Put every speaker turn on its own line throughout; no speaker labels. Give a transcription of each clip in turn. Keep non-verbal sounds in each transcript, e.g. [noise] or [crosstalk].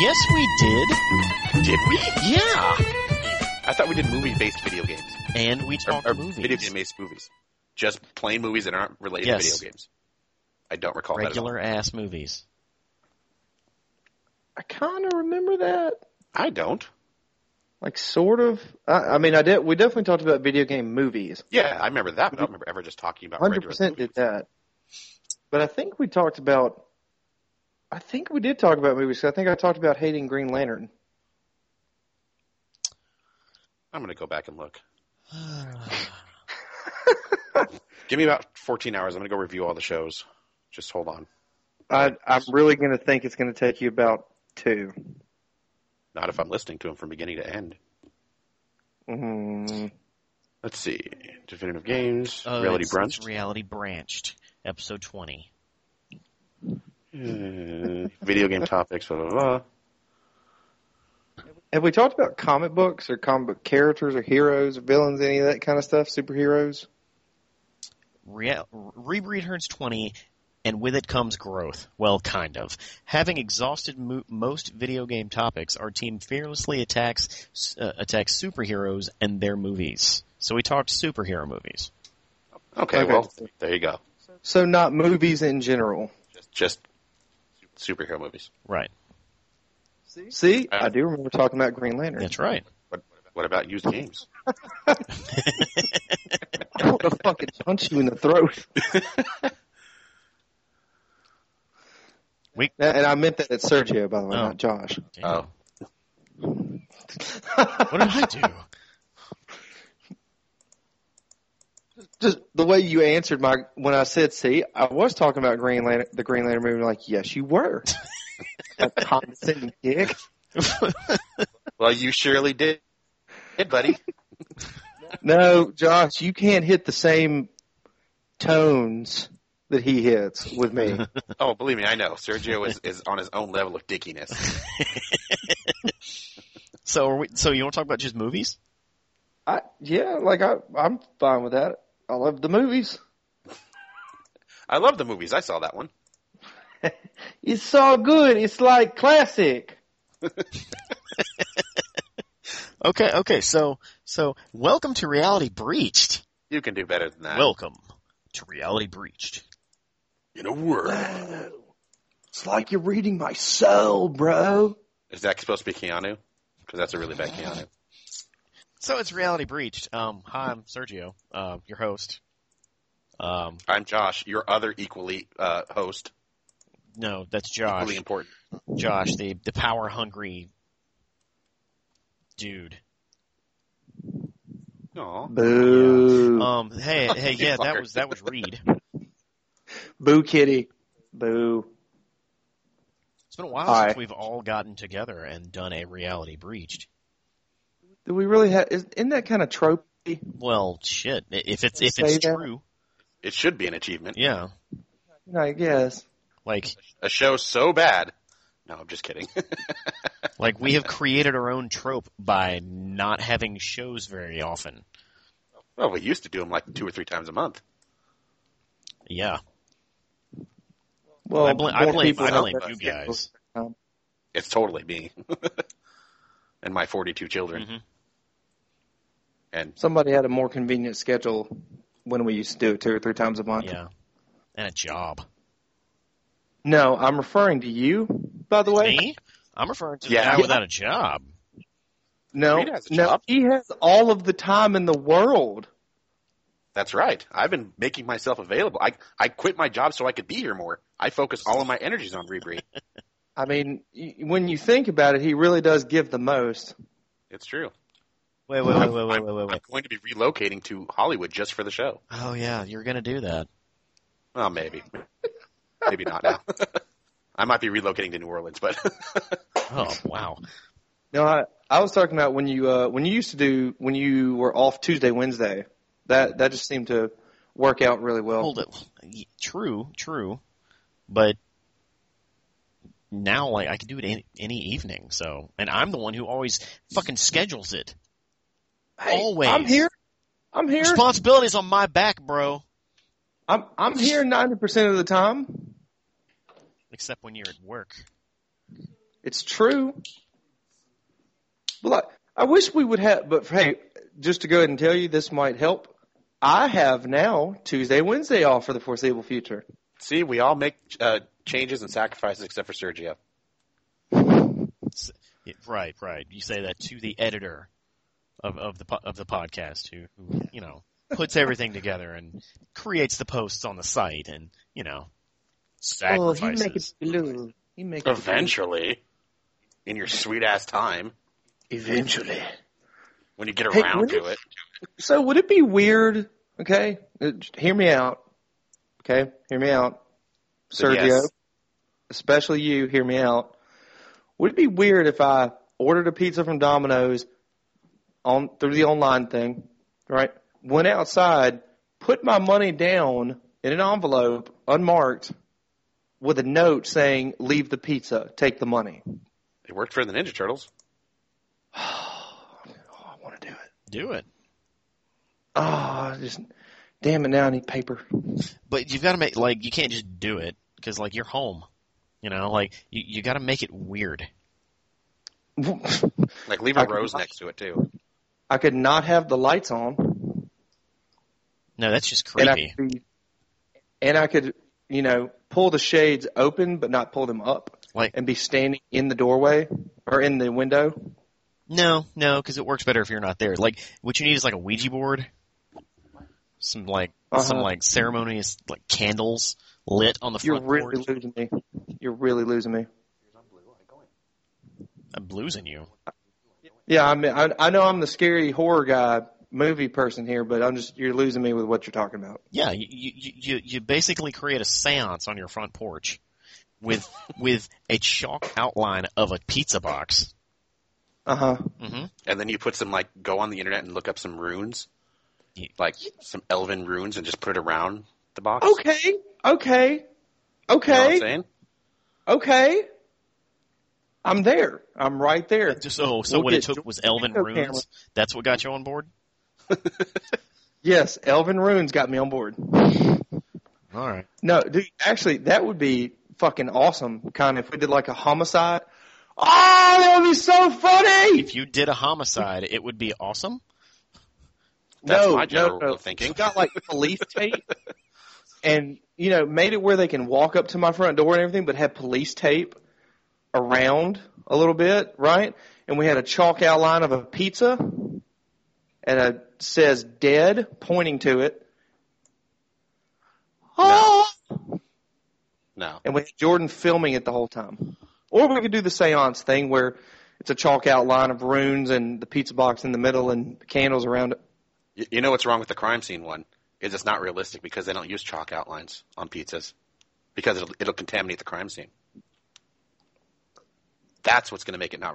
Yes, we did.
Did we?
Yeah.
I thought we did movie-based video games
And we
or,
talked
or
movies.
video game-based movies, just plain movies that aren't related
Yes.
to video games. I don't recall
Regular ass movies.
I kind of remember that.
that. At all. I don't.
Like sort of. I, I mean, I did. We definitely talked about video game movies.
Yeah, I remember that, but I don't remember ever just talking about
Hundred
regular.
percent did that. But I think we talked about. I think we did talk about movies. 'cause I think I talked about hating Green Lantern.
I'm going to go back and look. Give me about 14 hours. I'm going to go review all the shows. Just hold on.
I, I'm really going to think it's going to take you about two.
Not if I'm listening to them from beginning to end.
Mm,
Let's see. Definitive Games,
Uh,
Reality
it's-
Brunch.
it's Reality Branched, episode 20.
Uh, [laughs] video game topics, blah, blah, blah.
have we talked about comic books or comic book characters or heroes or villains, any of that kind of stuff? Superheroes.
Real, Rebreed turns 20, and with it comes growth. Well, kind of. Having exhausted mo- most video game topics, our team fearlessly attacks uh, attacks superheroes and their movies. So we talked superhero movies.
Okay,
Okay.
well, there you go.
So not movies in general.
Just, just superhero movies.
Right.
See, I do remember talking about Green Lantern.
That's right.
What, what about used games?
[laughs] I want to fucking punch you in the throat.
We-
and I meant that at Sergio, by the way,
Oh.
not Josh.
Damn. What did I do?
[laughs] Just the way you answered my when I said, "See, I was talking about Green Lantern, the Green Lantern movie." Like, yes,
[laughs]
you were. a condescending dick.
Well, you surely did. Hey, buddy.
No, Josh, you can't hit the same tones that he hits
[laughs]
with me.
oh, believe me, I know. Sergio is, is on his own level of dickiness.
[laughs] so, are we, so you want to talk about just movies?
I yeah, like I I'm fine with that. I love the movies.
I love the movies. I saw that one.
It's so good. It's like classic.
Okay, okay. So, so welcome to Reality Breached.
You can do better than that.
Welcome to Reality Breached.
in a word.
It's like you're reading my soul, bro.
Is that supposed to be Keanu? Because that's a really bad Keanu.
So it's Reality Breached. Um, hi, I'm Sergio, uh, your host. Um,
I'm Josh, your other equally uh, host,
no, that's Josh.
equally important.
Josh, the, the power hungry dude.
Aw.
Boo.
Um,
[laughs]
hey, hey, yeah, that
Fucker.
was that was Reed.
Boo kitty. Boo.
It's been a while
Hi.
since we've all gotten together and done a Reality Breached.
Do we really have is, isn't that kind of tropey?
Well, shit, i- if it's if
Say
it's
that.
true,
It should be an achievement.
yeah,
I guess.
like
A show so bad. No, I'm just kidding. [laughs]
like we have created our own trope by not having shows very often.
well, we used to do them like two or three times a month.
Yeah,
Well,
I, bl- I
more
blame
people
I
have
blame
that
you
skill.
guys.
It's totally me [laughs] and my 42 children.
Mhm.
And
Somebody had a more convenient schedule when we used to do it two or three times a month.
Yeah, and a job.
No, I'm referring to you, by the way.
Me? I'm referring to
Yeah.
the guy
Yeah.
without a job.
No,
Reed has a
no,
job.
he has all of the time in the world.
that's right. I've been making myself available. I, I quit my job so I could be here more. I focus all of my energies on Rebreed.
I mean, y- when you think about it, he really does give the most.
it's true.
Wait, wait, wait, wait, wait,
I'm-
wait, wait,
I'm
wait.
going to be relocating to Hollywood just for the show.
[laughs] Oh yeah, you're gonna do that.
Well, maybe. maybe not
[laughs]
now. I might be relocating to New Orleans, but [laughs]
Oh wow.
No, I, I was talking about when you uh, when you used to do when you were off Tuesday, Wednesday. That that just seemed to work out really well.
Hold it. Y- True, true, but now like I can do it any, any evening. So, and I'm the one who always fucking schedules it.
Hey,
Always.
I'm here. I'm here.
Responsibility's on my back, bro.
I'm I'm here ninety percent of the time.
Except when you're at work.
It's true. But like, I wish we would have. But hey, just to go ahead and tell you, this might help. I have now Tuesday, Wednesday off for the foreseeable future.
See, we all make uh, changes and sacrifices except for Sergio.
S- yeah, right, right. You say that to the editor of, of the po- of the podcast, who, who you know puts everything together and creates the posts on the site, and you know sacrifices.
Oh, blue. He make
Eventually, in your sweet ass time,
Eventually.
when you get
Hey,
around
when-
to it.
So would it be weird? Okay, uh, hear me out. Okay, hear me out,
So
Sergio.
yes.
Especially you, hear me out. Would it be weird if I ordered a pizza from Domino's on through the online thing, right? Went outside, put my money down in an envelope, unmarked, with a note saying "Leave the pizza, take the money." [sighs]
It worked for the Ninja Turtles.
Oh, I want to do it.
Do it,
Oh, I just damn it! Now I need paper. [laughs]
but you've got to make like you can't just do it because like you're home. You know, like you you got to make it weird.
Like leave a
I can-
rose next to it too.
I could not have the lights on,
No, that's just
and I,
creepy.
could be, and I could, you know, pull the shades open but not pull them up,
Like-
and be standing in the doorway or in the window.
No, no, because it works better if you're not there. Like what you need is like a Ouija board, some like some
Uh-huh.
like ceremonious like candles lit on the
You're
front
really
porch.
losing me. You're really losing me.
I'm losing you.
Yeah, I mean, I, I know I'm the scary horror guy, movie person here, but I'm just you're losing me with what you're talking about.
Yeah, you you you, you basically create a séance on your front porch
[laughs]
with with a chalk outline of a pizza box.
Uh huh.
hmm
And then you put some like go on the internet and look up some runes,
Ye-
like some elven runes, and just put it around the box.
Okay. Okay.
You know what I'm
Okay.
saying?
okay. I'm there. I'm right there.
Just so so
We'll
what it
get
took
George
was Elven
Pinto
runes.
camera.
That's what got you on board.
Yes, Elvin Runes got me on board.
All right.
No, dude, actually, that would be fucking awesome. Kind of if we did like a homicide. Oh, that would be so funny.
If you did a homicide, it would be awesome.
That's
no,
my general
no, no.
thinking.
We got like police tape, and you know, made it where they can walk up to my front door and everything, but had police tape around a little bit, right? And we had a chalk outline of a pizza, and it says "dead" pointing to it. Oh,
No,
and we had Jordan filming it the whole time. Or we could do the seance thing where it's a chalk outline of runes and the pizza box in the middle and candles around it.
you, you know what's wrong with the crime scene one is it's not realistic because they don't use chalk outlines on pizzas because it'll, it'll contaminate the crime scene. That's what's going to make it not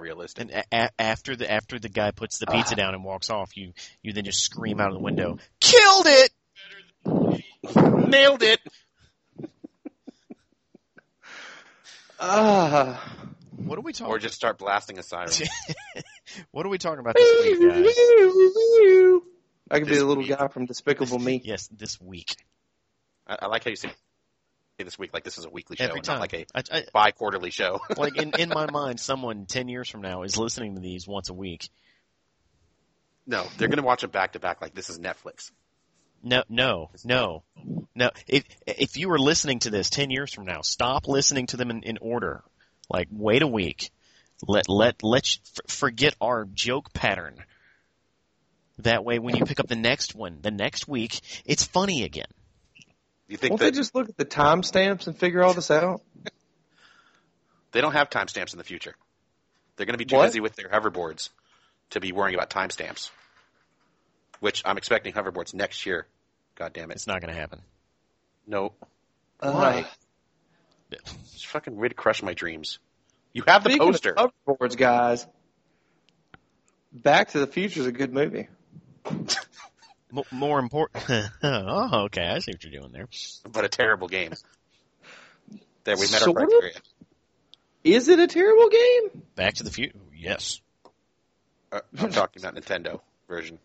And
realistic.
a- a- after the after the guy puts the pizza
Uh-huh.
down and walks off, you you then just scream out of the window, "Killed it!"
[laughs] Nailed it.
Ah.
What are we
Or
talking?
just start blasting a siren.
[laughs] What are we talking about this week, guys?
I could be
This
the little
week.
guy from Despicable Me.
Yes, this week.
I, I like how you say say this week like this is a weekly show,
Every
and
time.
not like a
I, I,
bi-quarterly show. [laughs]
like in, in my mind, someone ten years from now is listening to these once a week.
no, they're going to watch it back to back like this is Netflix.
No, no, no, no. If if you were listening to this ten years from now, stop listening to them in, in order. Like wait a week. Let let let sh- f- forget our joke pattern. That way, when you pick up the next one, the next week, it's funny again.
You think
Won't
that
they just look at the timestamps and figure all this out?
they don't have timestamps in the future? They're going to be too
What?
busy with their hoverboards to be worrying about timestamps. Which I'm expecting hoverboards next year. God damn it!
It's not going to happen.
No,
Why?
it's fucking way to crush my dreams. You have the poster.
Upboards, guys. Back to the Future is a good movie.
M- more important. [laughs] oh, okay. I see what you're doing there.
but a terrible game. There, we met our
Sort of?
criteria.
Is it a terrible game?
Back to the future. Yes.
Uh, I'm talking about Nintendo version.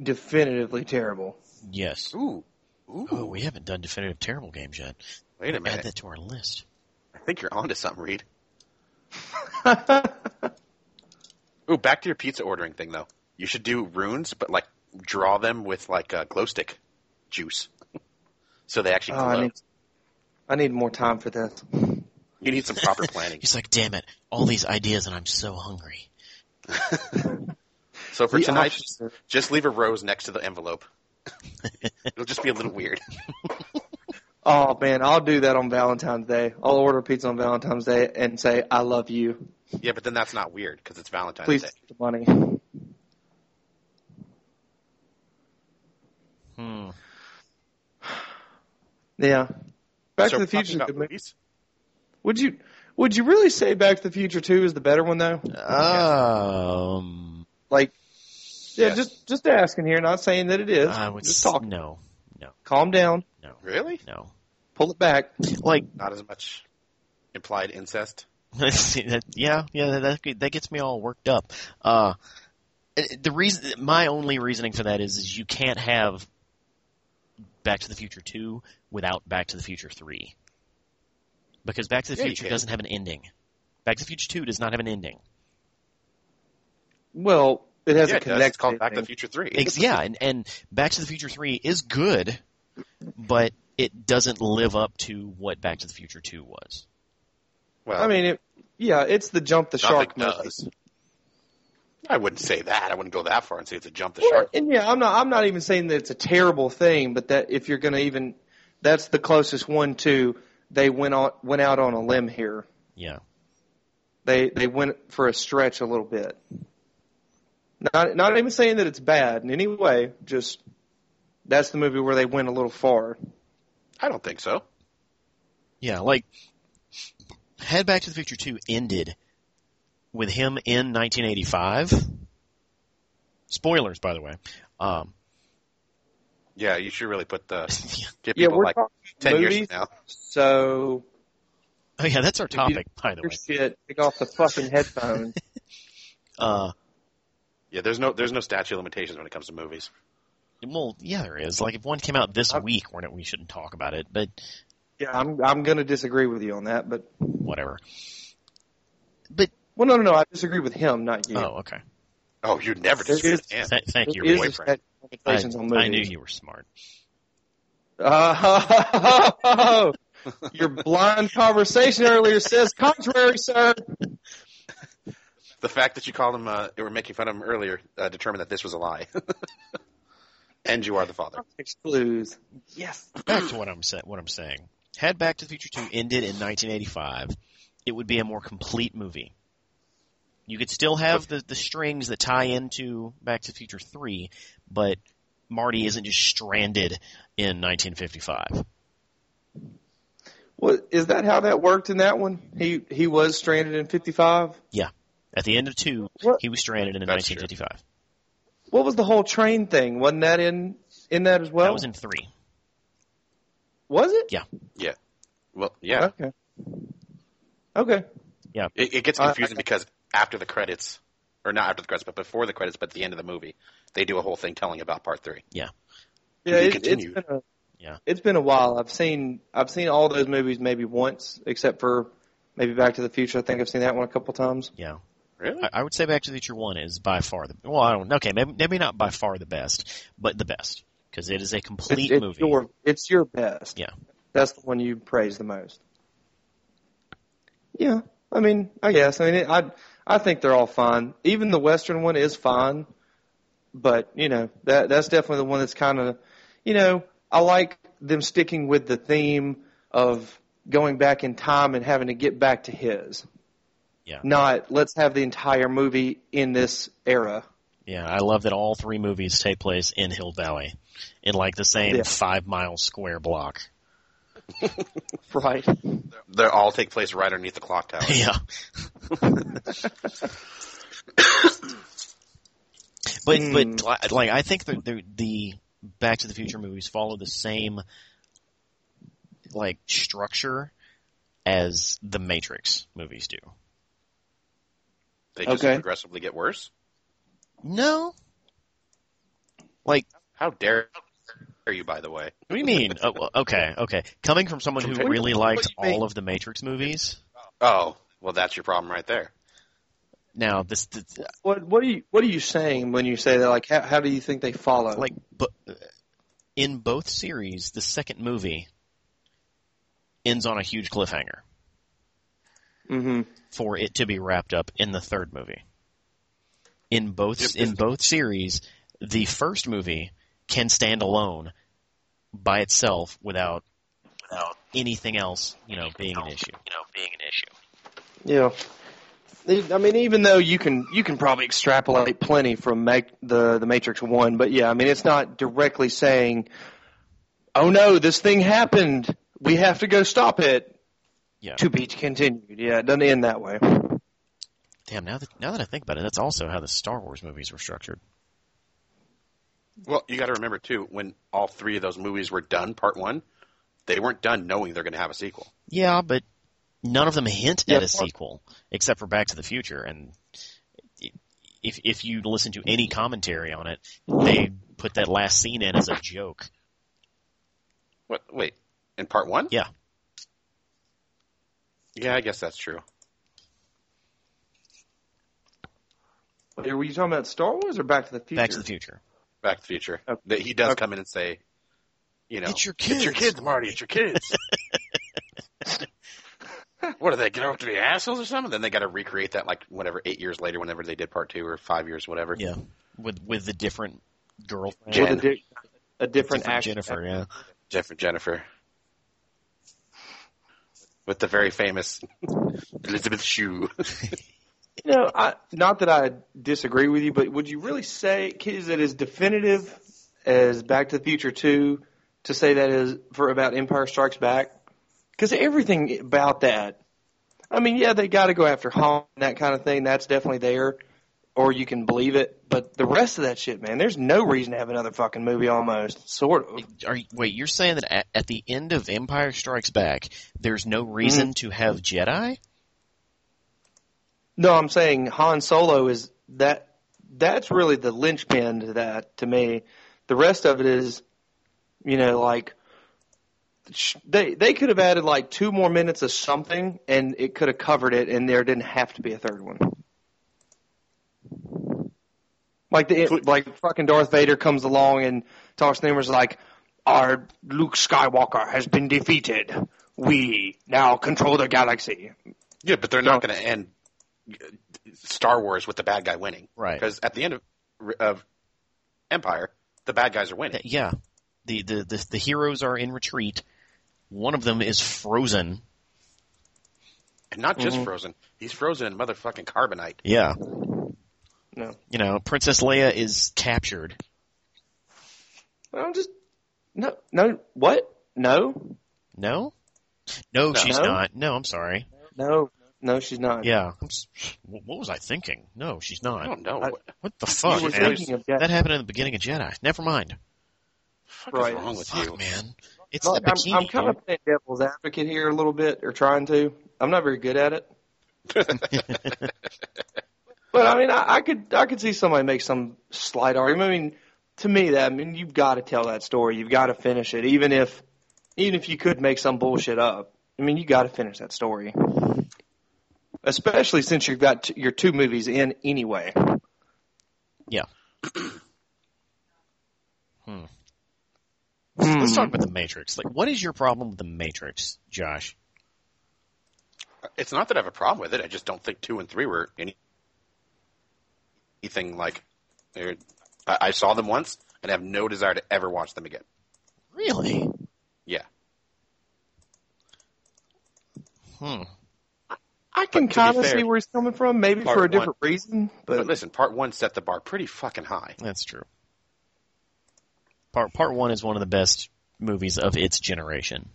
Definitively terrible.
Yes.
Ooh, ooh.
Oh, we haven't done definitive terrible games yet.
Wait a
Add
minute.
that to our list.
[laughs]
I think you're onto something, Reed. Ooh, back to your pizza ordering thing though. You should do runes, but like draw them with like uh, glow stick juice, so they actually
Oh,
glow.
I need, I need more time for this.
You need some proper
[laughs]
planning.
He's like, damn it, all these ideas and I'm so hungry.
So for
The
tonight,
options are-
just leave a rose next to the
[laughs]
envelope. It'll just be a little weird.
Oh man, I'll do that on Valentine's Day. I'll order pizza on Valentine's Day and say I love you.
Yeah, but then that's not weird because it's Valentine's
Please
Day.
take the money.
Hmm.
Yeah. Back
So
to
we're talking
the Future.
about
Good movie.
movies?
Would you would you really say Back to the Future Two is the better one though?
Um,
Like, yeah,
Yes.
just just asking here, not saying that it is.
I would
just
s-
talk.
no,
Calm down.
no,
Really?
no.
Pull it back.
Like, [laughs]
Not as much implied incest.
see, that- yeah, yeah, that that gets me all worked up. Uh, the reason, my only reasoning for that is, is you can't have Back to the Future two without Back to the Future three, because Back to the
Yeah, you
Future
can.
doesn't have an ending. Back to the Future two does not have an ending.
Well, it has
yeah,
a
it does. It's
connect.
called Back to the Future Three.
Ex- yeah, and, and Back to the Future 3 is good, but it doesn't live up to what Back to the Future 2 was.
Well,
I mean, it, yeah, it's the jump the
nothing
shark movie.
does. uh, I wouldn't say that. I wouldn't go that far and say it's a jump the
Well,
shark.
And yeah, I'm not. I'm not even saying that it's a terrible thing, but that if you're going to even, that's the closest one to they went on went out on a limb here.
Yeah.
They they went for a stretch a little bit. Not not even saying that it's bad in any way. Just that's the movie where they went a little far.
I don't think so.
Yeah, like, had Back to the Future 2 ended with him in 1985, spoilers, by the way, um, [laughs]
Yeah, you should really put the
yeah.
get
Yeah,
people
we're
like
talking
ten years
movies.
now.
So
oh yeah, that's our topic, by the
your
way.
shit, take off the
[laughs]
fucking headphones.
Uh,
Yeah, there's no there's no statute of limitations when it comes to movies.
well, yeah, there is. Like, if one came out this
I'm-
week, we're not, we shouldn't talk about it, but
yeah, I'm I'm going to disagree with you on that, but
whatever.
well, no, no, no, I disagree with him, not you.
Oh, okay.
Oh, you never
There
disagree
is-
with Ann.
Th- thank you,
your
There is
Roy.
a
boyfriend.
statute of
I,
limitations on
I knew
movies.
you were smart.
Oh, your blind conversation earlier says contrary, sir.
The fact that you called him, uh, you were making fun of him earlier, uh, determined that this was a lie. [laughs] and you are the father.
Context clues.
Yes.
back to what I'm sa- what I'm saying. Had Back to the Future 2 ended in 1985, it would be a more complete movie. You could still have the, the strings that tie into Back to the Future 3, but Marty isn't just stranded in 1955.
What is that? How that worked in that one? He he was stranded in '55.
At the end of 2,
What?
he was stranded in
That's
1955.
What was the whole train thing? Wasn't that in in that as well?
That was in 3.
Was it?
Well, yeah.
Okay. Okay.
It, it gets
Uh, I- I-
confusing because after the credits, or not after the credits, but before the credits, but at the end of the movie, they do a whole thing telling about part three.
Yeah,
He
it, it's
continued.
been a
Yeah.
it's been a while. I've seen I've seen all those movies maybe once, except for maybe Back to the Future. I think I've seen that one a couple times.
Yeah.
Really?
hmm.
I, I would say Back to the Future 1 is by far the well, I don't okay, maybe, maybe not by far the best, but the best because it is a complete
it's
movie.
Your, it's your best.
Yeah.
That's the one you praise the most. Yeah. I mean, I guess. I mean, it, I I think they're all fine. Even the Western one is fine, but you know that that's definitely the one that's kind of, you know, I like them sticking with the theme of going back in time and having to get back to his.
Yeah.
Not let's have the entire movie in this era. [laughs]
Yeah, I love that all three movies take place in Hill Valley, in like the same
Yeah.
five mile square block. [laughs]
Right.
They all take place right underneath the clock tower.
yeah. but
Hmm.
but li- like I think the, the the Back to the Future movies follow the same like structure as the Matrix movies do.
They just
Okay.
progressively get worse.
No. Like
How dare dare you, by the way?
what do you mean? oh, well, okay, okay. Coming from someone who
What do you-
really
what
liked
do you mean?
all of the Matrix movies,
Oh, well, that's your problem right there.
Now this, uh, this
What what are you what are you saying when you say that? Like how how do you think they follow?
like but in both series the second movie ends on a huge cliffhanger
hmm
for it to be wrapped up in the third movie in both
Yep.
in both series the first movie can stand alone by itself without without anything else you know being an issue
you know, being an issue.
Yeah. E- I mean, even though you can you can probably extrapolate plenty from Mag- the the Matrix One, but yeah, I mean, it's not directly saying, "Oh no, this thing happened. We have to go stop it."
Yeah.
To be continued. Yeah, it doesn't end that way.
damn now that now that i think about it that's also how the star wars movies were structured
Well, you got to remember too when all three of those movies were done, part one, they weren't done knowing they're going to have a sequel.
Yeah, but none of them hint
Yeah,
at a
of course.
sequel, except for Back to the Future. And if if you listen to any commentary on it, they put that last scene in as a joke.
What? Wait, in part one?
Yeah.
Yeah, I guess that's true.
Wait, Were you talking about Star Wars or Back to the Future?
Back to the Future.
Back to the Future.
Okay.
That he does
Okay.
come in and say, you know,
It's your
it's your
kids."
kids, Marty. It's your kids. [laughs] what do they get over to the assholes or something? Then they got to recreate that like whatever eight years later, whenever they did part two or five years, whatever.
Yeah, with with the different girlfriend,
With a,
Jen.
di- a different,
different
act-
Jennifer. Yeah,
Different Jennifer. With the very famous [laughs] Elizabeth Shue.
You know, I, not that I disagree with you, but would you really say is it as definitive as Back to the Future Two to say that is for about Empire Strikes Back? Because everything about that, I mean, yeah, they got to go after Han and that kind of thing. That's definitely there, or you can believe it. But the rest of that shit, man, there's no reason to have another fucking movie. Almost, sort of.
Are you, wait, you're saying that at, at the end of Empire Strikes Back, there's no reason to have Jedi?
No, I'm saying Han Solo is that. That's really the linchpin to that to me. The rest of it is, you know, like sh- they they could have added like two more minutes of something, and it could have covered it, and there didn't have to be a third one. Like the like fucking Darth Vader comes along and Tosh Nehmer's like, "Our Luke Skywalker has been defeated. We now control the galaxy."
yeah, but they're not going to end Star Wars with the bad guy winning.
Right.
Because at the end of, of Empire, the bad guys are winning.
Yeah, the the the, the heroes are in retreat. One of them is frozen.
And not just
Mm-hmm.
frozen. He's frozen in motherfucking carbonite.
Yeah,
No.
you know, Princess Leia is captured.
I'm just no, no. What? No,
No? No, she's
No?
not. No, I'm sorry.
no, no. She's not.
Yeah. I'm s- wh- what was I thinking? No, she's
I
not.
don't know.
I-
what the
What the fuck,
you were
man?
thinking of Jedi.
That happened in the beginning of Jedi. Never mind.
fuck
Right.
is wrong with
Fuck,
you?
man. It's
Look,
the
I'm,
bikini.
I'm kind of playing devil's advocate here a little bit, or trying to. I'm not very good at it.
[laughs]
but I mean, I, I could, I could see somebody make some slight argument. I mean, to me, that I mean, you've got to tell that story. You've got to finish it, even if, even if you could make some bullshit up. I mean, you got to finish that story, especially since you've got t- your two movies in anyway. [clears throat]
Yeah. Hmm.
Hmm.
Let's talk about the Matrix. Like, what is your problem with the Matrix, Josh?
It's not that I have a problem with it. I just don't think two and three were any anything like. they're- I, I saw them once and have no desire to ever watch them again.
Really?
Yeah.
Hmm.
I can
But to be
kind of
fair,
see where he's coming from, maybe
part
for a
one-
different reason,
But,
but
listen, part one set the bar pretty fucking high.
That's true. Part Part One is one of the best movies of its generation.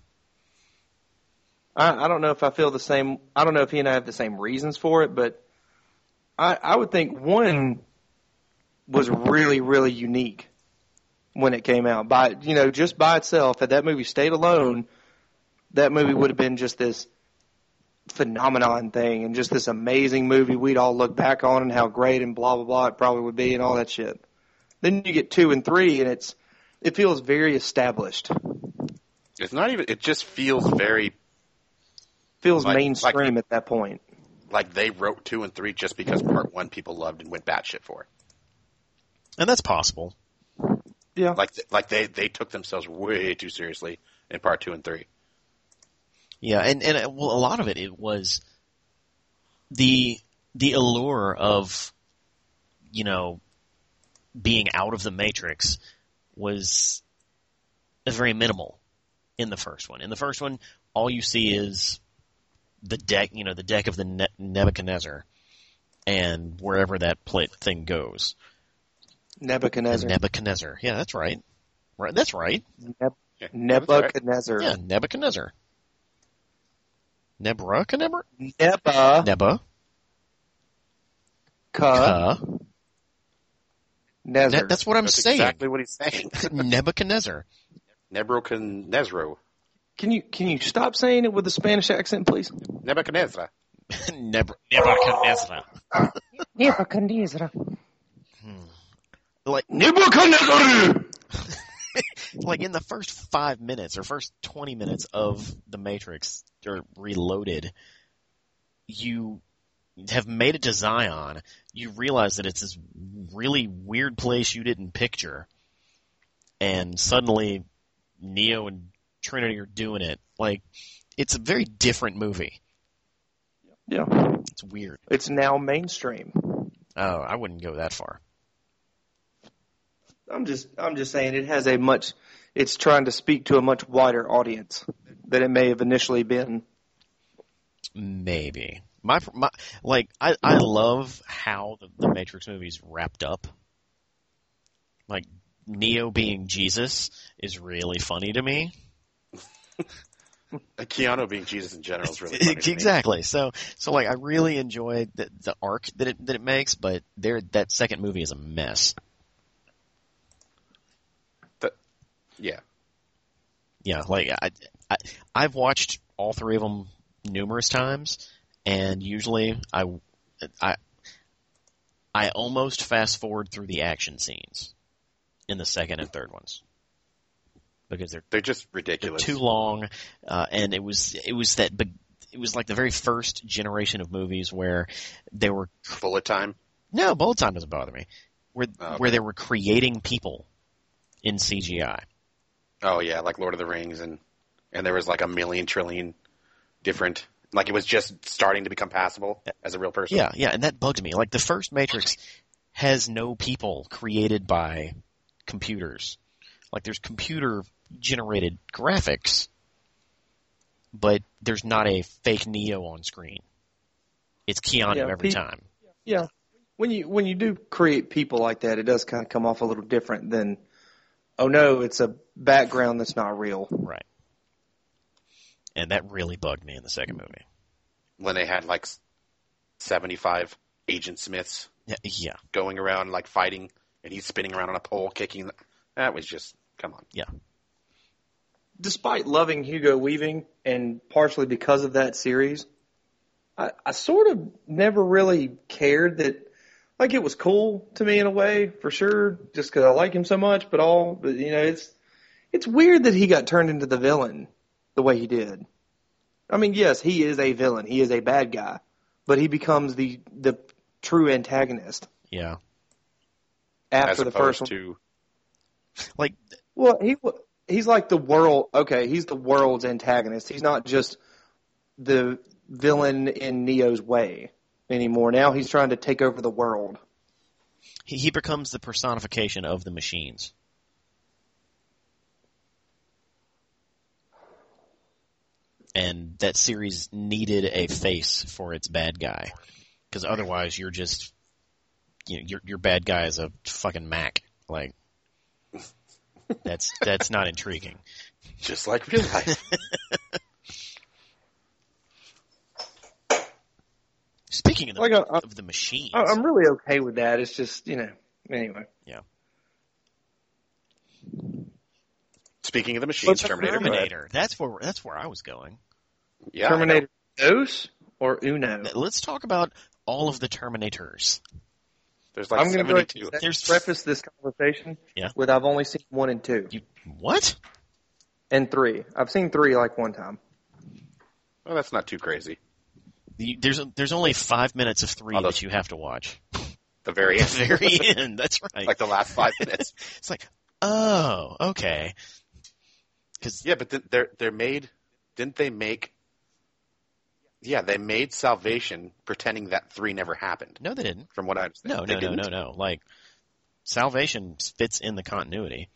I, I don't know if I feel the same. I don't know if he and I have the same reasons for it, but I, I would think one was really, really unique when it came out. By you know, just by itself, had that movie stayed alone, that movie would have been just this phenomenon thing and just this amazing movie we'd all look back on and how great and blah blah blah it probably would be and all that shit. Then you get two and three and it's it feels very established.
It's not even. It just feels very
Feels
Like- like-
mainstream at that point.
like they wrote two and three just because part one people loved and went batshit for.
and that's possible.
Yeah.
Like th- like they they took themselves way too seriously in part two and three.
Yeah, and and uh, well, a lot of it it was the the allure of you know being out of the matrix was is very minimal in the first one. In the first one, all you see is the deck, you know, the deck of the ne- Nebuchadnezzar, and wherever that plate thing goes.
Nebuchadnezzar.
Nebuchadnezzar. Yeah, that's right. Right, that's right.
Neb-
Yeah.
Nebuchadnezzar.
Yeah, Nebuchadnezzar. Nebra, Nebra,
Nebuchadnezzar.
Neba. Uh, that, that's what I'm
That's
saying.
exactly what he's saying.
[laughs]
[laughs]
Nebuchadnezzar.
Nebuchadnezzar.
Can you can you stop saying it with a Spanish accent, please?
Nebuchadnezzar.
Neb- Nebuchadnezzar.
Nebuchadnezzar.
Like,
Hmm. Nebuchadnezzar.
like in the first five minutes or first 20 minutes of The Matrix or Reloaded, you have made it to Zion. You realize that it's this really weird place you didn't picture. And suddenly Neo and Trinity are doing it. Like, it's a very different movie.
Yeah.
It's weird.
It's now mainstream.
Oh, I wouldn't go that far.
I'm just I'm just saying it has a much it's trying to speak to a much wider audience than it may have initially been.
Maybe my my like I I love how the, the Matrix movies wrapped up. Like Neo being Jesus is really funny to me.
Uh, Keanu being Jesus in general
[laughs]
is really funny to me.
exactly. So so like I really enjoy the the arc that it that it makes, but there that second movie is a mess.
Yeah.
Yeah, like I, I I've watched all three of them numerous times, and usually I I I almost fast forward through the action scenes in the second and third ones because they're
They're just
they're
ridiculous.
too long, uh, and it was it was that big. It was like the very first generation of movies where they were
Bullet time.
no bullet time doesn't bother me, where
Oh,
where
okay.
they were creating people in CGI.
Oh yeah, like Lord of the Rings and and there was like a million trillion different like it was just starting to become passable as a real person.
Yeah, yeah, and that bugged me. Like the first Matrix has no people created by computers. Like there's computer generated graphics, but there's not a fake Neo on screen. It's Keanu
Yeah,
every
pe-
time.
Yeah. When you when you do create people like that, it does kind of come off a little different than oh no, it's a background that's not real.
Right. And that really bugged me in the second movie.
When they had like seventy five Agent Smiths
Yeah, yeah,
going around like fighting and he's spinning around on a pole kicking the, that was just come on.
Despite loving Hugo Weaving and partially because of that series, I, I sort of never really cared that like it was cool to me in a way, for sure, just because I like him so much, but all but you know, it's it's weird that he got turned into the villain the way he did. I mean, yes, he is a villain. He is a bad guy, but he becomes the the true antagonist
yeah.
as
after the
opposed
first one.
to
Like
Well, he wa- he's like the world. Okay, he's the world's antagonist. He's not just the villain in Neo's way anymore. Now he's trying to take over the world.
he, he becomes the personification of the machines. And that series needed a face for its bad guy, because otherwise you're just, you know, your your bad guy is a fucking Mac. Like, that's that's not intriguing.
just like real life.
[laughs]
Speaking of the,
Like a-
of the machines,
I, I'm really okay with that. It's just you know. Anyway,
Speaking of the machines,
But
Terminator. go ahead.
Terminator. That's where that's where I was going.
Yeah, I know.
Terminator Dos or Uno.
Let's talk about all of the Terminators.
There's like
I'm going
seventy
to
two.
There's-
preface this conversation
Yeah.
with I've only seen one and two
You what?
and three. I've seen three like one time.
Well that's not too crazy.
You, there's there's only five minutes of three
Oh, those-
that you have to watch.
The [laughs] very
[laughs]
The
end, [laughs]
very [laughs] end. That's right.
like the last five minutes.
it's like, oh, okay. Because
Yeah, but th- they're they're made. Didn't they make? Yeah, they made Salvation pretending that three never happened.
no, they didn't.
From what I understand,
No,
They
no, no,
didn't?
no, no. Like, salvation fits in the continuity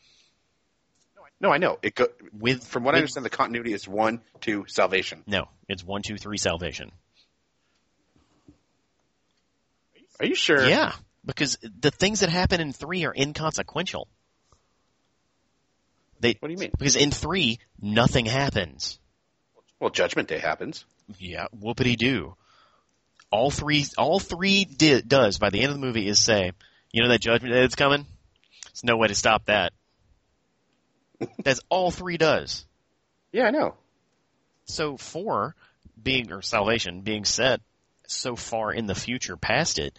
No, I know. It go,
with.
from what I
with-
understand, the continuity is one, two, Salvation.
No, it's one, two, three, salvation.
Are you sure?
Yeah, because the things that happen in three are inconsequential. They
What do you mean?
because in three nothing happens.
Well, Judgment Day happens.
Yeah, whoopity doo. All three, all three di- does by the end of the movie is say, you know that judgment day that's coming. There's no way to stop that. that's all three does.
Yeah, I know.
So four being or salvation being set so far in the future past it,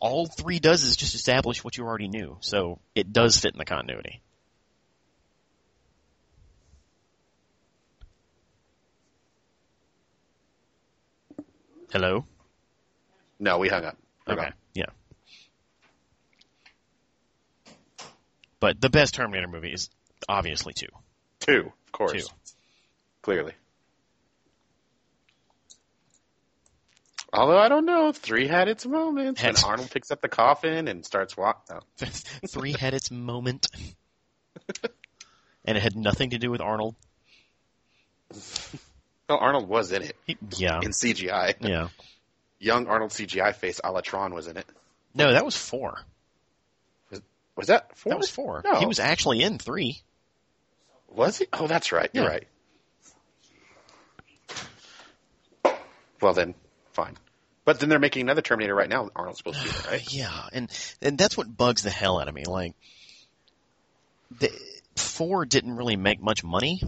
all three does is just establish what you already knew. So it does fit in the continuity. Hello.
No, we hung up. We're
Okay.
gone.
Yeah. But the best Terminator movie is obviously two.
Two, of course.
Two.
Clearly. Although I don't know, three had its moments when
Had-
Arnold picks up the coffin and starts oh, walking.
[laughs] three had its moment, and it had nothing to do with Arnold.
Well, Arnold was in it
He- yeah,
in CGI.
yeah.
Young Arnold CGI face, Alatron was in it.
No, that was four.
Was that four?
That was four.
No,
He was actually in three.
Was he? Oh, that's right. You're
Yeah.
right. Well then, fine. But then they're making another Terminator right now. Arnold's supposed to be
[sighs]
there, right?
Uh, Yeah, and and that's what bugs the hell out of me. Like, the, four didn't really make much money,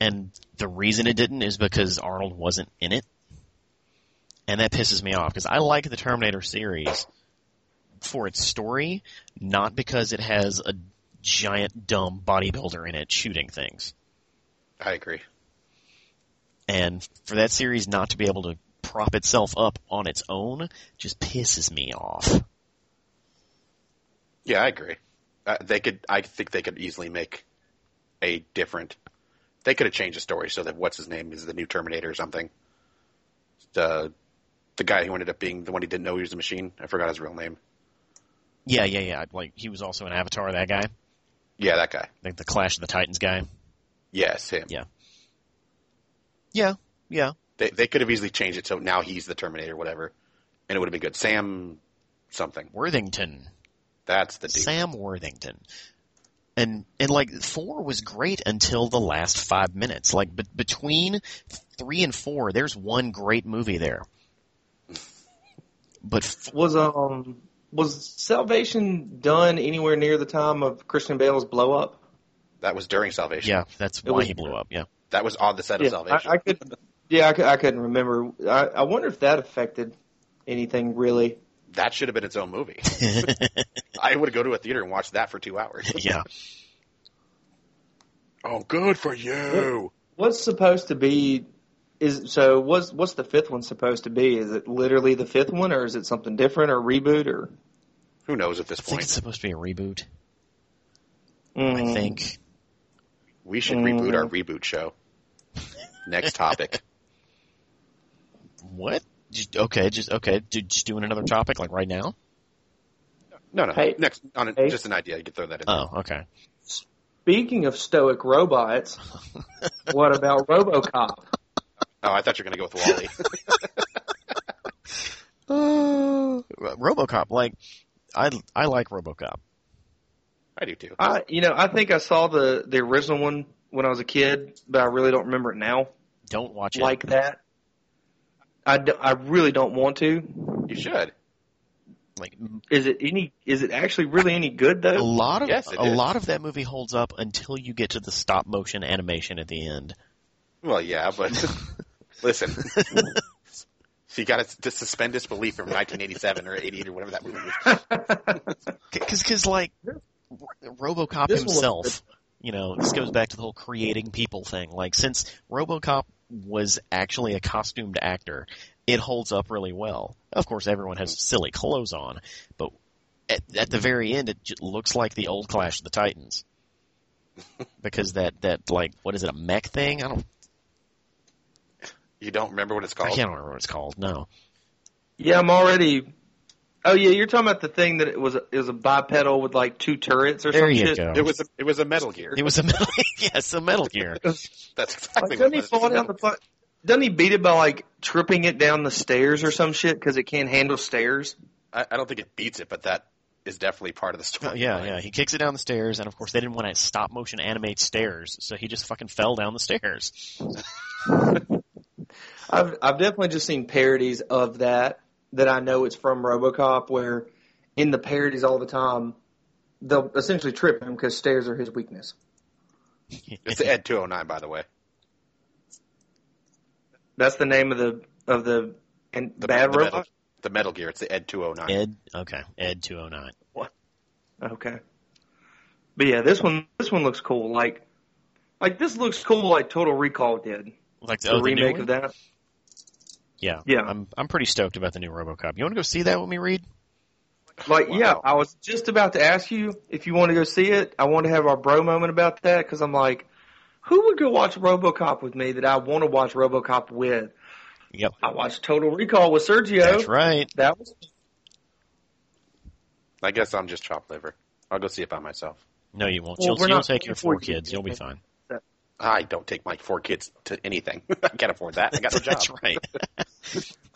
and the reason it didn't is because Arnold wasn't in it, and that pisses me off because I like the Terminator series for its story, not because it has a giant dumb bodybuilder in it shooting things.
I agree.
And for that series not to be able to prop itself up on its own just pisses me off.
Yeah, I agree. Uh, they could. I think they could easily make a different. They could have changed the story so that what's his name is the new Terminator or something. The the guy who ended up being the one he didn't know he was a machine. I forgot his real name.
Yeah, yeah, yeah. Like he was also an Avatar. That guy,
Yeah, that guy.
like the Clash of the Titans guy.
Yes, him.
Yeah. Yeah, yeah.
They they could have easily changed it so now he's the Terminator, whatever, and it would have been good. Sam something.
Worthington,
That's the dude.
Sam Worthington, and and like four was great until the last five minutes. Like, but between three and four, there's one great movie there. But f-
Was um was Salvation done anywhere near the time of Christian Bale's blow up?
That was during Salvation.
yeah, that's
It
why
was-
he blew up. Yeah,
That was on the set of
Yeah,
Salvation.
I, I could. Yeah, I, cou- I couldn't remember. I, I wonder if that affected anything really.
that should have been its own movie. [laughs] I would go to a theater and watch that for two hours.
yeah. [laughs]
Oh, good for you.
What's supposed to be is so what's what's the fifth one supposed to be? Is it literally the fifth one or is it something different or reboot or
Who knows at this
I think it's
point?
supposed to be a reboot. I
Mm.
think.
We should
Mm.
reboot our reboot show. Next topic.
What? Just, okay, just okay. ju- Just doing another topic like right now.
No, no.
Hey.
Next, on a,
Hey.
just an idea. You could throw that in.
Oh, okay.
Speaking of
[laughs]
stoic robots, what about RoboCop?
oh, I thought you were going to go with Wally.
Uh, RoboCop, like I I like RoboCop.
[laughs] I do too.
I you know I think I saw the the original one when I was a kid, but I really don't remember it now
Don't watch it.
like that. I, d- I really don't want to.
You should.
Like,
Is it any? Is it actually really any good
a
though?
lot of
oh, Yes, it
a
is.
lot of that movie holds up until you get to the stop motion animation at the end.
Well, yeah, but
[laughs]
listen. So you got to suspend disbelief from 1987 or 88 or whatever that movie was.
Because because like RoboCop
This one-
himself, you know, this goes back to the whole creating people thing. Like since RoboCop was actually a costumed actor, it holds up really well. Of course, everyone has silly clothes on, but at, at the very end, it j- looks like the old Clash of the Titans. because that, that, like, what is it, a mech thing? I don't,
You don't remember what it's
I
called?
can't remember what it's called, no.
Yeah, I'm already. Oh yeah, you're talking about the thing that it was it was a bipedal with like two turrets or
There
some
you
shit.
go.
It was a, it was a Metal Gear.
It was a metal, [laughs] yes, a Metal Gear.
That's
Like,
exactly what
doesn't
it
he
was. It's a
fall down
Metal
the fu- Doesn't he beat it by like tripping it down the stairs or some shit because it can't handle stairs?
I, I don't think it beats it, but that is definitely part of the story.
Oh, Yeah, yeah. He kicks it down the stairs, and of course they didn't want to stop motion animate stairs, so he just fucking fell down the stairs.
I've I've definitely just seen parodies of that that I know it's from RoboCop where in the parodies all the time they'll essentially trip him because stairs are his weakness.
It's the Ed 209, by the way.
That's the name of the of the and
The,
bad
the, metal,
robot.
the Metal Gear. It's the Ed 209.
Ed, okay, Ed two oh nine.
Okay. But yeah, this one this one looks cool. Like like this looks cool like Total Recall did.
Like
The
oh, the new
remake
one?
of that.
Yeah,
Yeah.
I'm I'm pretty stoked about the new RoboCop. You want to go see that with me, Reed?
Like
Wow.
yeah, I was just about to ask you if you want to go see it. I want to have our bro moment about that cuz I'm like who would go watch RoboCop with me that I want to watch RoboCop with?
Yep,
I watched Total Recall with Sergio.
that's right.
That was
I guess I'm just chopped liver. I'll go see it by myself.
No, you won't.
Well,
you'll
we're
you'll
not
take your
paying for
four
it.
kids. You'll be fine.
I don't take my four kids to anything. [laughs] I can't afford that. I got no
[laughs]
job.
that's right.
I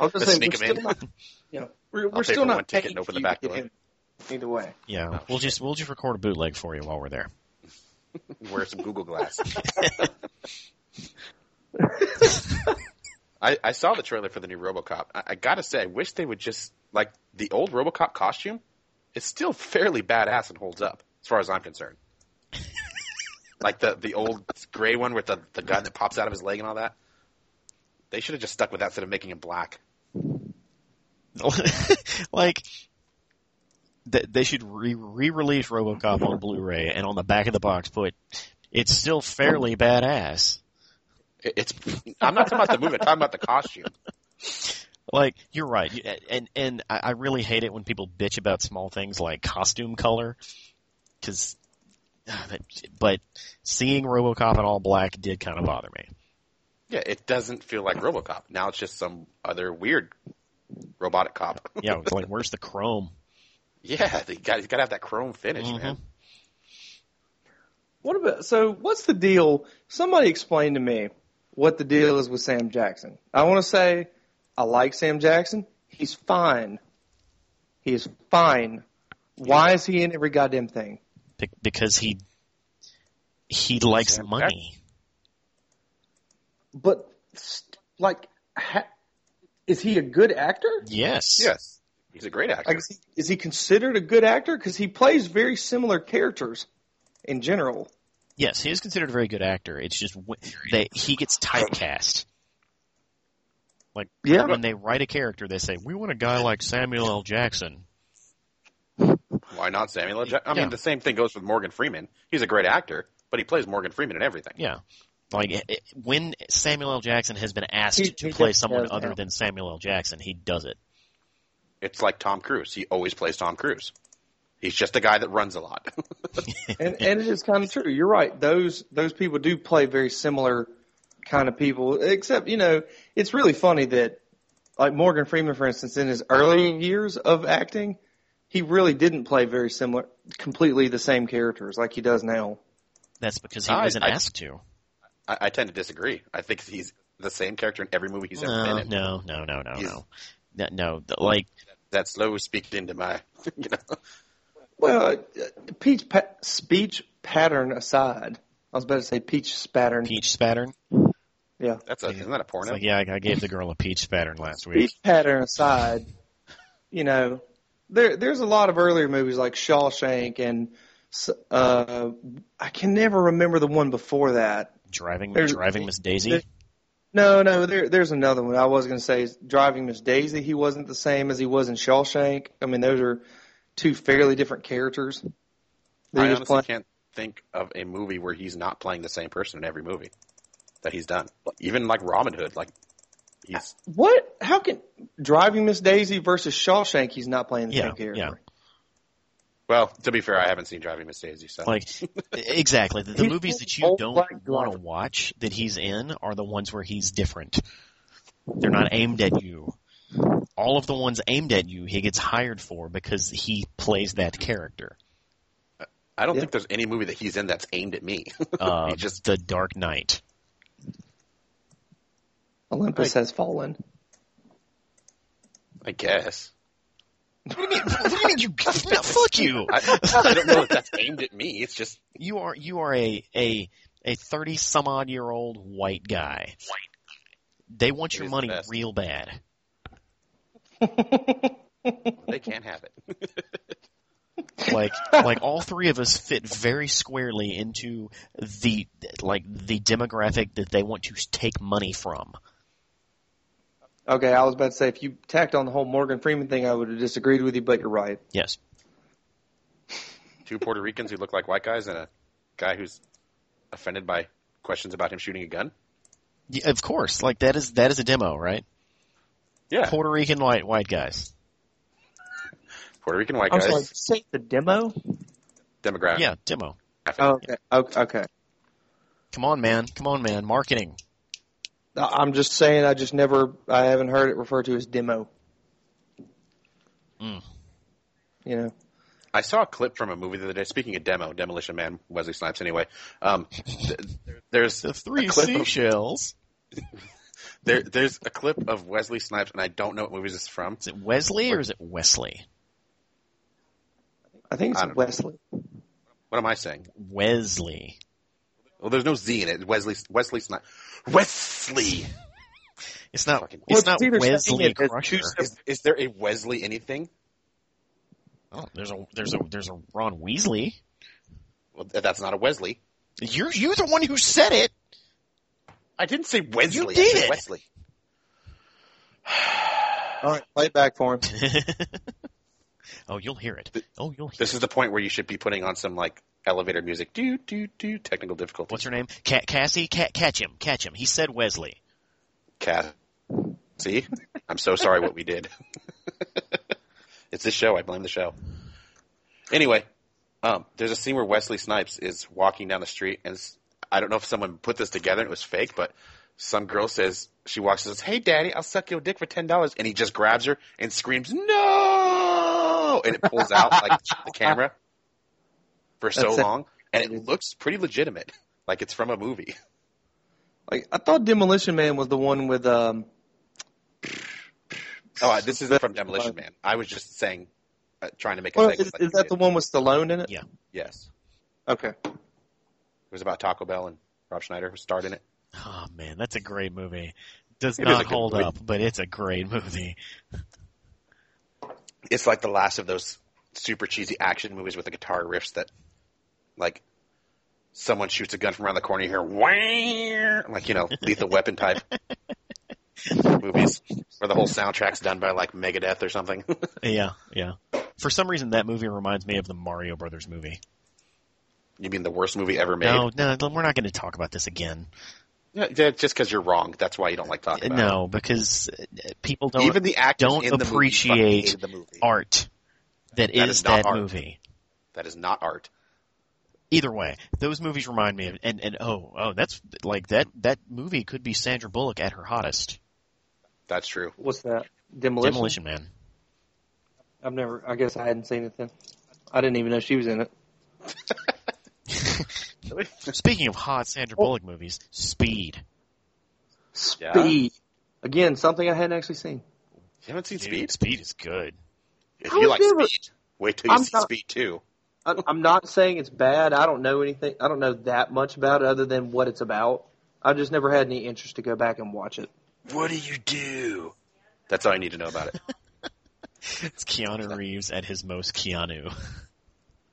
was gonna
Let's
say we're
sneak 'em
still
in.
not. Yeah, we're,
pay
we're still
for
not
one ticket and
paying
open the
you
back
to
door.
get in Either way.
Yeah,
Oh,
we'll just we'll just record a bootleg for you while we're there.
Wear some Google Glass. I, I saw the trailer for the new RoboCop. I, I gotta say, I wish they would just like the old RoboCop costume. It's still fairly badass and holds up, as far as I'm concerned. like the the old gray one with the the gun that pops out of his leg and all that. They should have just stuck with that instead of making him black.
[laughs] like th- they should re- re-release RoboCop on Blu-ray and on the back of the box put it's still fairly badass.
It, it's I'm not talking about the movie. I'm talking about the costume.
Like you're right, You- and and I I really hate it when people bitch about small things like costume color, [sighs] because but seeing RoboCop in all black did kind of bother me.
Yeah, it doesn't feel like RoboCop. Now it's just some other weird robotic cop.
Yeah, it was like where's the chrome?
yeah, [laughs] they got, he's got to have that chrome finish,
Mhm.
man.
What about? So what's the deal? Somebody explain to me what the deal is with Sam Jackson. I want to say I like Sam Jackson. He's fine. He is fine. Why is he in every goddamn thing?
Be- because he he likes
Sam
money.
But st- like, ha- is he a good actor?
Yes.
Yes, he's a great actor.
Like, is, he, is he considered a good actor? Because he plays very similar characters in general.
Yes, he is considered a very good actor. It's just wh- that he gets typecast. Like
Yeah.
when they write a character, they say we want a guy like Samuel L. Jackson.
Why not Samuel? L. Jack- I
Yeah.
mean, the same thing goes with Morgan Freeman. He's a great actor, but he plays Morgan Freeman in everything.
Yeah, like it, it- when Samuel L. Jackson has been asked
He-
to
he
play
just
someone
does
other
that.
than Samuel L. Jackson, he does it.
It's like Tom Cruise. He always plays Tom Cruise. He's just a guy that runs a lot. [laughs]
and and it is kind of true. You're right. Those those people do play very similar kind of people. Except you know, it's really funny that like Morgan Freeman, for instance, in his early years of acting, he really didn't play very similar, completely the same characters like he does now.
That's because he
I-
wasn't
I-
asked to.
I, I tend to disagree. I think he's the same character in every movie he's ever
No,
been in.
no, no, no, no,
He's-
no, no, no. th- Like
That slow speaked into my, [laughs] you know.
Well, uh, peach pa- speech pattern aside, I was about to say peach spattern.
peach spattern.
Yeah,
That's a, isn't that a
It's
porno?
like, yeah, I, I gave the girl a peach spattern last week.
speech pattern aside, you know, there there's a lot of earlier movies like Shawshank and uh, I can never remember the one before that.
Driving,
There's-
driving Miss Daisy.
there- No, no, there there's another one. I was going to say is Driving Miss Daisy. He wasn't the same as he was in Shawshank. I mean, those are two fairly different characters. that he
I
was
honestly
playing.
can't think of a movie where he's not playing the same person in every movie. that he's done. Even like Robin Hood, like he's
What? How can Driving Miss Daisy versus Shawshank? He's not playing the
Yeah,
same character.
yeah.
well. To be fair, I haven't seen Driving Miss Daisy, so
Like exactly the, the
He's
movies that you
old
don't
black guy.
want to watch that he's in are the ones where he's different. They're not aimed at you. All of the ones aimed at you, he gets hired for because he plays that character.
I don't
Yeah.
think there's any movie that he's in that's aimed at me. [laughs]
Uh,
He just-
the Dark Knight.
Olympus
Like-
has fallen.
I guess.
What do you [laughs] mean you? no, fuck you!
I, I don't know if that's aimed at me. It's just
You are you are a a a thirty some odd year old white guy. They want
It
your
is the
money
best.
real [laughs] bad.
they can't have it.
like like all three of us fit very squarely into the like the demographic that they want to take money from.
Okay, I was about to say if you tacked on the whole Morgan Freeman thing, I would have disagreed with you, but you're right.
Yes.
Two Puerto Ricans who look like white guys and a guy who's offended by questions about him shooting a gun.
Y- Of course, like that is that is a demo, right?
Yeah,
Puerto Rican white white guys.
Puerto Rican white
I'm
guys.
sorry. Say the demo.
Demographic.
Yeah, demo.
Oh, okay. Okay. okay.
Come on, man. Come on, man. Marketing.
I- I'm just saying. I just never. I haven't heard it referred to as demo.
Hmm.
Mm.
You know. Uh,
I saw a clip from a movie the other day. Speaking of demo, Demolition Man, Wesley Snipes. Anyway, um, th- there's
The [laughs] three
A clip of-
seashells.
there, there's a clip of Wesley Snipes, and I don't know what movie this is from.
Is it Wesley or is it Wesley?
I think
I
it's
don't know.
Wesley.
What am I saying?
Wesley.
Well, there's no Z in it. Wesley Wesley Snipes. Wesley.
It's not.
Fucking-
It's
Well,
not
it's either
Wesley
saying it as
Crusher.
two
Is, is there a Wesley anything?
Oh, there's a there's a there's a Ron Weasley.
Well, th- that's not a Wesley.
You're you're the one who said it.
I didn't say Wesley.
You did
I
it.
said Wesley.
All right, play it back for him.
[laughs] oh, you'll hear it. Oh, you'll hear.
This is the point where you should be putting on some like elevator music. Do do do. Technical difficulty.
What's her name? Cat Cassie. Cat catch him. Catch him. He said Wesley.
Cat. See, I'm so sorry what we did. [laughs] it's this show. I blame the show. Anyway, um, there's a scene where Wesley Snipes is walking down the street, and s- I don't know if someone put this together and it was fake, but some girl says she walks and says, "Hey, Daddy, I'll suck your dick for ten dollars," and he just grabs her and screams, "No!" and it pulls out like the camera for so
That's it.
long, and it looks pretty legitimate, like it's from a movie.
Like I thought, Demolition Man was the one with um.
Oh, uh, this isn't from Demolition Man. I was just saying, uh, trying to make a
Well,
segue
is,
like
is
you
that
did.
the one with Stallone in it?
Yeah.
Yes,
Okay.
it was about Taco Bell and Rob Schneider who starred in it.
Oh man, that's a great movie. Does
It is a
not
good
hold
movie.
up, but it's a great movie.
It's like the last of those super cheesy action movies with the guitar riffs that, like, someone shoots a gun from around the corner. You hear whang, like you know, Lethal Weapon
[laughs]
type movies where the whole soundtrack's done by like Megadeth or something.
Yeah, yeah. For some reason, that movie reminds me of the Mario Brothers movie.
you mean the worst movie ever made?
No, no, we're not going to talk about this again.
Yeah, yeah, just because you're wrong. That's why you don't like talking about
No, because uh, people
it.
don't
Even the actors
don't
in the movie fucking
appreciate
hated the movie.
art that
That
is
is not
that
art.
movie.
That is not art.
Either way, those movies remind me of and and oh oh that's like that that movie could be Sandra Bullock at her hottest.
That's true.
What's that? Demolition.
Demolition Man.
I've never. I guess I hadn't seen it then. I didn't even know she was in it.
Speaking of hot Sandra Bullock movies, Speed.
Yeah.
Speed. Again, something I hadn't actually seen.
You haven't seen
Dude,
Speed?
Speed is good.
If
I
you
was
like
never-
Speed, wait till you
I'm
see
not-
Speed 2.
I, I'm not saying it's bad. I don't know anything. I don't know that much about it other than what it's about. I just never had any interest to go back and watch it.
What do you do? That's all you need to know about it.
It's Keanu Reeves at his most Keanu.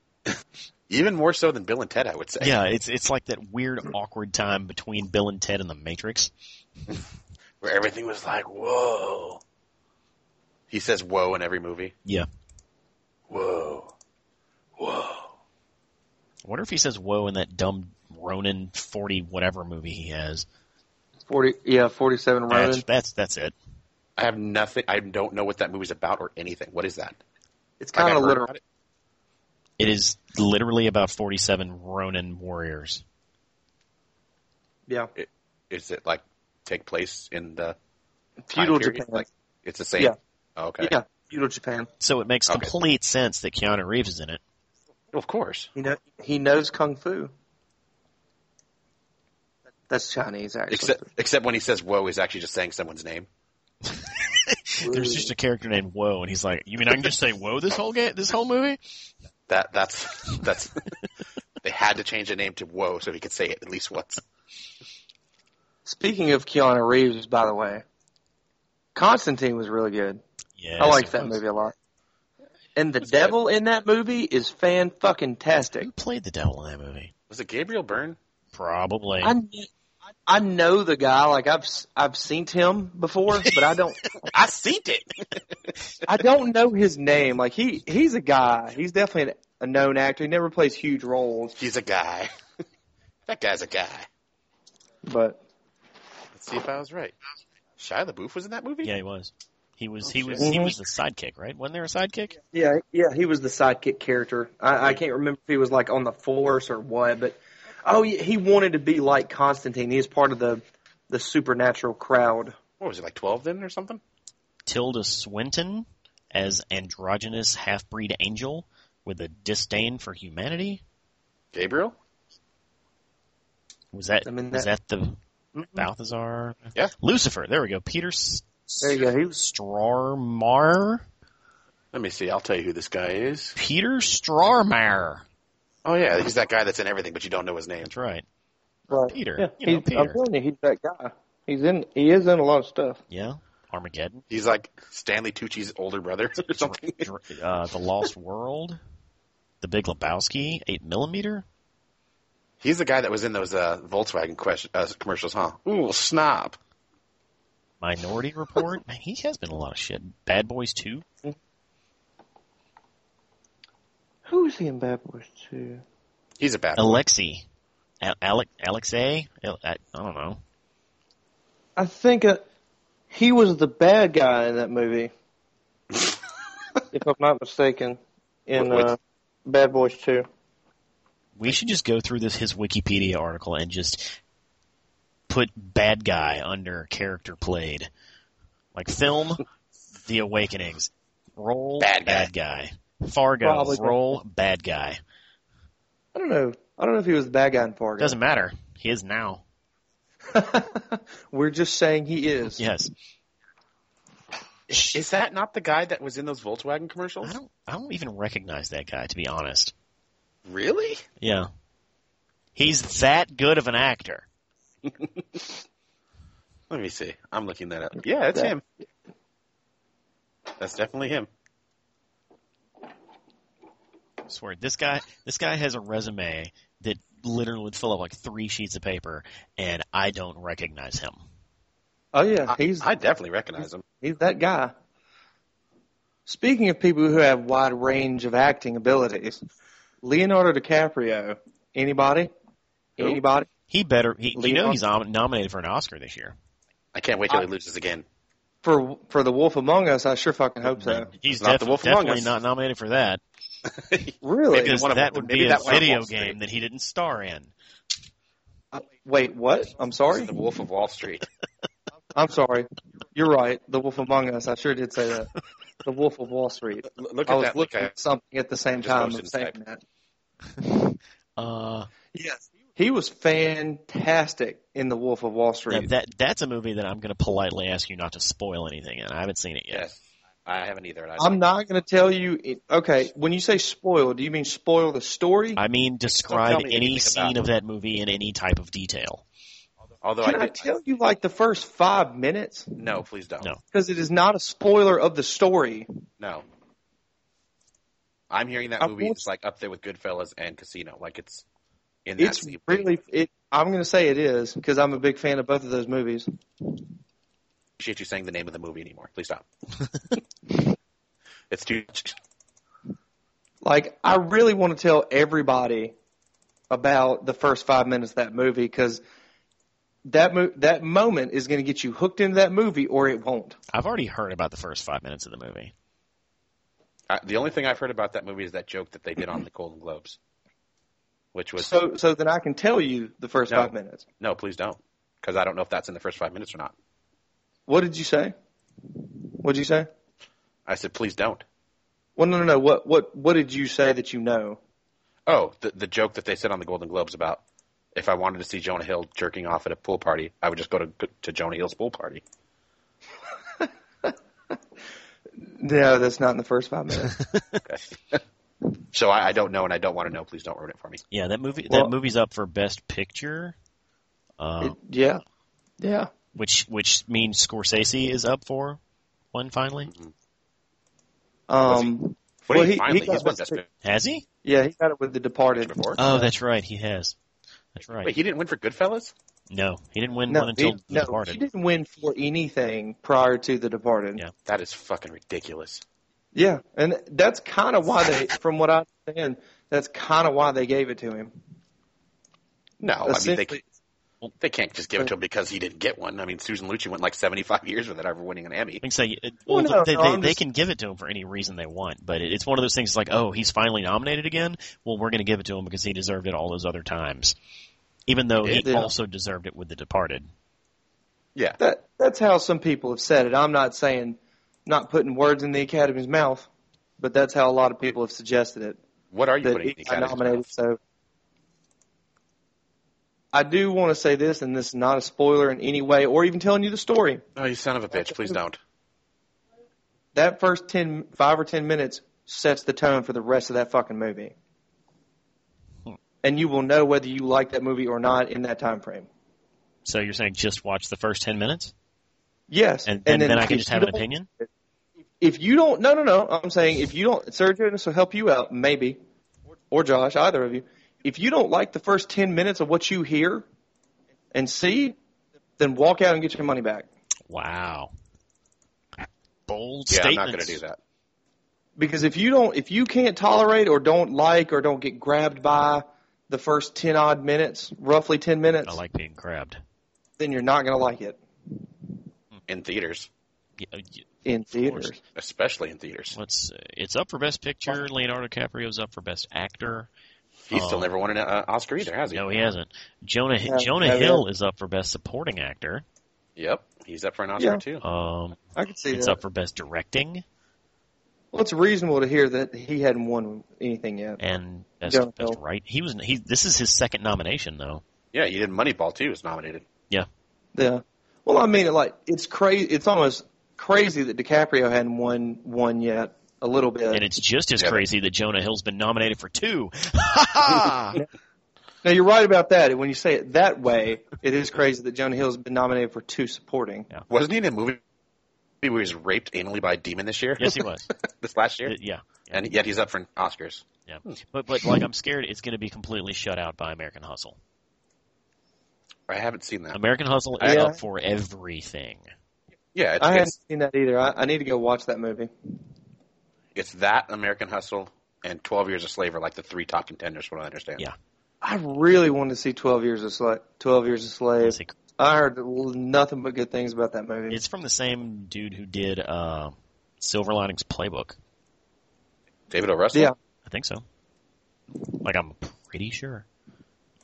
[laughs] Even more so than Bill and Ted, I would say.
Yeah, it's it's like that weird awkward time between Bill and Ted and the Matrix.
Where everything was like, whoa. He says whoa in every movie.
Yeah.
Whoa. Whoa.
I wonder if he says whoa in that dumb Ronin forty whatever movie he has.
Forty, yeah, forty-seven
That's
Ronin.
that's that's it.
I have nothing. I don't know what that movie's about or anything. What is that?
It's
Like, I've
kind of
heard
literal.
about it.
It is literally about forty-seven Ronin warriors.
Yeah,
Is it like take place in the time
feudal
period?
Japan.
Like it's the same.
Yeah.
Oh, okay.
Yeah, feudal Japan.
So it makes
Okay.
complete sense that Keanu Reeves is in it.
Of course.
He know he knows kung fu. That's Chinese, actually.
Except except when he says "whoa," he's actually just saying someone's name.
There's just a character named Woe, and he's like, "You mean I can just say Woe this whole game, this whole movie?"
That that's [laughs] that's. they had to change the name to "whoa" so he could say it at least once.
Speaking of Keanu Reeves, by the way, Constantine was really good.
Yeah,
I liked that movie a lot. And the devil in that movie is fan fucking tastic.
Who played the devil in that movie?
Was it Gabriel Byrne?
Probably.
I kn- I know the guy. Like I've s- I've seen him before, but
[laughs]
I don't
I seen it.
I don't know his name. Like he he's a guy. He's definitely an- a known actor. He never plays huge roles,
He's a guy. [laughs] that guy's a guy.
but
Let's see if I was right. Shia LaBeouf was in that movie.
yeah, he was. He was.
Oh,
he
shit.
was. He was the sidekick, right? Wasn't there a sidekick?
yeah, yeah, he was the sidekick character. I, I can't remember if he was like on the force or what, but oh, he he wanted to be like Constantine. He is part of the the supernatural crowd.
What was it like twelve then or something?
Tilda Swinton as androgynous half-breed angel with a disdain for humanity.
Gabriel.
Was that?
I mean,
was that the
Mhm.
Mm-hmm.
Balthazar?
Yeah.
Lucifer. There we go. Peter S-
There you go. He was
Strarmar.
Let me see. I'll tell you who this guy is.
Peter Strarmar.
Oh yeah, he's that guy that's in everything, but you don't know his name.
That's right.
right.
Peter.
Yeah,
You know,
he's,
Peter.
I'm telling you, he's that guy. He's in. He is in a lot of stuff.
Yeah. Armageddon.
He's like Stanley Tucci's older brother or something.
Dr- uh, the Lost World. The Big Lebowski. Eight millimeter.
He's the guy that was in those uh, Volkswagen question, uh, commercials, huh? Ooh, snob.
Minority Report. Man, he has been a lot of shit. Bad Boys Two.
Who is he in Bad Boys Two?
He's a bad.
Alexi. Al- Alec. Alex A. Al- I, I don't know.
I think uh, he was the bad guy in
[laughs]
that movie, if I'm not mistaken, in
Wh- which-
uh, Bad Boys Two.
We should just go through this his Wikipedia article and just put bad guy under character played, like film, The Awakenings, role
Bad guy.
bad guy. Fargo
Probably.
role bad guy.
I don't know. I don't know if he was the bad guy in Fargo. [laughs]
Doesn't matter. He is now.
We're just saying he is.
Yes.
Is that not the guy that was in those Volkswagen
I
commercials?
don't. I don't even recognize that guy to be honest.
Really?
Yeah. He's that good of an actor.
Let me see. I'm looking that up. Yeah, it's
That-
him. That's definitely him.
I swear this guy. This guy has a resume that literally would fill up like three sheets of paper, and I don't recognize him.
Oh yeah,
I,
he's
I definitely recognize him.
he's that guy. Speaking of people who have wide range of acting abilities, Leonardo DiCaprio. Anybody?
Who?
Anybody?
He better. He, you know
Leon-
he's nom- nominated for an Oscar this year.
I can't wait till he loses again.
For for the Wolf Among Us, I sure fucking hope so.
He's
Not
def-
the Wolf Among
definitely
Us.
not nominated for that
Really?
Maybe
because
one of-
that would
maybe
be a
that one of
video
Wall Street.
game that he didn't star in.
Uh, Wait, what? I'm
He's
sorry.
the Wolf of Wall
[laughs]
Street.
I'm sorry. You're right. The Wolf Among Us. I sure did say that. The Wolf of
[laughs]
Wall Street.
L- look
I
at
was
that. Look
looking
at
Oh, at something at the same
Just
time
motion
of saying
type.
that.
Uh,
Yes, he was fantastic in The Wolf of Wall
now
Street.
that that's a movie that I'm going to politely ask you not to spoil anything in. I haven't seen it yet.
Yes, I haven't either. And I
I'm not going to tell you. it- Okay, when you say spoil, do you mean spoil the story?
I mean, describe
me
any
anything about
scene
it.
of that movie in any type of detail.
although I,
Can
did,
I tell you like the first five minutes?
no, please don't.
No.
Because it is not a spoiler of the story.
No. I'm hearing that
I've
movie
watched-
is like up there with Goodfellas and Casino. Like it's in that
It's
same vein.
really. It, I'm going to say it is because I'm a big fan of both of those movies.
appreciate you saying the name of the movie anymore. Please
[laughs]
stop. it's too much.
Like I really want to tell everybody about the first five minutes of that movie because that mo- that moment is going to get you hooked into that movie, or it won't.
I've already heard about the first five minutes of the movie.
I, the only thing I've heard about that movie is that joke that they did on the Golden Globes, which was
So so then I can tell you the first
No.
five minutes.
no, please don't, because I don't know if that's in the first five minutes or not.
What did you say? What did you say?
I said, please don't.
Well, no, no, no. What what what did you say that you know?
Oh, the the joke that they said on the Golden Globes about if I wanted to see Jonah Hill jerking off at a pool party, I would just go to to Jonah Hill's pool party.
No, that's not in the first
[laughs]
five minutes.
So I, I don't know, and I don't want to know. Please don't ruin it for me.
Yeah, that movie.
Well-
that movie's up for Best Picture, uh,
It- yeah, yeah.
which which means Scorsese is up for one finally.
Um,
What do
Well,
you
he-
finally,
he got
he's won
that
Best
pic-
Picture
Has he?
yeah, he got it with The Departed.
before.
Oh, that's right. He has. That's right.
Wait, he didn't win for Goodfellas?
no, he didn't win
No,
one until
he,
The
no,
Departed.
he didn't win for anything prior to The Departed.
Yeah.
That is fucking ridiculous.
Yeah, and that's kind of why they, from what I understand, that's kind of why they gave it to him.
No, I mean they
Essentially-
they can't just give it to him because he didn't get one. I mean, Susan Lucci went like seventy five years without ever winning an Emmy.
I think so. It-
Well,
well,
no,
they,
no,
they,
I'm
they
just-
can give it to him for any reason they want, but it, it's one of those things like, oh, he's finally nominated again. Well, we're going to give it to him because he deserved it all those other times, even though he
did. Yeah.
also deserved it with The Departed.
Yeah,
That that's how some people have said it. I'm not saying, not putting words in the Academy's mouth, but that's how a lot of people have suggested it.
what are you
that
putting in the
he got
Academy's
nominated.
mouth?
So I do want to say this, and this is not a spoiler in any way, or even telling you the story.
Oh, you son of a bitch! Please don't.
That first ten, five or ten minutes sets the tone for the rest of that fucking movie,
Hmm.
and you will know whether you like that movie or not in that time frame.
So you're saying just watch the first ten minutes,
Yes,
and, and then, I can
if
just
you
have an
don't-
opinion.
If you don't, no, no, no. I'm saying if you don't, Sergio, this will help you out, maybe, or Josh, either of you. If you don't like the first ten minutes of what you hear and see, then walk out and get your money back.
Wow, bold
Yeah,
statements.
I'm not going to do that.
Because if you don't, if you can't tolerate or don't like or don't get grabbed by the first ten odd minutes, roughly ten minutes,
I like being grabbed.
then you're not going to like it
In theaters,
Yeah, uh, y-
in
course.
theaters.
especially in theaters,
Let's. see. It's up for Best Picture. Leonardo DiCaprio's up for Best Actor.
he's still
Oh.
never won an uh, Oscar either, has he?
No, he hasn't. Jonah
Yeah,
Jonah
yeah,
Hill is up for Best Supporting Actor.
Yep, he's up for an Oscar
Yeah.
too.
Um,
I could see
it's
that.
up for Best Directing.
Well, it's reasonable to hear that he hadn't won anything yet.
and best,
Jonah
best
Hill.
right. He was he. This is his second nomination though.
Yeah, he did Moneyball too. Was nominated.
Yeah. Well, I mean, like it's crazy. It's almost crazy that DiCaprio hadn't won one yet. A little
And
bit.
it's just as
Yeah.
crazy that Jonah Hill's been nominated for
[laughs]
two. Ha ha!
Now you're right about that. When you say it that way, it is crazy that Jonah Hill's been nominated for two supporting.
Wasn't he in a movie where he was raped anally by a demon this year?
yes, he was.
this last year,
Th- Yeah,
and yet he's up for an Oscars.
yeah. But but like I'm scared it's going to be completely shut out by American Hustle.
I haven't seen that.
American Hustle is
Yeah.
up for everything.
Yeah, it's,
I haven't
it's,
seen that either. I, I need to go watch that movie.
it's that American Hustle and Twelve Years a Slave are like the three top contenders, from what I understand.
Yeah.
I really wanted to see Twelve Years a Slave. Twelve Years a Slave.
It's,
I heard nothing but good things about that movie.
it's from the same dude who did uh, Silver Linings Playbook.
David O. Russell.
Yeah.
I think so. Like I'm pretty sure.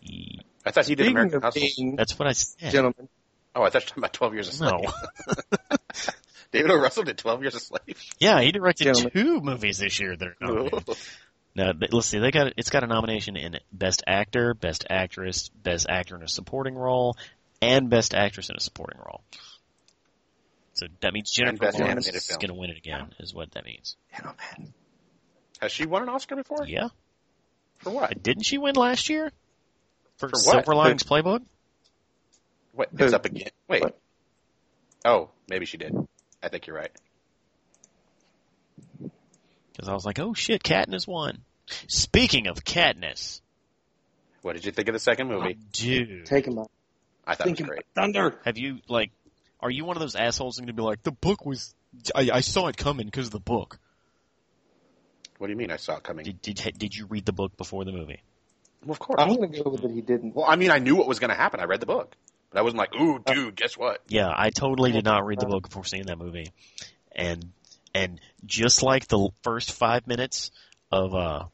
Ye-
I thought he did
Speaking
American
of
Hustle.
being
That's what I said.
gentlemen,
Oh, I thought you were talking about Twelve Years a Slave.
No.
[laughs] David O. Russell did Twelve Years a Slave.
Yeah, he directed
Gentlemen.
two movies this year that are
Oh.
nominated.
[laughs]
Now th- let's see. They got it's got a nomination in Best Actor, Best Actress, Best Actor in a Supporting Role, and Best Actress in a Supporting Role. So that means Jennifer
Best
Lawrence
Animated
is
Film.
going to win it again, is what that means.
gentlemen,
Has she won an Oscar before?
Yeah,
For what?
didn't she win last year for,
For what?
Silver Linings Playbook?
Wait,
Who?
it's up again. Wait.
What?
Oh, maybe she did. I think you're right.
Because I was like, oh shit, Katniss won. Speaking of Katniss,
What did you think of the second movie?
dude,
take him out.
I thought it was great.
thunder.
have you like, are you one of those assholes going to be like, the book was, I, I saw it coming because of the book.
What do you mean I saw it coming?
Did, did did you read the book before the movie?
Well, of course.
I'm going to go with that he didn't.
Well, I mean, I knew what was going to happen. I read the book. But I wasn't like, ooh,
Uh,
dude, guess what?
Yeah, I totally did not read the book before seeing that movie, and and just like the first five minutes of uh,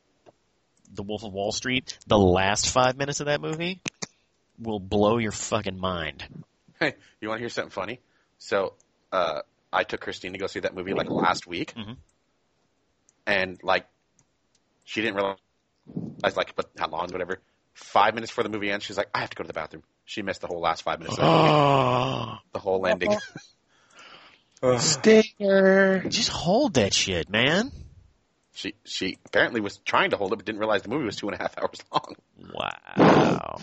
the Wolf of Wall Street, the last five minutes of that movie will blow your fucking [gasps] mind.
Hey, you want to hear something funny? So uh, I took Christine to go see that movie like last week,
Mhm.
and like she didn't realize like but how long, whatever. Five minutes before the movie ends, she's like, I have to go to the bathroom. She missed the whole last five minutes,
[gasps]
of the movie,
Oh,
the whole ending.
Stinger.
just hold that shit, man.
she she apparently was trying to hold it, but didn't realize the movie was two and a half [laughs] hours long.
Wow.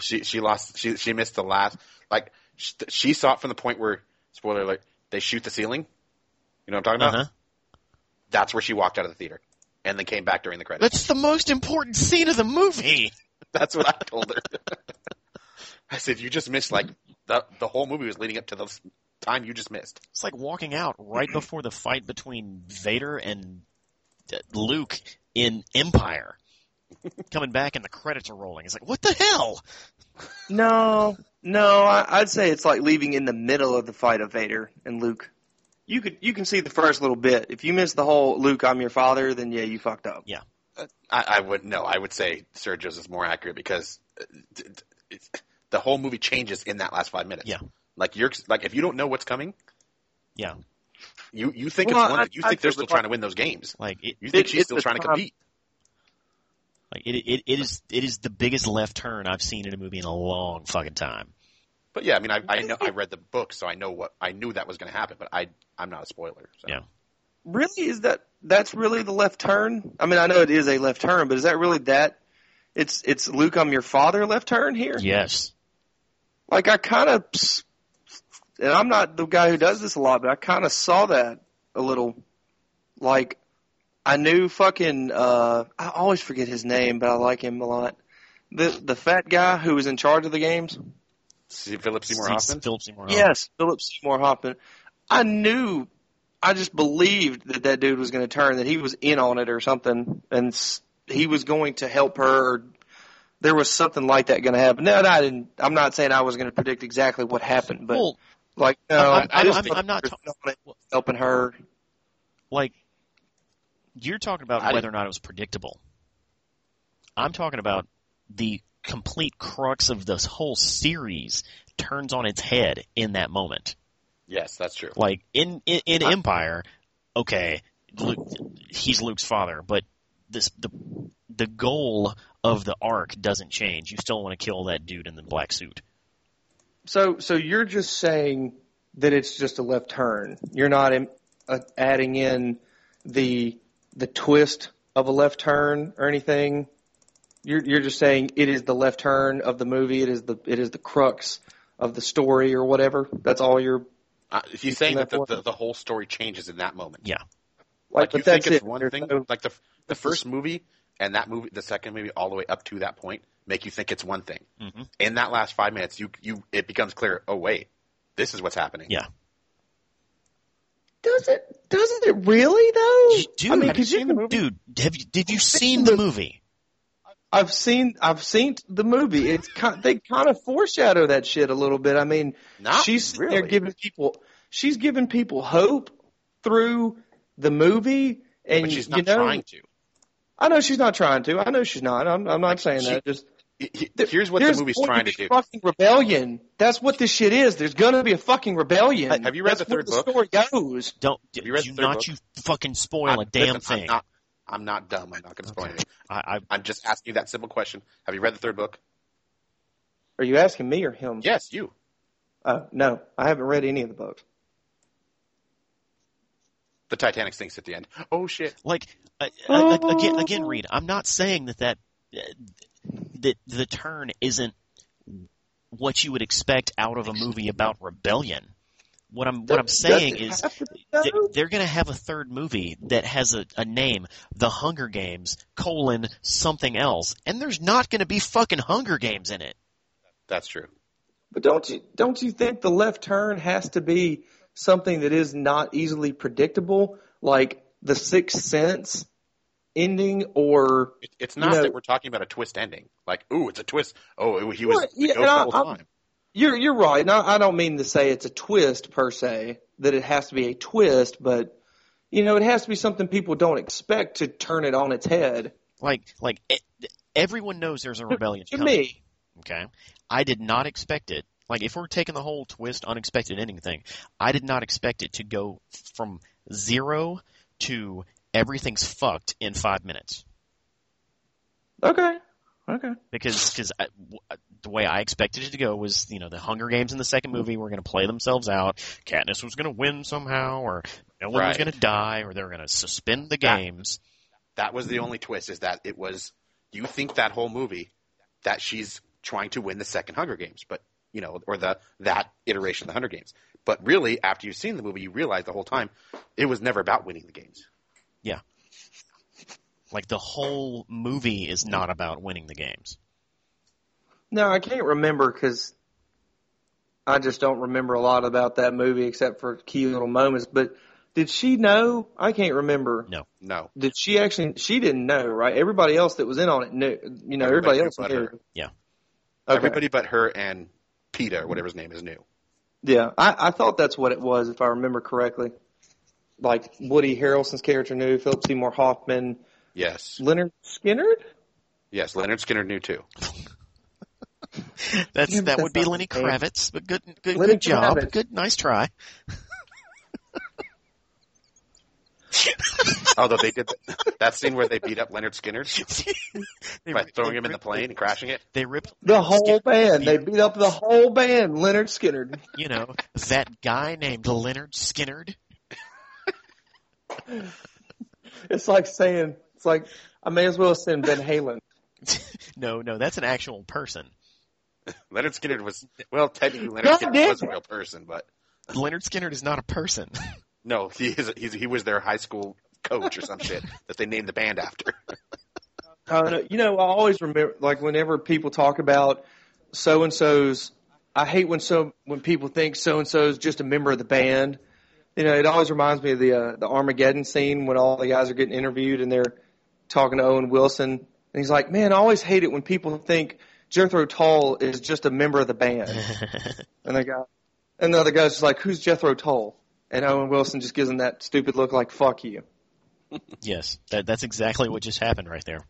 She she lost she she missed the last like she, she saw it from the point where spoiler alert they shoot the ceiling. You know what I'm talking
Uh
about?
huh.
That's where she walked out of the theater, and then came back during
[laughs]
the credits.
That's the most important scene of the movie.
That's what I told her. [laughs] I said, "You just missed like the the whole movie was leading up to the s- time you just missed."
It's like walking out right before the fight between Vader and uh, Luke in Empire. Coming back and the credits are rolling. It's like, what the hell?
No, no, I, I'd say it's like leaving in the middle of the fight of Vader and Luke. You could you can see the first little bit. If you miss the whole Luke, I'm your father, then yeah, you fucked up.
I, I would no, I would say Sergio's is more accurate because uh, d- d- it's, the whole movie changes in that last five minutes.
Yeah.
like you're like if you don't know what's coming,
Yeah.
you you think
Well,
it's one,
I-
you
I
think they're
feel
still
like-
trying to win those games.
Like it,
You think
It-
she's
it's
still
the
trying to
time.
compete.
like it, it, it is, it is the biggest left turn I've seen in a movie in a long fucking time.
But yeah, I mean, I, I know I read the book, so I know what I knew that was going to happen. But I I'm not a spoiler. So.
Yeah.
Really, is that that's really the left turn? I mean, I know it is a left turn, but is that really that? It's it's Luke, I'm your father left turn here.
Yes.
Like I kind of, and I'm not the guy who does this a lot, but I kind of saw that a little. Like I knew fucking, uh, I always forget his name, but I like him a lot. The the fat guy who was in charge of the games.
See, Philip Seymour
Se-
Hoffman.
Philip Seymour Hoffman.
Yes, Philip Seymour Hoffman. I knew, I just believed that that dude was going to turn, that he was in on it or something, and s- he was going to help her. Or there was something like that going to happen. No, no, I didn't. I'm not saying I was going to predict exactly what happened, but
Well,
like, no,
I- I-
I just
I'm-
thought
I'm not
he was
ta-
in on it, helping her.
like you're talking about
I didn't-
whether or not it was predictable. I'm talking about the complete crux of this whole series turns on its head in that moment.
Yes, that's true.
Like in in, in Empire, okay, Luke, he's Luke's father, but this the the goal of the arc doesn't change. You still want to kill that dude in the black suit.
So, so you're just saying that it's just a left turn. You're not in, uh, adding in the the twist of a left turn or anything. You're you're just saying it is the left turn of the movie. It is the it is the crux of the story or whatever. That's all you're
Uh, he's saying that
that
the,
one.
the, the whole story changes in that moment.
Yeah.
Like
but
you think
that's
it's
it.
one
There's
thing,
no-
like the the first movie and that movie, the second movie, all the way up to that point, make you think it's one thing.
Mhm.
In that last five minutes, you you it becomes clear. Oh wait, this is what's happening.
Yeah.
Does it? Doesn't it really though?
Dude,
I mean,
have
'cause you can-
Dude, have you, did you seen the movie?
I've seen I've seen the movie. It's kind, they kind of foreshadow that shit a little bit. I mean,
Not
she's sitting there
Ah, really.
giving people she's giving people hope through the movie, and
but she's
you
not
know,
trying to.
I know she's not trying to. I know she's not. I'm I'm not saying
she-
that. Just
He- he- Here's what the
there's
movie's
going
trying
be
to do.
Fucking rebellion. That's what this shit is. There's gonna be a fucking rebellion.
Have you read
That's
the third
where
book?
The story goes.
Don't
Have you read
do
the third
not
book?
you fucking spoil
I'm-
a damn
listen,
thing.
I'm not, I'm not dumb. I'm not going to spoil
Okay.
anything.
I, I
I'm just asking you that simple question. Have you read the third book?
Are you asking me or him?
Yes, you.
Uh, no, I haven't read any of the books.
The Titanic sinks at the end. Oh shit.
like uh, uh, again, again, Reed. I'm not saying that that uh, that the turn isn't what you would expect out of a movie about rebellion. What I'm what I'm saying
Does it
is
have to be,
th-
though?
they're going to have a third movie that has a, a name, The Hunger Games colon something else, and there's not going to be fucking Hunger Games in it.
That's true.
But don't you don't you think the left turn has to be something that is not easily predictable, like the Sixth Sense ending, or
It, it's not
No.
that we're talking about a twist ending. Like, ooh, it's a twist. Oh, it- he was
Well,
the
yeah,
ghost the
and I-
whole
I'm-
time.
You're you're right. Now I don't mean to say it's a twist per se that it has to be a twist, but you know it has to be something people don't expect to turn it on its head.
Like like e everyone knows there's a rebellion
To
coming.
me,
Okay. I did not expect it. Like, if we're taking the whole twist, unexpected ending thing, I did not expect it to go from zero to everything's fucked in five minutes.
okay, okay,
Because cause I, w- uh, the way I expected it to go was, you know, the Hunger Games in the second movie were going to play themselves out. Katniss was going to win somehow, or no one was
Right.
going to die, or they were going to suspend the
That-
games.
That was the only twist is that it was you think that whole movie that she's trying to win the second Hunger Games, but you know, or the that iteration of the Hunger Games. But really, after you've seen the movie, you realize the whole time it was never about winning the games.
Like, the whole movie is not about winning the games.
No, I can't remember because I just don't remember a lot about that movie except for key little moments. But did she know? I can't remember.
No,
Did she actually? She didn't know, right? Everybody else that was in on it knew. You know,
Everybody
everybody,
knew
else
but
knew.
her.
Yeah.
Okay.
everybody but her and Peter, whatever his name is, knew.
Yeah, I, I thought that's what it was, if I remember correctly. Like Woody Harrelson's character knew, Philip Seymour Hoffman,
Yes,
Leonard Skinner.
yes, Leonard Skinner knew too.
That's
Yeah, but
that would
that's
be
not
Lenny
the same.
Kravitz, but good, good,
Lenny
good job,
Kravitz.
good, nice try.
Although they did [laughs] that scene where they beat up Leonard Skinner
they,
by
ri-
throwing
they
him in the
ripped-
plane and crashing it.
They ripped,
The whole
Skinner.
band. They beat up the whole band. Leonard Skinner.
you know, that guy named Leonard Skinnerd.
It's like saying, it's like I may as well send Ben Halen.
No, no, that's an actual person.
Leonard Skinner was well, technically Leonard
God
Skinner
damn
was a
it.
real person, but
Leonard Skinnerd is not a person. [laughs]
no, he is, he's, he was their high school coach
[laughs]
or some shit that they named the band after.
I don't know. You know, I always remember, like, whenever people talk about so and so's, I hate when so when people think so and so's just a member of the band. You know, it always reminds me of the uh, the Armageddon scene when all the guys are getting interviewed and they're talking to Owen Wilson, and he's like, "Man, I always hate it when people think Jethro Tull is just a member of the band." and the guy, and the other guy's just like, "Who's Jethro Tull?" And Owen Wilson just gives him that stupid look, like "Fuck you."
yes, that, that's exactly what just happened right there.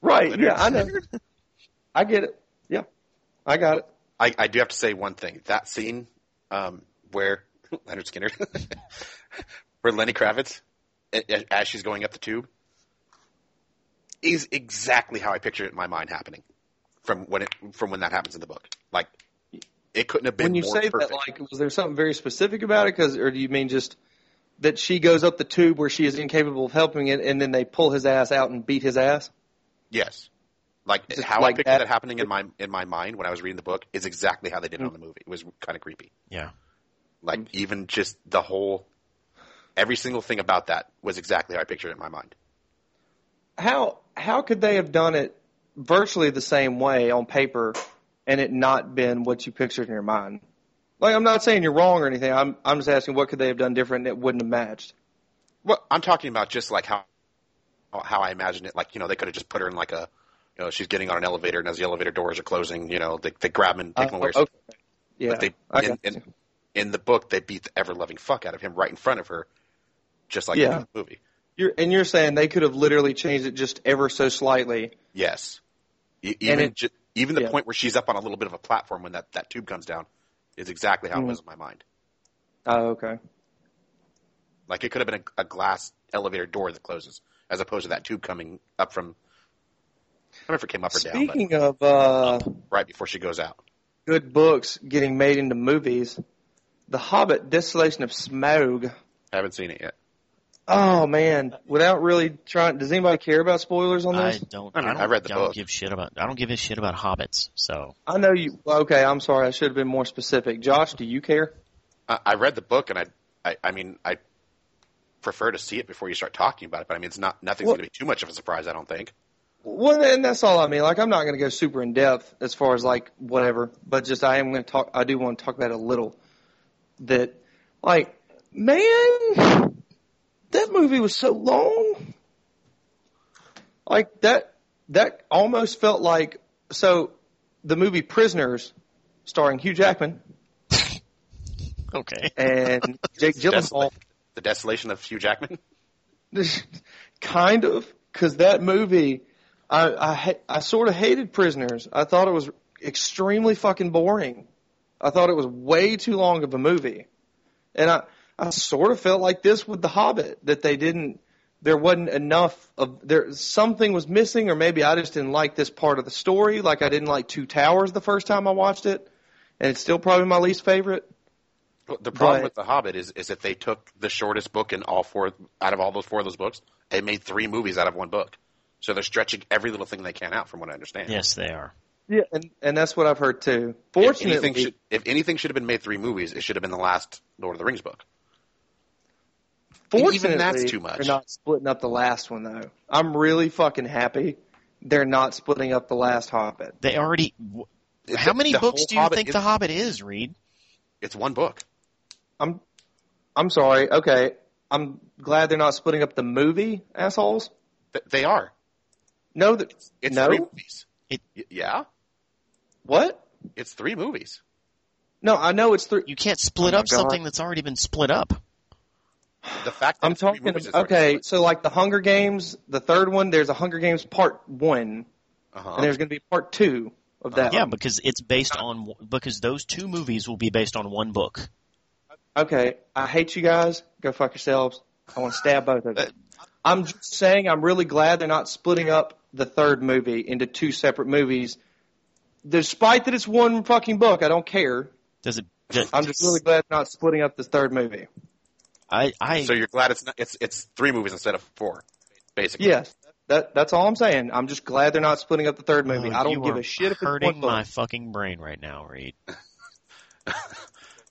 Right? Yeah, I know. I get it. Yeah, I got it.
I, I do have to say one thing. That scene um, where [laughs] Leonard Skinner, where Lenny Kravitz, a- a- as she's going up the tube, is exactly how I picture it in my mind happening from when it from when that happens in the book. Like it couldn't have been
when you
more
say
perfect.
that, like, was there something very specific about it? Cause, or do you mean just that she goes up the tube where she is incapable of helping it, and then they pull his ass out and beat his ass?
yes, like
Just
how
like
I picture
that.
that. happening in my in my mind when I was reading the book is exactly how they
Mm.
did it on the movie. It was kind of creepy.
Yeah.
Like
Mm-hmm.
even just the whole, every single thing about that was exactly how I pictured it in my mind.
How how could they have done it virtually the same way on paper, and it not been what you pictured in your mind? Like, I'm not saying you're wrong or anything. I'm I'm just asking what could they have done different that wouldn't have matched?
Well, I'm talking about just like how how I imagine it. Like you know, they could have just put her in like a, you know, she's getting on an elevator, and as the elevator doors are closing, you know, they they grab him and take him
Uh,
away.
okay. Yeah,
But they
I
in,
got you.
in, in the book they beat the ever loving fuck out of him right in front of her, just like
Yeah.
in the movie.
You're, and you're saying they could have literally changed it just ever so slightly.
Yes, E- even
it-
ju- even the
yeah.
point where she's up on a little bit of a platform when that that tube comes down is exactly how
Mhm.
it was in my mind.
Oh, okay.
Like it could have been a, a glass elevator door that closes, as opposed to that tube coming up from. I don't know if it came up or down,
Speaking of uh,
but right before she goes out.
good books getting made into movies, The Hobbit: Desolation of Smaug.
I haven't seen it yet.
Oh man! Without really trying, does anybody care about spoilers on
I
this?
don't.
I mean,
don't,
I read the
I don't
book.
give shit about. I don't give a shit about hobbits. So
I, know you. well, Okay, I'm sorry. I should have been more specific. Josh, do you care?
I, I read the book, and I, I, I mean, I prefer to see it before you start talking about it. But I mean, it's not nothing's
Well-
going to be too much of a surprise, I don't think.
Well, and that's all I mean. Like, I'm not going to go super in depth as far as like whatever, but just I am going to talk. I do want to talk about it a little. That, like, man, that movie was so long. Like that, that almost felt like so. The movie Prisoners starring Hugh Jackman
Okay.
and Jake Gyllenhaal.
Desolate- the Desolation of Hugh Jackman. [laughs]
[laughs] kind of, because that movie, I I, ha- I sort of hated Prisoners. I thought it was extremely fucking boring. I thought it was way too long of a movie, and I I sort of felt like this with The Hobbit that they didn't. There wasn't enough of there. Something was missing, or maybe I just didn't like this part of the story. Like I didn't like Two Towers the first time I watched it, and it's still probably my least favorite.
Well, The problem
But-
with The Hobbit is is that they took the shortest book in all four out of all those four of those books. They made three movies out of one book, so they're stretching every little thing they can out, from what I understand.
Yes, they are.
Yeah, and and that's what I've heard too.
If
Fortunately,
anything, should, if anything should have been made three movies, it should have been the last Lord of the Rings book.
Fortunately,
Even that's too much.
They're not splitting up the last one though. I'm really fucking happy they're not splitting up the last Hobbit.
They already. w- How
The-
many
the
books
whole
do you
Hobbit
think
is-
The Hobbit is, Reed?
It's one book.
I'm I'm sorry. Okay, I'm glad they're not splitting up the movie, assholes.
Th- They are.
No, th-
It's
no.
three movies.
It-
Y- yeah,
What?
it's three movies.
No, I know it's three.
You can't split
Oh my
up
God.
something that's already been split up.
The fact that
I'm
it's three
talking.
movies is
About, okay, so like the Hunger Games, the third one. There's a Hunger Games Part One,
uh
and there's going to be Part Two of that.
Yeah, because it's based on because those two movies will be based on one book.
Okay, I hate you guys. Go fuck yourselves. I want to stab both of you. I'm just saying I'm really glad they're not splitting up the third movie into two separate movies. Despite that it's one fucking book, I don't care.
Does
[laughs]
it? Does,
I'm just really glad they're not splitting up this third movie.
I I
So you're glad it's not, it's it's three movies instead of four, basically.
Yes. That that's all I'm saying. I'm just glad they're not splitting up the third movie.
Oh,
I
you
don't give
are
a shit if it's one
hurting
book.
my fucking brain right now, Reed.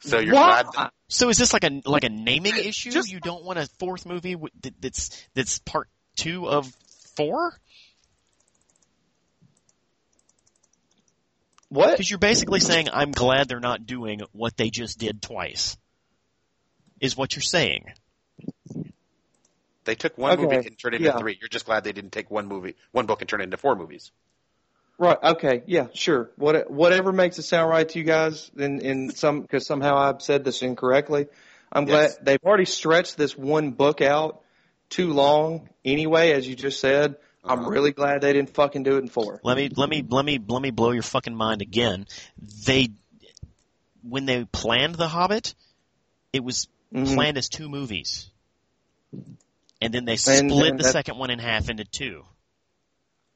So you're
Why?
glad that
So is this like a like a
[laughs]
naming issue?
Just-
you don't want a fourth movie with- that- that's that's part two of
[laughs]
four
What?
because you're basically saying I'm glad they're not doing what they just did twice. Is what you're saying?
they took one
Okay,
movie and turned it into
yeah.
three. You're just glad they didn't take one movie, one book, and turn it into four movies.
Right. Okay. Yeah. Sure. What whatever makes it sound right to you guys. In in some because somehow I've said this incorrectly. I'm
Yes.
glad they've already stretched this one book out too long. Anyway, as you just said, I'm
Uh-huh.
really glad they didn't fucking do it in four.
Let me let me let me let me blow your fucking mind again. They when they planned The Hobbit, it was
Mhm.
planned as two movies. And then they split
And- and
the
that-
second one in half into two.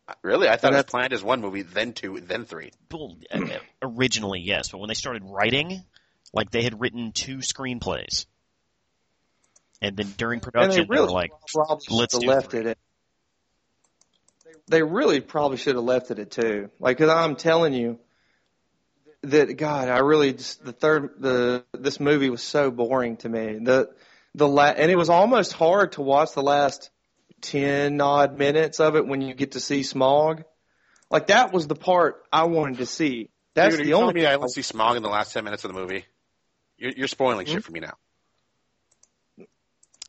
Uh, Really, I thought it
And
was
that's-
planned as one movie, then two, then three.
Well, uh, uh, originally, yes, but when they started writing, like they had written two screenplays. And then during
And
production,
they really
were like,
probably
"Let's
should
do
have left
three."
it. At, they really probably should have left it at two. Like, i I'm telling you that God, I really just the third the this movie was so boring to me. The the la- and it was almost hard to watch the last ten odd minutes of it when you get to see Smog. Like that was the part I wanted to see. That's
Dude, are
the
you telling
only
me I only see smog in the last ten minutes of the movie. You're, you're spoiling shit for me now.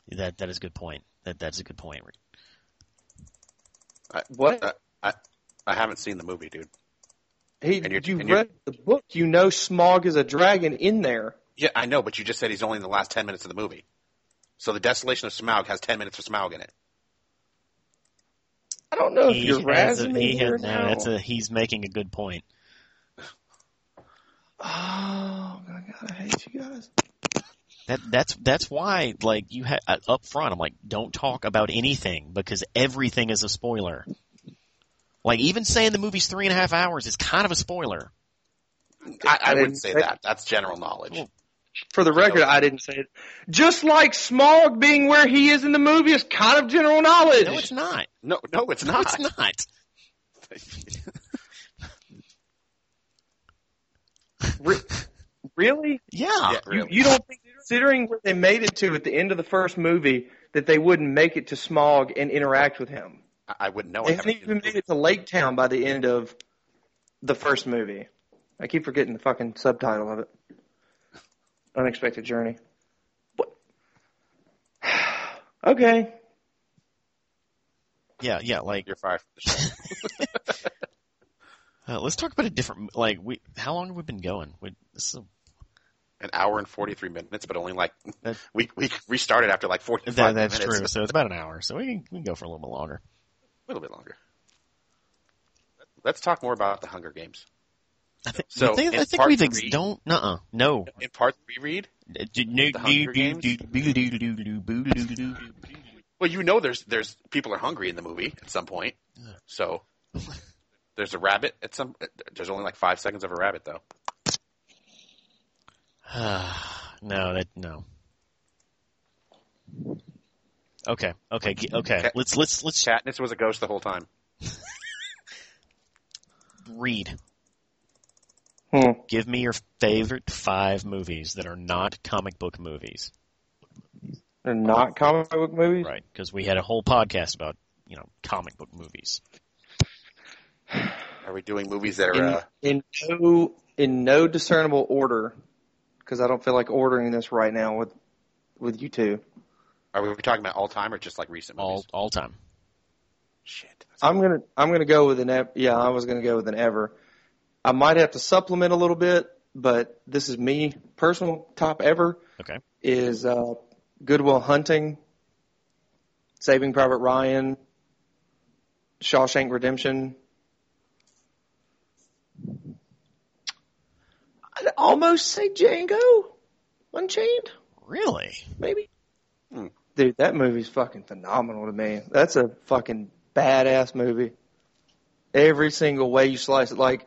that that is a good point. That that's a good point.
what
I, I haven't seen the movie, dude.
he
and you're-
you
and you're-
read the book. You know Smog is a dragon in there.
Yeah, I know, but you just said he's only in the last ten minutes of the movie. So the Desolation of Smaug has ten minutes for Smaug in it.
I don't know if
He
you're
has
razzing
a-
me
he has-
here
no,
now.
that's a- he's making a good point.
Oh my god, I hate you guys.
That that's that's why like you ha- uh, up front I'm like don't talk about anything because everything is a spoiler. Like even saying the movie's three and a half hours is kind of a spoiler.
I, I
I
wouldn't
didn't
say
say-
that. That's general knowledge.
Well,
For the record, I didn't say it. Just like Smog being where he is in the movie is kind of general knowledge.
No, it's not.
No, no, it's
No,
not.
it's not.
Re- really?
Yeah.
Yeah, really.
You don't think, considering where they made it to at the end of the first movie, that they wouldn't make it to Smog and interact with him?
I, I wouldn't
Oh,
know. I
They
haven't seen
haven't
the
even
movie.
made it to Lake Town by the end of the first movie. I keep forgetting the fucking subtitle of it. Unexpected Journey. What? [sighs] okay.
Yeah, yeah, like
You're fired from the show.
Uh, let's talk about a different like we. How long have we been going? We, this is a
An hour and forty three minutes, but only like
That-
we we restarted after like forty
That,
five
that's
minutes.
true. So it's about an hour. So we can, we can go for a little bit longer.
A little bit longer. Let's talk more about the Hunger Games.
I think,
So,
I think,
in
I think
part
we've ex-
three-
don't. Nuh-uh. No.
In part three, read. The Hunger Games? Well, you know, there's there's people are hungry in the movie at some point. So there's a rabbit at some. There's only like five seconds of a rabbit though.
[sighs] no, that no. Okay, okay, g- okay.
Cat-
Let's let's let's
Katniss was a ghost the whole time.
read.
Hmm.
Give me your favorite five movies that are not comic book movies,
They're not comic book movies.
right? Because we had a whole podcast about you know comic book movies.
Are we doing movies that are? Uh,
In, in no in no discernible order, because I don't feel like ordering this right now with with you two.
are we talking about all time or just like recent movies?
All all time.
Shit.
I'm gonna I'm gonna go with an ev- yeah I was gonna go with an ever. I might have to supplement a little bit, but this is me personal top ever
Okay.
is uh, Goodwill Hunting, Saving Private Ryan, Shawshank Redemption. I'd almost say Django Unchained,
Really? [laughs]
maybe.
Hmm.
Dude, that movie's fucking phenomenal to me. That's a fucking badass movie. Every single way you slice it, like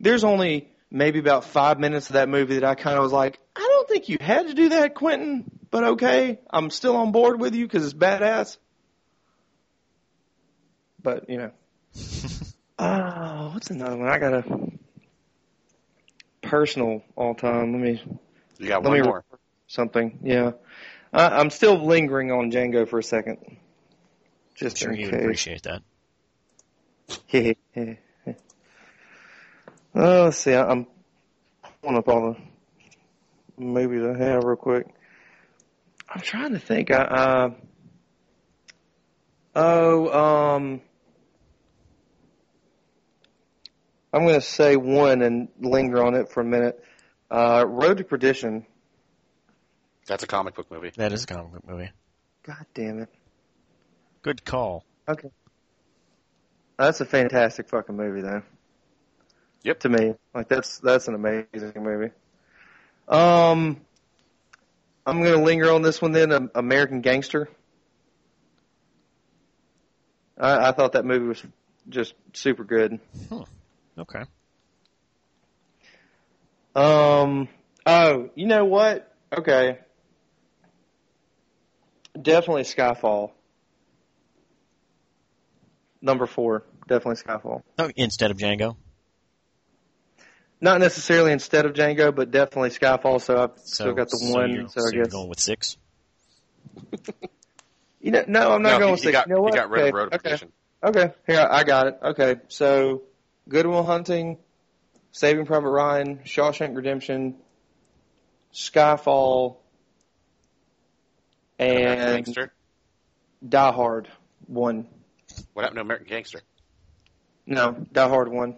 there's only maybe about five minutes of that movie that I kind of was like, I don't think you had to do that, Quentin, but okay, I'm still on board with you because it's badass. But you know, oh, what's another one? I got a personal all time. Let me
You got
Let
one
me-
more.
something. Yeah, I, I'm still lingering on Django for a second. Just
Sure,
in
you would
case.
appreciate that.
oh, [laughs] let's Oh, see. I- I'm pulling up all the movies I have real quick. I'm trying to think. I, uh, oh, um, I'm going to say one and linger on it for a minute. Uh, Road to Perdition.
That's a comic book movie.
That is a comic book movie.
God damn it.
Good call.
That's a fantastic fucking movie, though.
Yep.
To me, like that's that's an amazing movie. Um, I'm gonna linger on this one then. um, American Gangster. I, I thought that movie was just super good.
Okay.
Um. Oh, you know what? Okay. Definitely Skyfall. Number four, definitely Skyfall.
Oh, instead of Django.
Not necessarily instead of Django, but definitely Skyfall. So I've
So,
still got the
so
one.
You're,
So, I
you're
guess
going with six.
you know. No, I'm not
no,
going
he-
with
he
six.
got,
you know
he
what?
got rid
okay.
of Road to
okay.
Perdition.
Okay. Here, I got it. Okay. So, Goodwill Hunting, Saving Private Ryan, Shawshank Redemption, Skyfall,
American
and
Gangster.
Die Hard one.
What happened to American Gangster?
No, Die Hard one.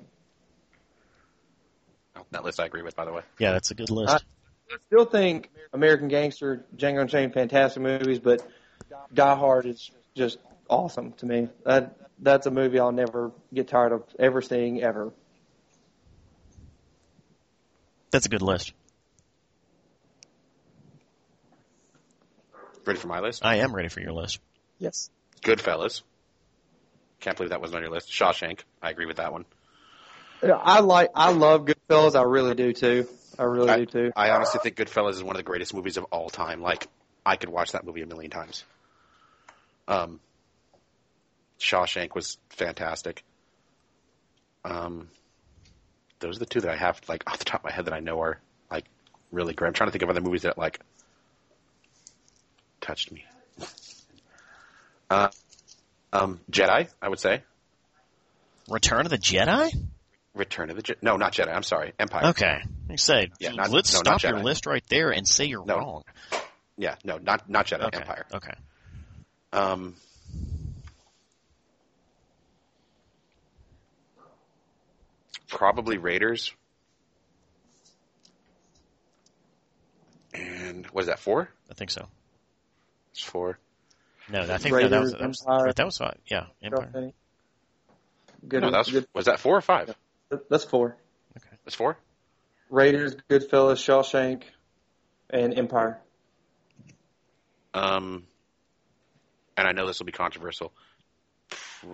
Oh, that list I agree with, by the way.
Yeah, that's a good list.
Uh, I still think American Gangster, Django Unchained, fantastic movies, but Die Hard is just awesome to me. That that's a movie I'll never get tired of ever seeing ever.
that's a good list.
Ready for my list?
I am ready for your list.
Yes.
Goodfellas. Can't believe that wasn't on your list. Shawshank. I agree with that one.
I like I love Goodfellas. I really do too. I really
I-
do too.
I honestly think Goodfellas is one of the greatest movies of all time. Like, I could watch that movie a million times. Um, Shawshank was fantastic. Um, those are the two that I have, like, off the top of my head that I know are, like, really great. I'm trying to think of other movies that, like, touched me. [laughs] Uh, um, Jedi, I would say.
Return of the Jedi.
Return of the Jedi. No, not Jedi. I'm sorry. Empire.
Okay. You say
Yeah, not-
let's
no, not
stop your
Jedi.
list right there and say you're
No,
wrong.
Yeah, no, not, not Jedi.
Okay.
Empire.
Okay.
Um, Probably Raiders. And what is that four?
I think so.
It's four.
No, I think no, that was
Raiders,
that was,
Empire.
that was five. Yeah, Empire.
Any? Good,
No, that was,
good.
was that four or five?
That's four.
That's four.
Raiders, Goodfellas, Shawshank, and Empire.
Um, and I know this will be controversial.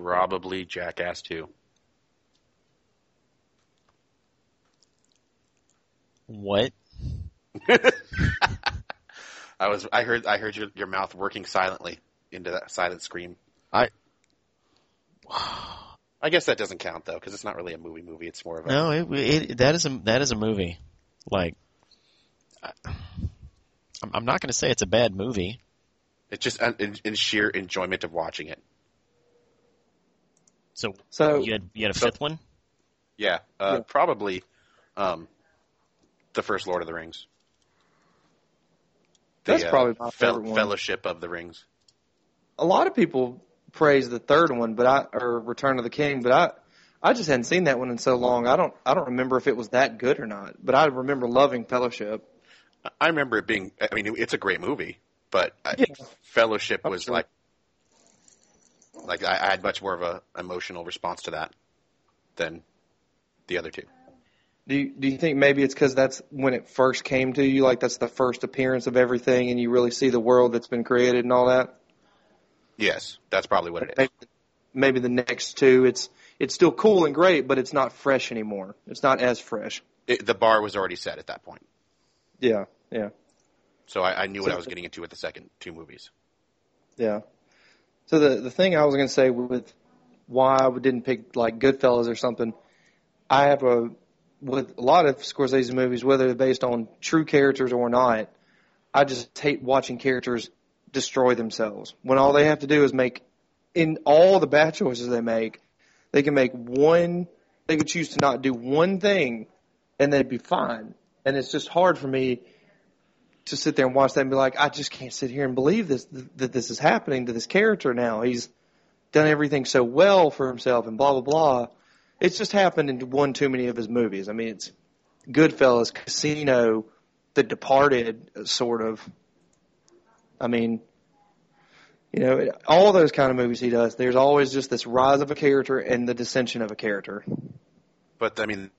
Probably Jackass too.
What?
[laughs] I was I heard I heard your your mouth working silently into that silent scream.
I-
I guess that doesn't count though because it's not really a movie movie. It's more of a
No, it, it that is a that is a movie. Like, I, I'm- I'm not going to say it's a bad movie.
it's just uh, in, in sheer enjoyment of watching it.
So
So
you had you had a fifth one.
Yeah, uh,
Yeah.
probably um, the first Lord of the Rings. uh,
That's probably my
Fel-
favorite one.
Fellowship of the Rings.
a lot of people praise the third one, but I or Return of the King, but I I just hadn't seen that one in so long. I don't I don't remember if it was that good or not, but I remember loving Fellowship.
I- I remember it being. I mean, it's a great movie, but I,
Yeah.
Fellowship was
sure.
like, like I, I had much more of a emotional response to that than the other two.
Do you, do you think maybe it's because that's when it first came to you, like that's the first appearance of everything, and you really see the world that's been created and all that?
Yes, that's probably what it is.
Maybe, maybe the next two, it's it's still cool and great, but it's not fresh anymore. It's not as fresh.
It, the bar was already set at that point,
Yeah, yeah.
so I, I knew what
So-
I was getting into with the second two movies.
Yeah. So the the thing I was gonna say with why I didn't pick like Goodfellas or something, I have a with a lot of Scorsese movies, whether they're based on true characters or not, I just hate watching characters destroy themselves when all they have to do is make in all the bad choices they make, they can make one they could choose to not do one thing and they'd be fine. And it's just hard for me to sit there and watch that and be like, I just can't sit here and believe this th- that this is happening to this character now. He's done everything so well for himself and blah blah blah. It's just happened in one too many of his movies. I mean, it's Goodfellas, Casino, The Departed, uh, sort of. I mean, you know, it- all those kind of movies he does. There's always just this rise of a character and the dissension of a character.
But I mean,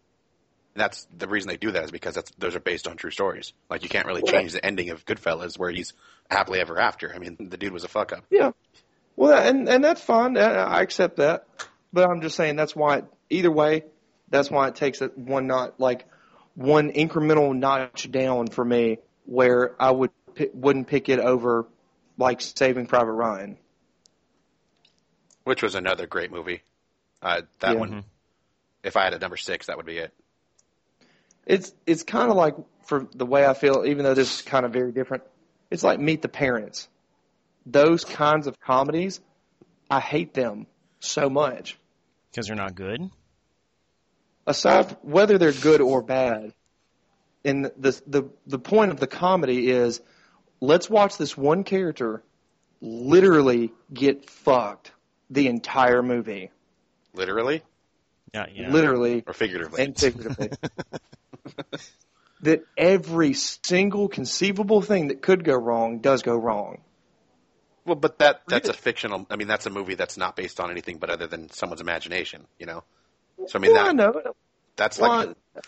that's the reason they do that is because that's those are based on true stories. Like you can't really change the ending of Goodfellas where he's happily ever after. I mean, the dude was a fuck up.
Yeah. Well, and and that's fine. I, I accept that. But I'm just saying that's why. It, either way, that's why it takes it one not like one incremental notch down for me, where I would pi- wouldn't pick it over like Saving Private Ryan.
which was another great movie. Uh, that
Yeah. Mm-hmm.
one, if I had a number six, that would be it.
It's it's kind of like for the way I feel, even though this is kind of very different. It's like Meet the Parents. Those kinds of comedies, I hate them so much.
because they're not good.
aside whether they're good or bad, and the the the point of the comedy is let's watch this one character literally get fucked the entire movie,
Literally
Yeah, yeah.
literally
or figuratively.
and
[laughs]
figuratively. that every single conceivable thing that could go wrong does go wrong.
well, but that that's a fictional. I mean, that's a movie that's not based on anything but other than someone's imagination. You know. So I mean,
well, I
that
know.
that's
Well,
like. the-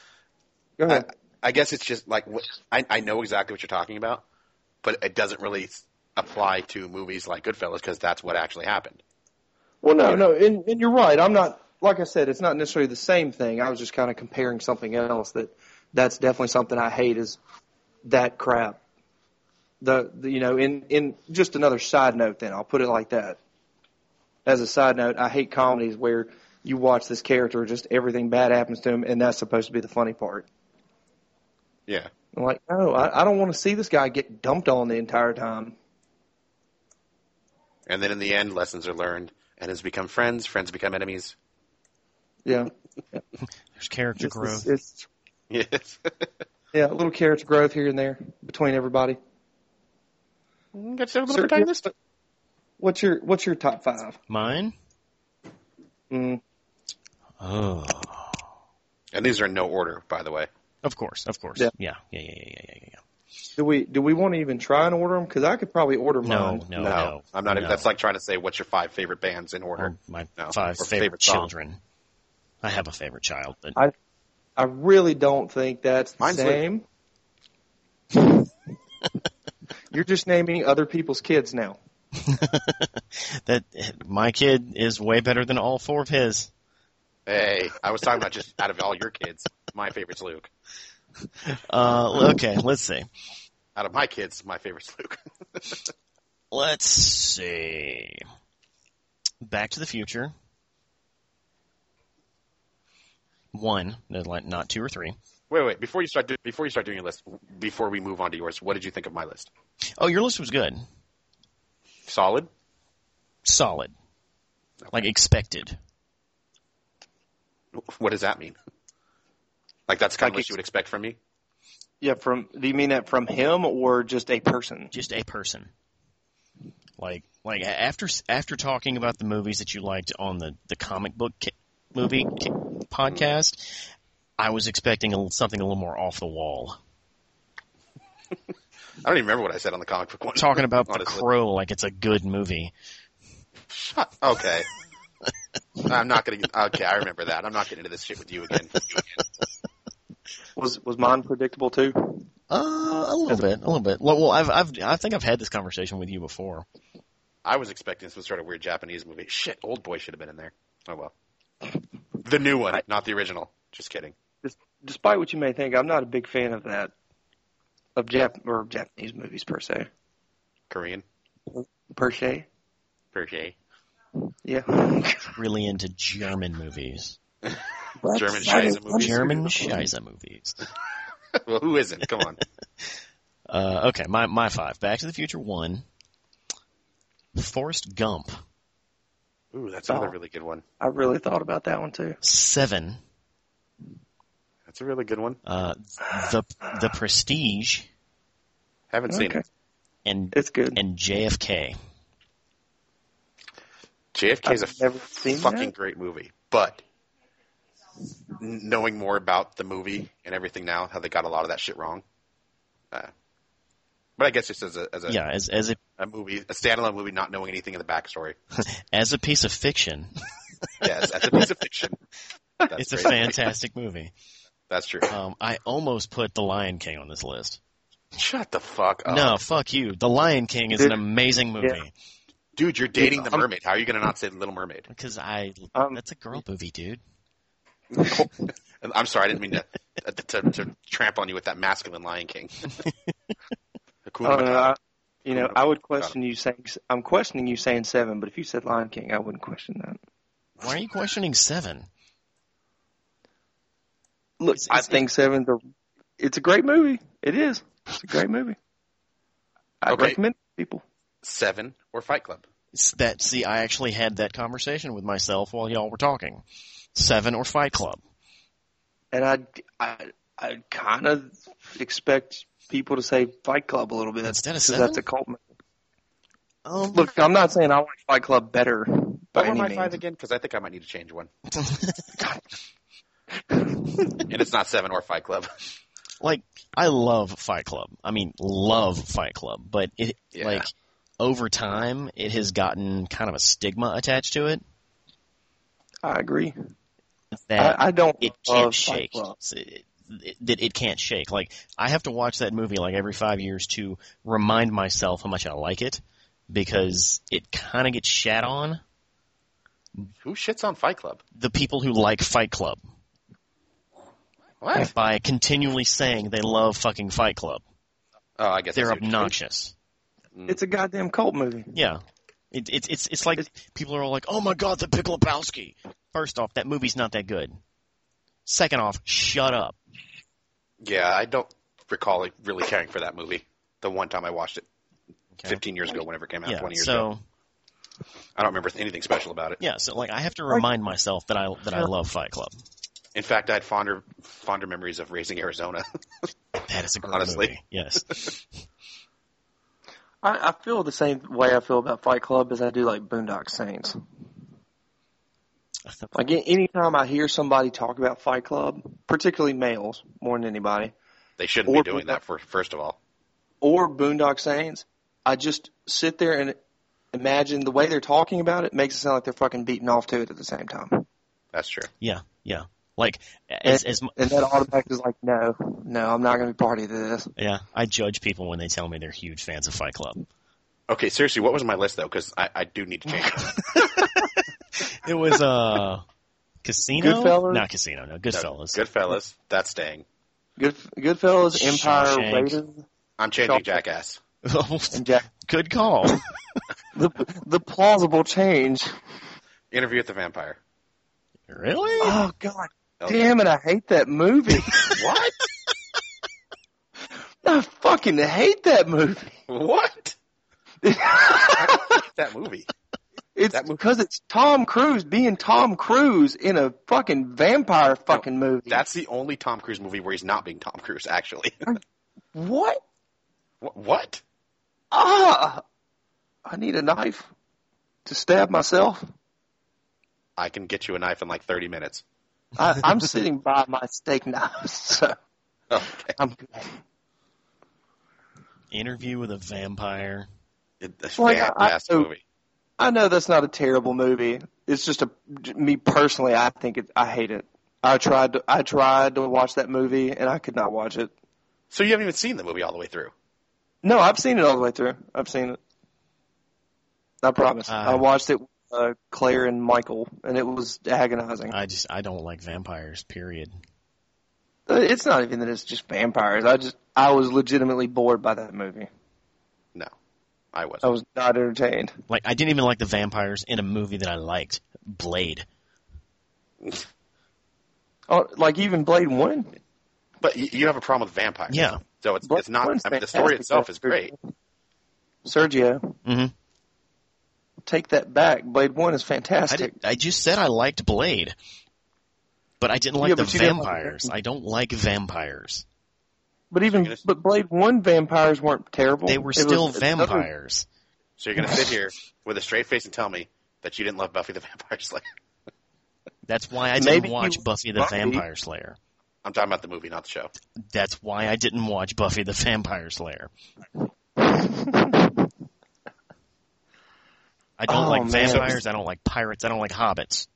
Go
I,
ahead.
I guess it's just like what- I, I know exactly what you're talking about, but it doesn't really s- apply to movies like Goodfellas because that's what actually happened.
Well, no, no, and, and you're right. I'm not like I said. It's not necessarily the same thing. I was just kind of comparing something else that that's definitely something I hate is that crap. The, the you know, in in just another side note. Then I'll put it like that. As a side note, I hate comedies where you watch this character, just everything bad happens to him, and that's supposed to be the funny part.
Yeah.
I'm like, no, I, I don't want to see this guy get dumped on the entire time.
And then in the end, lessons are learned, and has become friends. Friends become enemies. [laughs]
Yeah,
There's character
It's-
growth.
it's- it's
Yes.
Yeah, a little character growth here and there between everybody. Mm, Sir, What's your What's your top five?
Mine.
Mm,
Oh,
And these are in no order, by the way.
Of course, of course. Yeah,
Yeah.
yeah, yeah, yeah, yeah, yeah. yeah, yeah.
Do we do we want to even try and order them? Because I could probably order
No,
mine.
no, no,
I'm not.
No. Mm.
That's like trying to say what's your five favorite bands in order.
Or my
No,
five
or
favorite,
favorite song.
children. I have a favorite child, but
I I really don't think that's the
Mine's Luke.
same. You're just naming other people's kids now.
that my kid is way better than all four of his.
Hey, I was talking about just out of all your kids, my favorite's Luke.
Uh, okay, let's see.
Out of my kids, my favorite's Luke. [laughs]
Let's see. Back to the Future. One, no, like, not two or three.
wait, wait. Before you start, do, before you start doing your list, before we move on to yours, what did you think of my list?
Oh, your list was good.
Solid.
Solid. Like expected.
What does that mean? Like that's kind of
Like
what you would expect from me.
Yeah, from do you mean that from him or just a person?
Just a person. Like, like a- after after talking about the movies that you liked on the the comic book ki- movie ki- podcast, I was expecting a, l- something a little more off the wall.
I don't even remember what I said on the comic book one.
Talking about The
Honestly.
Crow like it's a good movie.
Shut- Okay. I'm not gonna. Get, okay, I remember that. I'm not getting into this shit with
[laughs]
you again.
Was was mine predictable too?
Uh, a little bit, a little bit. Well, well, I've, I've, I think I've had this conversation with you before.
I was expecting some sort of weird Japanese movie. Shit, Old Boy should have been in there. Oh well. The new one, not the original. Just kidding.
Despite what you may think, I'm not a big fan of that of Jap or Japanese movies per se.
Korean.
Per se.
Appreciate.
Yeah.
Really into German movies,
German Shiza movies.
German Scheisse movies.
[laughs] Well, who isn't? Come on.
Uh, okay, my my five: Back to the Future one, Forrest Gump
Ooh, that's
Oh.
another really good one.
I really thought about that one too.
seven,
That's a really good one.
uh, the the Prestige,
Haven't seen
Okay.
it.
and
It's good.
and JFK.
JFK is a
I've never seen
fucking
that.
great movie, but n- knowing more about the movie and everything now, how they got a lot of that shit wrong. Uh, but I guess just as a as a,
Yeah, as as a
a movie, a standalone movie, not knowing anything of the backstory.
as a piece of fiction,
Yes, that's a piece of fiction.
[laughs]
That's
it's a
great.
fantastic movie.
That's true.
Um, I almost put The Lion King on this list.
Shut the fuck up.
No, fuck you. The Lion King is an
Dude.
amazing
Yeah.
movie
Dude, you're dating the
I'm-
mermaid. How are you going to not say the
[laughs]
Little Mermaid?
because I
Um,
that's a girl movie, dude.
I'm sorry, I didn't mean to uh, to, to tramp on you with that masculine Lion King.
[laughs]
Hakuna
I don't know. Oh, I,
Matata.
you know, I would question you saying I'm questioning you saying seven, but if you said Lion King, I wouldn't question that.
Why are you questioning Seven?
Look,
It's-
I
it's-
think seven's a it's a great movie. It is. It's a great movie. I
Okay.
recommend it to people.
Seven or Fight Club.
It's that see, I actually had that conversation with myself while y'all were talking. Seven or Fight Club.
And I I, I kind of expect people to say Fight Club a little bit.
Instead of
because
Seven?
that's a cult movie.
Um,
Look, I'm not saying I like Fight Club better by
What were
any
my
means.
five again? Because I think I might need to
[laughs]
change one. and it's not seven or Fight Club. [laughs]
like I love Fight Club. I mean, love Fight Club, but it
Yeah.
like over time it has gotten kind of a stigma attached to it
I agree.
that
I, I don't
it
love
can't shake.
Fight Club.
It's- It, it, that it can't shake. Like I have to watch that movie like every five years to remind myself how much I like it because it kind of gets shat on
Who shits on Fight Club?
the people who like Fight Club
What?
by continually saying they love fucking Fight Club.
Oh, I guess I
They're
see what you mean.
obnoxious.
It's a goddamn cult movie.
Yeah. It, it, it's it's like people are all like, "Oh my god, the Big Lebowski." First off, that movie's not that good. Second off, shut up.
Yeah, I don't recall like, really caring for that movie. The one time I watched it,
Okay.
15 years ago, whenever it came out,
Yeah.
20 years
So
ago. I don't remember anything special about it.
yeah. So like, I have to remind myself that I that I love Fight Club.
In fact, I had fonder fonder memories of Raising Arizona. [laughs]
That is a great
Honestly.
movie. Yes. [laughs]
I, I feel the same way I feel about Fight Club as I do like Boondock Saints. Like a- anytime I hear somebody talk about Fight Club, particularly males more than anybody,
They shouldn't
Or-
be doing that for, first of all.
or Boondock Saints, I just sit there and imagine the way they're talking about it makes it sound like they're fucking beating off to it at the same time.
That's true.
Yeah, yeah. Like as as mu-
And that automatic is like, no, no, I'm not going to be party to this.
yeah, I judge people when they tell me they're huge fans of Fight Club.
Okay, seriously, what was my list though? Because I, I do need to change. it.
It was uh Casino,
Goodfellas?
not Casino, no Goodfellas.
Goodfellas, that's staying.
Good, Goodfellas, Empire,
Shawshank.
Raiders,
I'm changing
Goodfellas.
Jackass.
and Jack.
[laughs] Good call.
The, the plausible change.
Interview with the Vampire.
really?
Oh God,
Okay.
damn it! I hate that movie. [laughs]
[laughs] What?
I fucking hate that movie.
[laughs] What? That movie.
It's
That movie-
because it's Tom Cruise being Tom Cruise in a fucking vampire fucking movie.
That's the only Tom Cruise movie where he's not being Tom Cruise. Actually, [laughs]
what?
Wh- what?
Ah, I need a knife to stab myself.
I can get you a knife in like 30 minutes. [laughs]
I, I'm sitting by my steak knife, [laughs] so
Okay.
I'm good.
Interview with a vampire.
It- That's
Like, I-
fantastic
I-
movie.
I know that's not a terrible movie. It's just a me personally. I think it. I hate it. I tried. To, I tried to watch that movie and I could not watch it.
So you haven't even seen the movie all the way through.
No, I've seen it all the way through. I've seen it. I promise.
Uh,
I watched it with uh, Claire and Michael, and it was agonizing.
I just I don't like vampires. Period.
Uh, it's not even that it's just vampires. I just I was legitimately bored by that movie.
No, I wasn't.
I was not entertained.
Like I didn't even like the vampires in a movie that I liked, Blade.
Oh, like even Blade One.
But you, you have a problem with vampires.
Yeah.
So it's
Blade
it's not.
One's
I mean, the story
fantastic,
itself
though,
is great.
Sergio.
Mm-hmm.
take that back. Blade One is
I,
fantastic.
did, I just said I liked Blade, but I didn't like
Yeah,
the
but you didn't like
vampires.
it.
I don't like vampires.
But even
Yes.
but Blade One vampires weren't terrible.
They were
It
still
was another-
vampires.
So you're gonna sit here with a straight face and tell me that you didn't love Buffy the Vampire [laughs] Slayer.
That's why I
Maybe
didn't
he
watch
was
Buffy the
Buffy.
Vampire Slayer.
I'm talking about the movie, not the show.
That's why I didn't watch Buffy the Vampire Slayer. I don't
Oh,
like
man.
vampires. I don't like pirates. I don't like hobbits.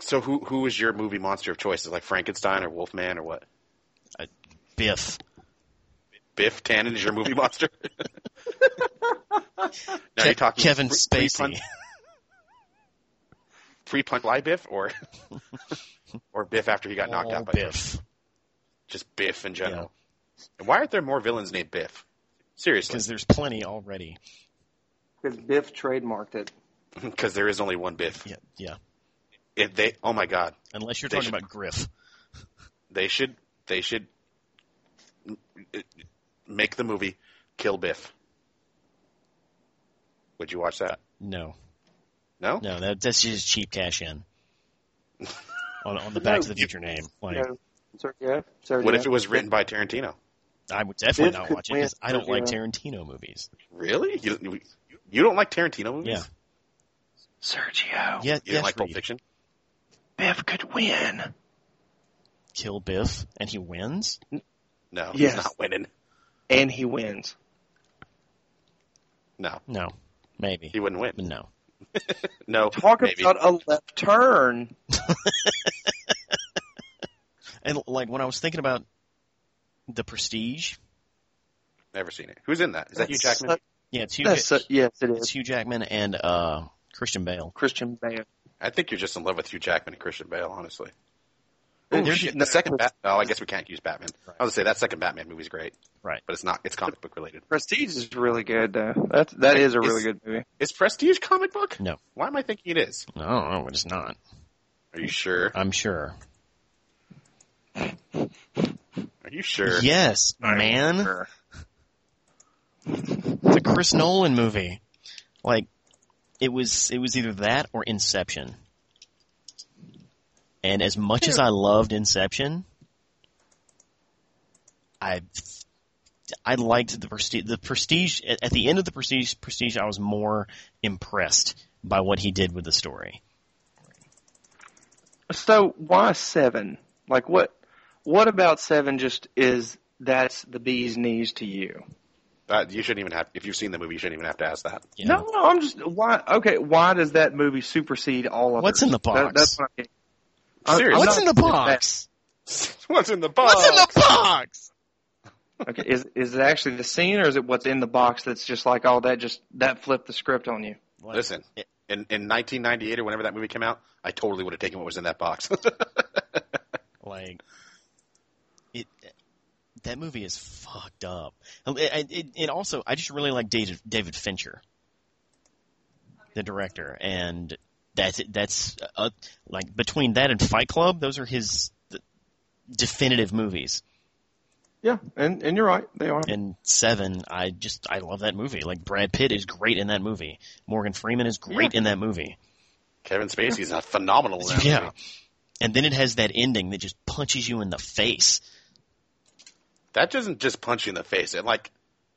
So who who is your movie monster of choice? Is it like Frankenstein or Wolfman or what?
Biff.
Biff Tannen is your movie monster. [laughs] now you're
Ke-
talking
Kevin
pre-
Spacey.
pre-punch- Pre-punch lie Biff or [laughs] or Biff after he got knocked
All
out by
Oh, Biff.
just Biff in general. And why aren't there more villains named Biff? Seriously,
Because there's plenty already.
Because Biff trademarked it.
[laughs] because there is only one Biff.
Yeah, yeah.
If they, oh my god,
Unless you're
They
talking
should-
about Griff.
they should they should m- m- make the movie Kill Biff. Would you watch that?
No,
No.
no. That, that's just cheap cash
[laughs]
in. on, on the Back to the Future name. Like,
You know, Sergio. Sergio.
What if it was written by Tarantino?
I would definitely
Biff
not
could
watch it because
win
I don't
for
like
you.
Tarantino movies.
Really? You, you don't like Tarantino movies?
Yeah.
Sergio?
Yeah,
Oh, You don't
yes,
like Pulp
Reed.
Fiction?
Biff could win.
Kill Biff and he wins.
No,
Yes.
he's not winning.
And he wins.
No,
No, maybe,
he wouldn't win.
but no.
No,
Talk
maybe.
about a left turn.
And like when I was thinking about the Prestige,
Never seen it. Who's in that? Is that Hugh
That's
Jackman?
such-
yeah, it's Hugh,
that's such- yes, it
it's
is.
Hugh Jackman and uh, Christian Bale.
Christian Bale.
I think you're just in love with Hugh Jackman and Christian Bale, honestly.
Oh,
There's
shit.
the second Bat- Oh, I guess we can't use Batman. I was gonna say that second Batman movie's great,
Right.
but it's not. It's comic book related.
Prestige is really good, though. That's, that is a really
It's-
good movie.
Is Prestige comic book?
No.
Why am I thinking it is?
I don't know, but it's not.
Are you sure?
I'm sure.
Are you sure?
Yes, man.
Sure.
It's a Chris Nolan movie. Like it was it was either that or Inception. And as much as I loved Inception, I I liked the prestige. The prestige at at the end of the prestige, prestige, I was more impressed by what he did with the story.
So why seven? Like what? What about seven? Just is that's the bee's knees to you?
Uh, you shouldn't even have. If you've seen the movie, you shouldn't even have to ask that.
you
No,
know?
no. I'm just why? Okay, why does that movie supersede all of
What's in the box?
that's what I'm I'm-
Seriously.
I'm
What's
not
in the
saying
box?
[laughs] What's in the box?
What's in the box?
that- Okay, is is it actually the scene, or is it what's in the box that's just like all that? Just that flipped the script on you.
Like,
Listen,
it-
in, in 1998 or whenever that movie came out, I totally would have taken what was in that box. [laughs]
like it. That movie is fucked up. And it, and also, I just really like David, David Fincher, the director, and that's that's uh, like between that and Fight Club, those are his th- definitive movies.
Yeah, and and you're right, they are.
And Seven, I just I love that movie. Like Brad Pitt is great in that movie. Morgan Freeman is great in that movie.
Kevin Spacey's a phenomenal. in that
Yeah.
movie.
And then it has that ending that just punches you in the face.
that doesn't just punch you in the face. It like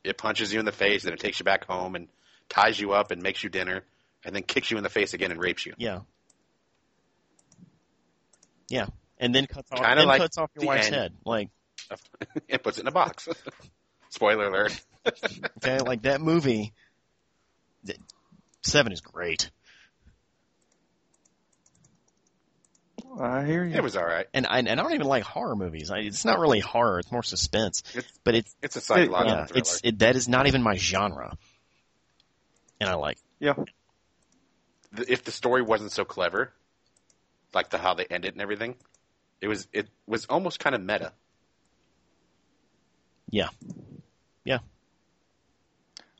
it punches you in the face, then it takes you back home and ties you up and makes you dinner, and then kicks you in the face again and rapes you. [laughs]
Yeah. Yeah. And then cuts off,
Kinda
then
like
cuts off your
the
wife's
end.
head. Like,
it puts it in a box. [laughs] Spoiler alert.
okay, like that movie. th- Seven is great.
I hear you.
It was all right.
And I, and I don't even like horror movies. I, it's not really horror. It's more suspense.
It's-
but it's,
It's a psychological
yeah,
thriller.
it's, it, that is not even my genre. And I like,
yeah,
Th- if the story wasn't so clever, like the how they end it and everything, it was it was almost kind of meta.
yeah. Yeah.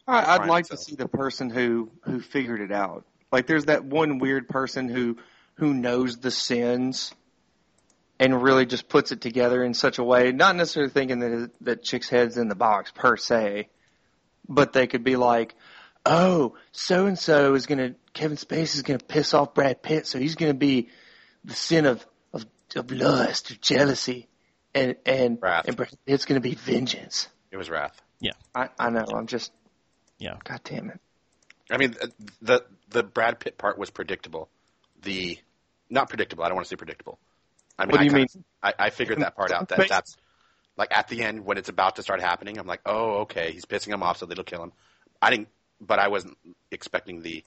I, I'd
Right,
like
so-
to see the person who who figured it out. Like, there's that one weird person who who knows the sins and really just puts it together in such a way, not necessarily thinking that it- that chick's head's in the box per se, but they could be like, oh, so and so is gonna Kevin Spacey is gonna piss off Brad Pitt, so he's gonna be the sin of of, of lust, of jealousy, and and
Wrath.
and Brad Pitt's gonna be vengeance.
It was wrath.
I, I know. I'm just.
Yeah.
God damn it.
I mean, th- the the Brad Pitt part was predictable. The not predictable. I don't want to say predictable. I mean,
What do
I
you
kinda-
mean?
I, I figured that part out. That
Based-
that's like at the end when it's about to start happening. I'm like, oh, okay, he's pissing him off, so that'll kill him. I didn't, but I wasn't expecting the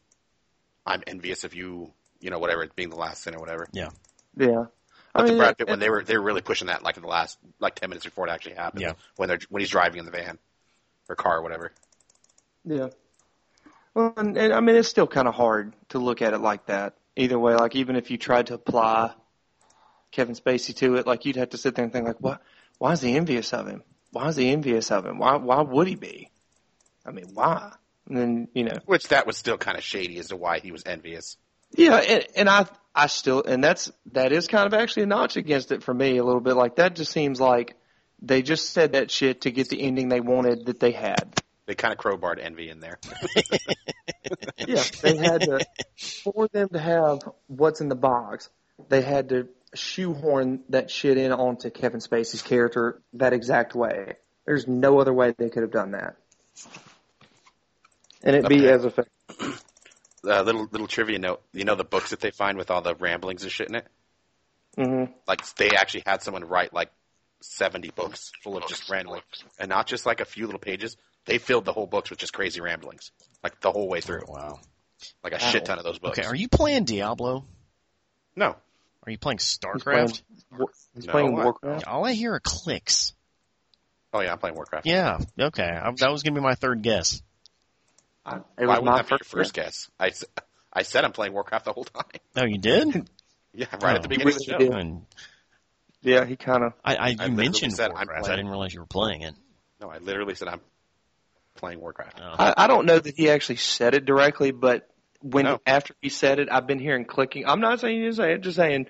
I'm envious of you, you know, whatever, being the last sin or whatever.
Yeah. I
But
mean,
the Brad Pitt
it-
one, they were they were really pushing that like in the last like ten minutes before it actually happened.
Yeah.
When they're when he's driving in the van or car or whatever.
yeah. Well, and, and I mean, it's still kind of hard to look at it like that. Either way, like even if you tried to apply Kevin Spacey to it, like you'd have to sit there and think, like, what? Why is he envious of him? Why is he envious of him? Why? Why would he be? I mean, why? And then you know,
Which that was still kind of shady as to why he was envious.
Yeah, and, and I I still and that's that is kind of actually a notch against it for me a little bit. Like that just seems like they just said that shit to get the ending they wanted that they had.
They kind of crowbarred envy in there.
Yeah, they had to for them to have what's in the box. They had to shoehorn that shit in onto Kevin Spacey's character that exact way. There's no other way they could have done that, and it'd be
Okay.
as effective.
uh, little little trivia note. You know the books that they find with all the ramblings and shit in it.
Mm-hmm.
Like they actually had someone write like seventy books full of just rambling, and not just like a few little pages. They filled the whole books with just crazy ramblings, like the whole way through,
Wow.
like a shit ton of those books.
Okay, are you playing Diablo? Are
no,
you playing
He's playing,
StarCraft?
War- he's
No,
playing
I-
Warcraft.
All I hear are clicks.
oh yeah, I'm playing Warcraft.
Yeah, okay. I, that was going to be my third guess.
Why
I, it was my
wouldn't that be your
first
first guess? I, s- I said I'm playing Warcraft the whole time. [laughs]
Oh, you did?
Yeah, right
Oh.
at the beginning of the
Really
show.
did.
And
Yeah, he kind of.
I, I, you
literally
mentioned
said I'm
Warcraft. I
playing.
didn't realize you were playing it.
No, I literally said I'm playing Warcraft.
Oh.
I, I don't know that he actually said it directly, but when
No.
after he said it, I've been hearing clicking. I'm not saying you didn't say it, just saying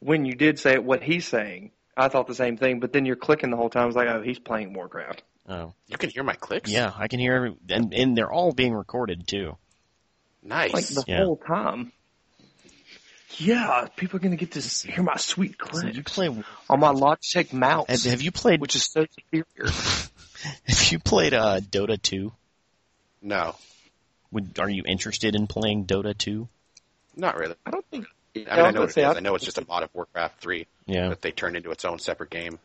when you did say it, what he's saying. I thought the same thing, but then you're clicking the whole time. I was like, oh, he's playing Warcraft.
oh.
You can hear my clicks.
Yeah, I can hear, every, and, and they're all being recorded too.
nice.
Like the
Yeah.
whole time. Yeah, people are going to get to s- hear my sweet
So you
clicks
play,
on my Logitech mouse,
have, have you played?
which is so superior.
[laughs] Have you played uh, Dota two?
no,
Would are you interested in playing Dota two?
not really.
I don't think
I, mean,
I was
I know
gonna
what it
say,
is.
I-
I know it's just a mod of Warcraft 3
Yeah.
that they turned into its own separate game.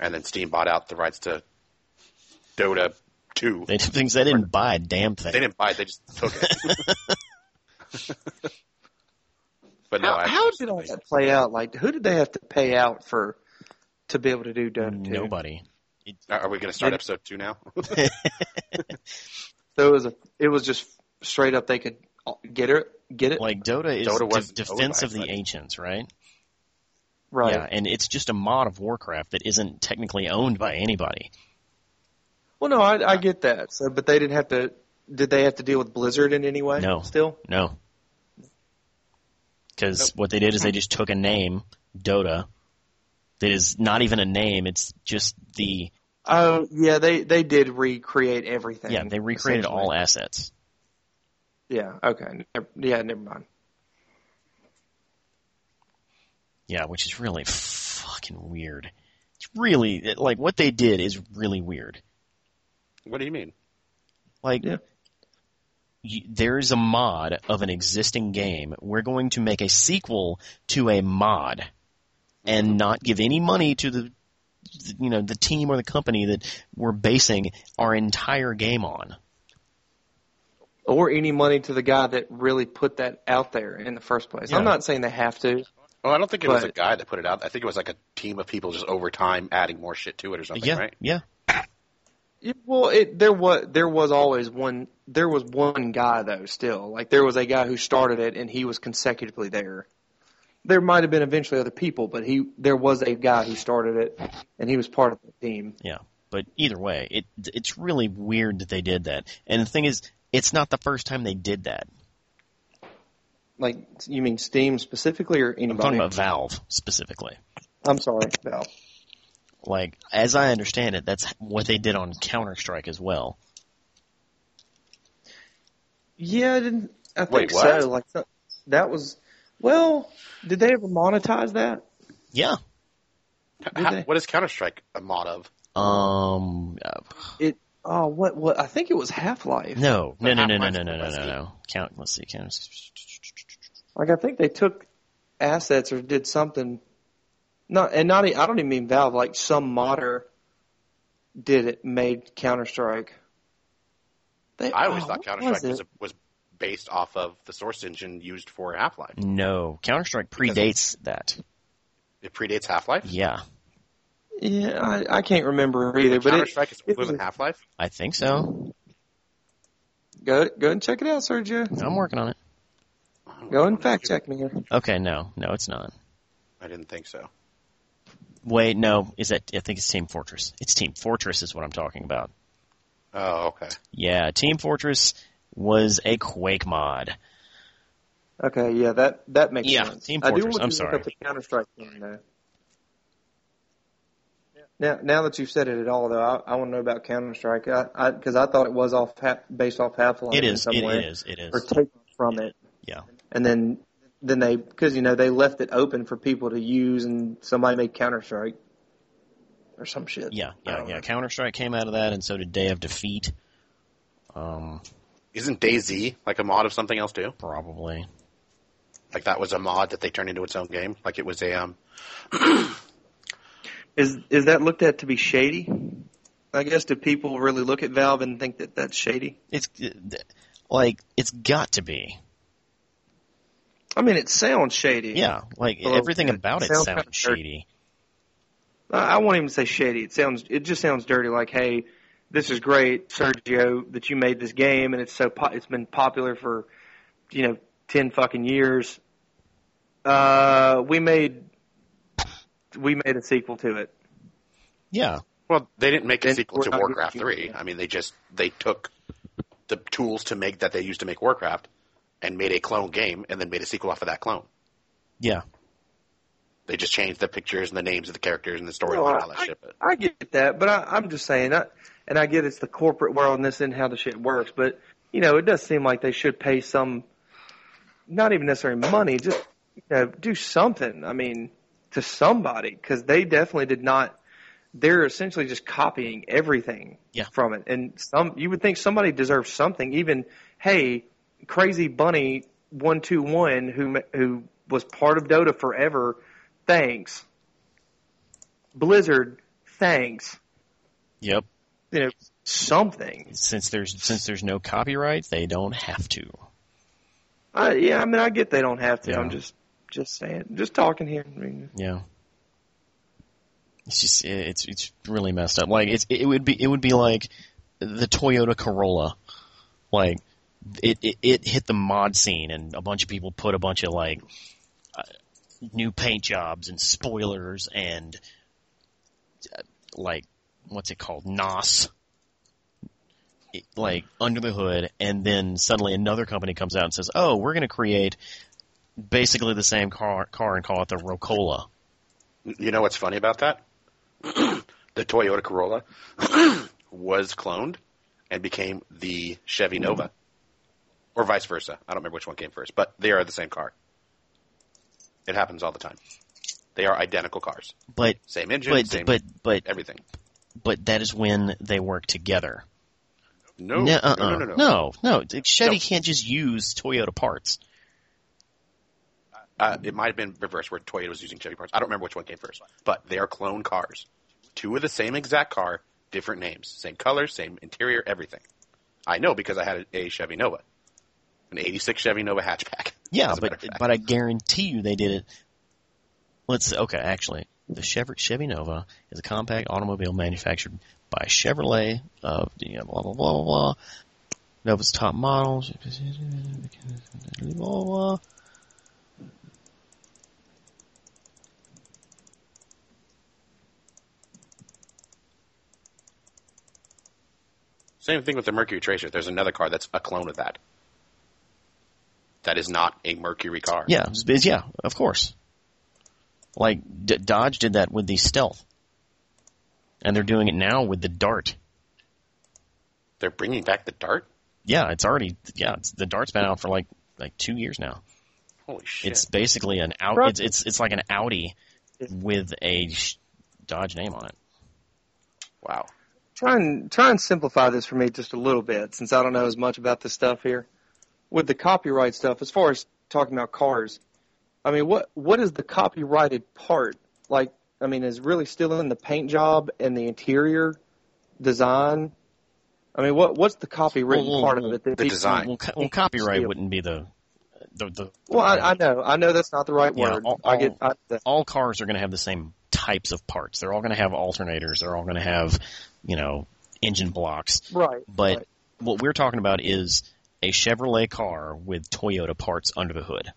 And then Steam bought out the rights to Dota 2. They,
They did things they didn't buy a damn thing.
didn't buy it, they just took it. [laughs] but no,
How,
I,
how did all that play out? Like, who did they have to pay out for to be able to do Dota 2?
Nobody.
are we going to start
Did-
episode 2 now? [laughs]
So it was a, it was just straight up. They could get it, get it
Like Dota is
Dota
the
wasn't
defense
owned by
of the
anybody.
ancients, right?
right.
Yeah, and it's just a mod of Warcraft that isn't technically owned by anybody.
Well, no, I, I get that. So, but they didn't have to. Did they have to deal with Blizzard in any way?
No.
Still,
No. Because
Nope.
what they did is they just took a name, Dota, that is not even a name. It's just the
oh yeah, they they did recreate everything.
yeah. They recreated all
essentially.
assets.
Yeah. Okay. Never- Yeah. Never mind.
Yeah, which is really fucking weird. It's really it- like what they did is really weird.
what do you mean?
Like
Yeah.
y- there is a mod of an existing game. We're going to make a sequel to a mod and not give any money to the the- you know the team or the company that we're basing our entire game on.
Or any money to the guy that really put that out there in the first place.
Yeah.
I'm not saying they have to.
Well, I don't think it was a
But-
guy that put it out. I think it was like a team of people just over time adding more shit to it or something,
yeah,
right?
yeah.
Yeah, Well, it there was there was always one there was one guy though still like there was a guy who started it and he was consecutively there. There might have been eventually other people, but he there was a guy who started it and he was part of the team.
Yeah, but either way, it it's really weird that they did that. And the thing is, it's not the first time they did that.
Like you mean Steam specifically or anybody?
I'm talking about Valve specifically.
I'm sorry, Val.
Like as I understand it, that's what they did on Counter Strike as well.
Yeah, I didn't. I think
Wait, what?
so. Like that- that was well. Did they ever monetize that?
Yeah.
Did
How-
they?
what is Counter Strike a mod of?
Um. uh,
It. Oh, what? What? I think it was Half Life.
no. No.
But
No. No. No.
Half-Life
No. No. No.
was
No.
the-
No. Count. Let's see. Counter.
Like I think they took assets or did something. Not and not. e- I don't even mean Valve. Like some modder did it. Made oh, Counter Strike.
I
uh,
always thought Counter Strike was, a- was based off of the source engine used for Half
Mm.
Life.
No. Counter Strike predates that.
It predates Half Life.
Yeah.
Yeah, I, I can't remember either. But
Counter
it,
Strike is
it
older
was
than
a-
Half Life.
I think so.
go go and check it out, Sergio.
I'm working on it.
Go and fact check me here.
Okay. No. No. It's not.
I didn't think so.
Wait. No. Is that? I think it's Team Fortress. It's Team Fortress is what I'm talking about.
Oh, okay.
Yeah. Team Fortress was a Quake mod.
Okay, yeah, that that makes
Yeah,
sense.
Team
I do
Fortress,
want
I'm
to
sorry.
look up the Counter Strike thing though. Now, now that you've said it at all, though, I, I want to know about Counter Strike because I, because I thought it was off ha- based off Half Life.
It is.
in
It
some way,
is. It
or
is.
taken from it,
Yeah.
and then then they because you know they left it open for people to use, and somebody made Counter Strike or some shit.
Yeah.
I
Yeah.
don't
Yeah.
know.
Counter Strike came out of that, and so did Day of Defeat. Um.
Isn't DayZ like a mod of something else too?
Probably.
Like that was a mod that they turned into its own game. Like it was a um.
Is is that looked at to be shady? I guess do people really look at Valve and think that that's shady?
It's th- like it's got to be.
I mean, it sounds shady.
Yeah, like
Well,
everything
it
about it
sounds
sounds
kinda dirty.
shady.
I I won't even say shady. It sounds it just sounds dirty. Like, hey, this is great, Sergio, that you made this game, and it's so po- it's been popular for you know ten fucking years. Uh, we made we made a sequel to it.
Yeah,
Well, they didn't make a
Then
sequel
we're
to
not
Warcraft
getting-
Three. I mean, they just they took the tools to make that they used to make Warcraft and made a clone game and then made a sequel off of that clone.
yeah,
They just changed the pictures and the names of the characters and the storyline
No,
and all that shit. But
I get that, but I, I'm just saying, I, and I get it's the corporate world and this and how the shit works, but you know, it does seem like they should pay some, not even necessarily money, just you know, do something. I mean, to somebody because they definitely did not. They're essentially just copying everything
Yeah.
from it, and some you would think somebody deserves something. Even hey, crazy bunny one two one who ma- who was part of Dota forever. Thanks. Blizzard, thanks.
Yep.
You know, something.
Since there's since there's no copyright, they don't have to.
I, yeah, I mean, I get they don't have to.
Yeah.
I'm just, just saying, just talking here. I mean,
Yeah. It's just it's it's really messed up. Like it's it would be it would be like the Toyota Corolla. Like it it, it hit the mod scene and a bunch of people put a bunch of like uh, new paint jobs and spoilers and uh, like what's it called NOS it- like under the hood and then suddenly another company comes out and says, "Oh, we're going to create basically the same car car and call it the Rocola."
You know what's funny about that? [clears throat] the Toyota Corolla [clears throat] was cloned and became the Chevy Nova, or vice versa. I don't remember which one came first, but they are the same car. It happens all the time. They are identical cars,
But
same engine,
but
same
but but
everything.
but that is when they work together.
No,
no,
no,
uh-uh.
no, no, no,
no, no. Chevy
No.
can't just use Toyota parts.
Uh, it might have been reversed where Toyota was using Chevy parts. I don't remember which one came first, but they are clone cars. Two of the same exact car, different names, same color, same interior, everything. I know because I had a Chevy Nova, an '86 Chevy Nova hatchback. [laughs]
Yeah,
as a matter
but
of fact.
but I guarantee you they did it. Let's okay, actually, the Chevy, Chevy Nova is a compact automobile manufactured by Chevrolet of you know, blah blah blah blah blah. Nova's top model. Blah, blah, blah.
same thing with the Mercury Tracer. There's another car that's a clone of that. That is not a Mercury car.
Yeah, it's- it's- yeah, of course. Like D- Dodge did that with the Stealth, and they're doing it now with the Dart.
They're bringing back the Dart.
Yeah, it's already yeah, it's, the Dart's been out for like like two years now.
Holy shit!
It's basically an out.
Right.
It's, it's it's like an Audi with a sh- Dodge name on it.
wow.
try and try and simplify this for me just a little bit, since I don't know as much about this stuff here. With the copyright stuff, as far as talking about cars, I mean, what what is the copyrighted part? Like, I mean, is really still in the paint job and the interior design? I mean, what what's the copyrighted
Well, well,
part
well,
of it? that
the
people-
design. Fine.
Well, co- well copyright
Steal.
wouldn't be the the, the
Well, I, I know, I know that's not the right
Yeah, Um,
word.
all-
I get I, that.
all cars are going to have the same types of parts. They're all going to have alternators. They're all going to have you know engine blocks.
right,
But
right.
what we're talking about is a Chevrolet car with Toyota parts under the hood.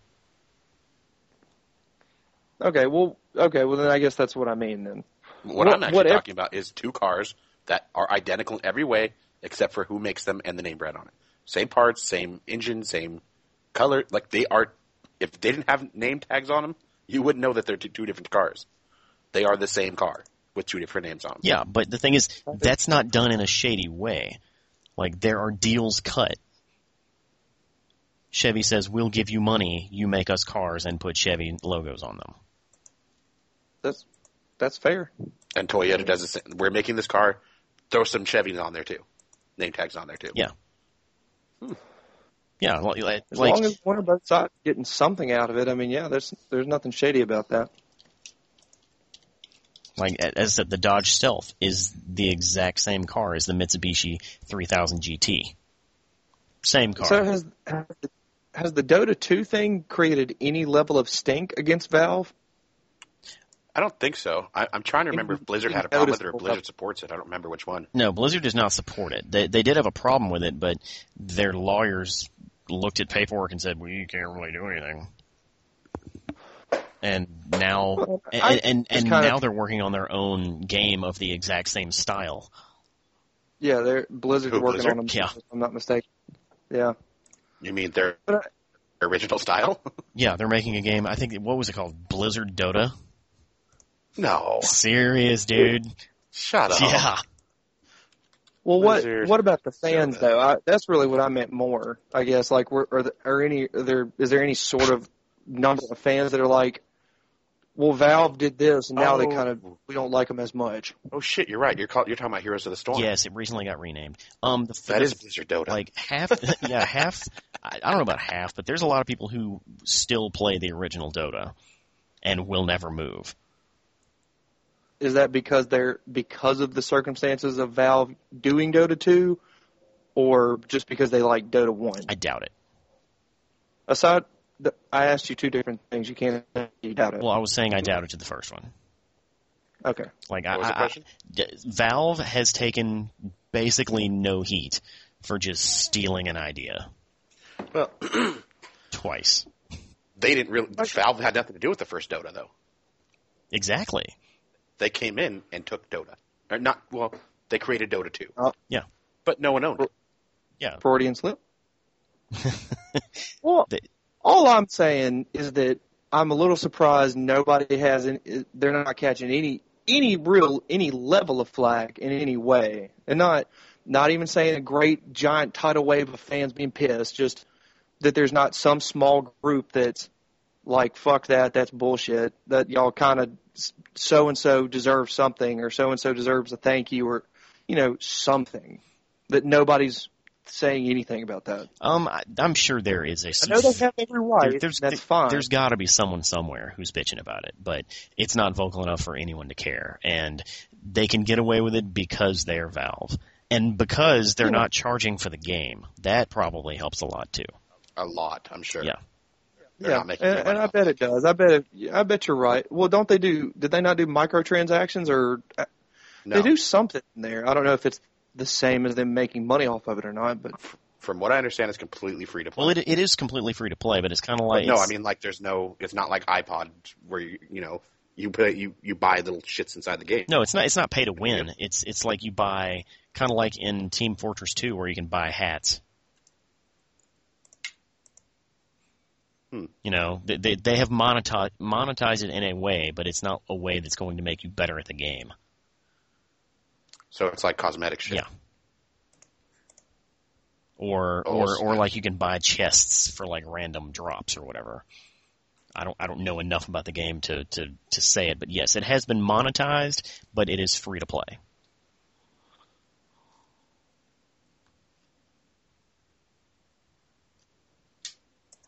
Okay, well, okay, well then I guess that's what I mean then.
What,
What-
I'm actually
what if-
talking about is two cars that are identical in every way except for who makes them and the name brand on it. Same parts, same engine, same color. Like they are, if they didn't have name tags on them, you wouldn't know that they're two, two different cars. They are the same car with two different names on them.
Yeah, but the thing is, that's not done in a shady way. Like there are deals cut. Chevy says, "We'll give you money. You make us cars and put Chevy logos on them."
That's that's fair.
And Toyota does the same. We're making this car. Throw some Chevys on there too. Name tags on there too.
Yeah. Yeah, li- li-
As
like
long as one of both sides getting something out of it, I mean, yeah, there's there's nothing shady about that.
like as I said, the Dodge Stealth is the exact same car as the Mitsubishi 3000 GT. Same car.
So has has the Dota two thing created any level of stink against Valve?
I don't think so. I, I'm trying to remember if Blizzard had a problem with it or Blizzard supports it. I don't remember which one.
No, Blizzard does not support it. They they did have a problem with it, but their lawyers looked at paperwork and said, "Well, you can't really do anything." And now, and
I-
and, and,
it's kind
now
of-
they're working on their own game of the exact same style.
Yeah, they're Blizzard's
Who,
working
Blizzard?
on them.
Yeah.
If I'm not mistaken. Yeah,
You mean their
but I,
original style? [laughs]
Yeah, they're making a game. I think what was it called? Blizzard Dota.
no.
Serious, dude.
Shut up.
Yeah.
well, what
Blizzard.
what about the fans
Dota.
though? I, that's really what I meant more. I guess like, were, are, there, are any are there is there any sort of number of fans that are like, well, Valve did this, and now they
Oh.
kind of we don't like them as much.
Oh shit, you're right. You're call, you're talking about Heroes of the Storm.
Yes, it recently got renamed. Um, the,
that
the-
is Blizzard Dota. [laughs]
like half. yeah, half. I, I don't know about half, but there's a lot of people who still play the original Dota and will never move.
Is that because they're because of the circumstances of Valve doing Dota two, or just because they like Dota one?
I doubt it.
Aside, th- I asked you two different things. You can't you doubt it.
Well, I was saying I doubted to the first one.
Okay.
Like I,
what was the
I-
question?
D- Valve has taken basically no heat for just stealing an idea
well,
twice.
they didn't really. Valve had nothing to do with the first Dota though.
Exactly.
They came in and took Dota, or not? Well, they created Dota two.
Oh.
Yeah.
but no one owned it.
Freudian slip. well,
The-
all I'm saying is that I'm a little surprised nobody has any, they're not catching any any real any level of flack in any way, and not not even saying a great giant tidal wave of fans being pissed, just that there's not some small group that's like fuck that that's bullshit that y'all kind of so and so deserves something or so and so deserves a thank you or you know something that nobody's saying anything about that.
Um, I, I'm sure there is a.
I know they have every right.
There- there's-
and that's fine.
There's got to be someone somewhere who's bitching about it, but it's not vocal enough for anyone to care, and they can get away with it because they're Valve and because they're not charging for the game. That probably helps a lot too.
A lot, I'm sure.
Yeah.
They're
yeah,
not making
and,
money
and I
off
bet it does. I bet. It, I bet you're right. Well, don't they do? Did they not do microtransactions or uh,
No,
they do something in there? I don't know if it's the same as them making money off of it or not. But
from what I understand, it's completely free to play.
Well, it it is completely free to play, but it's kind of like
no, I
it's-
mean like there's no. It's not like iPod where you you know you put you you buy little shits inside the game.
No, it's not. It's not pay to win. It's it's like you buy kind of like in Team Fortress Two, where you can buy hats.
Hmm.
You know, they they, they have monetized monetized it in a way, but it's not a way that's going to make you better at the game.
So it's like cosmetic shit.
Yeah. Or
Oh,
or
so-
or like you can buy chests for like random drops or whatever. I don't I don't know enough about the game to to to say it, but yes, it has been monetized, but it is free to play.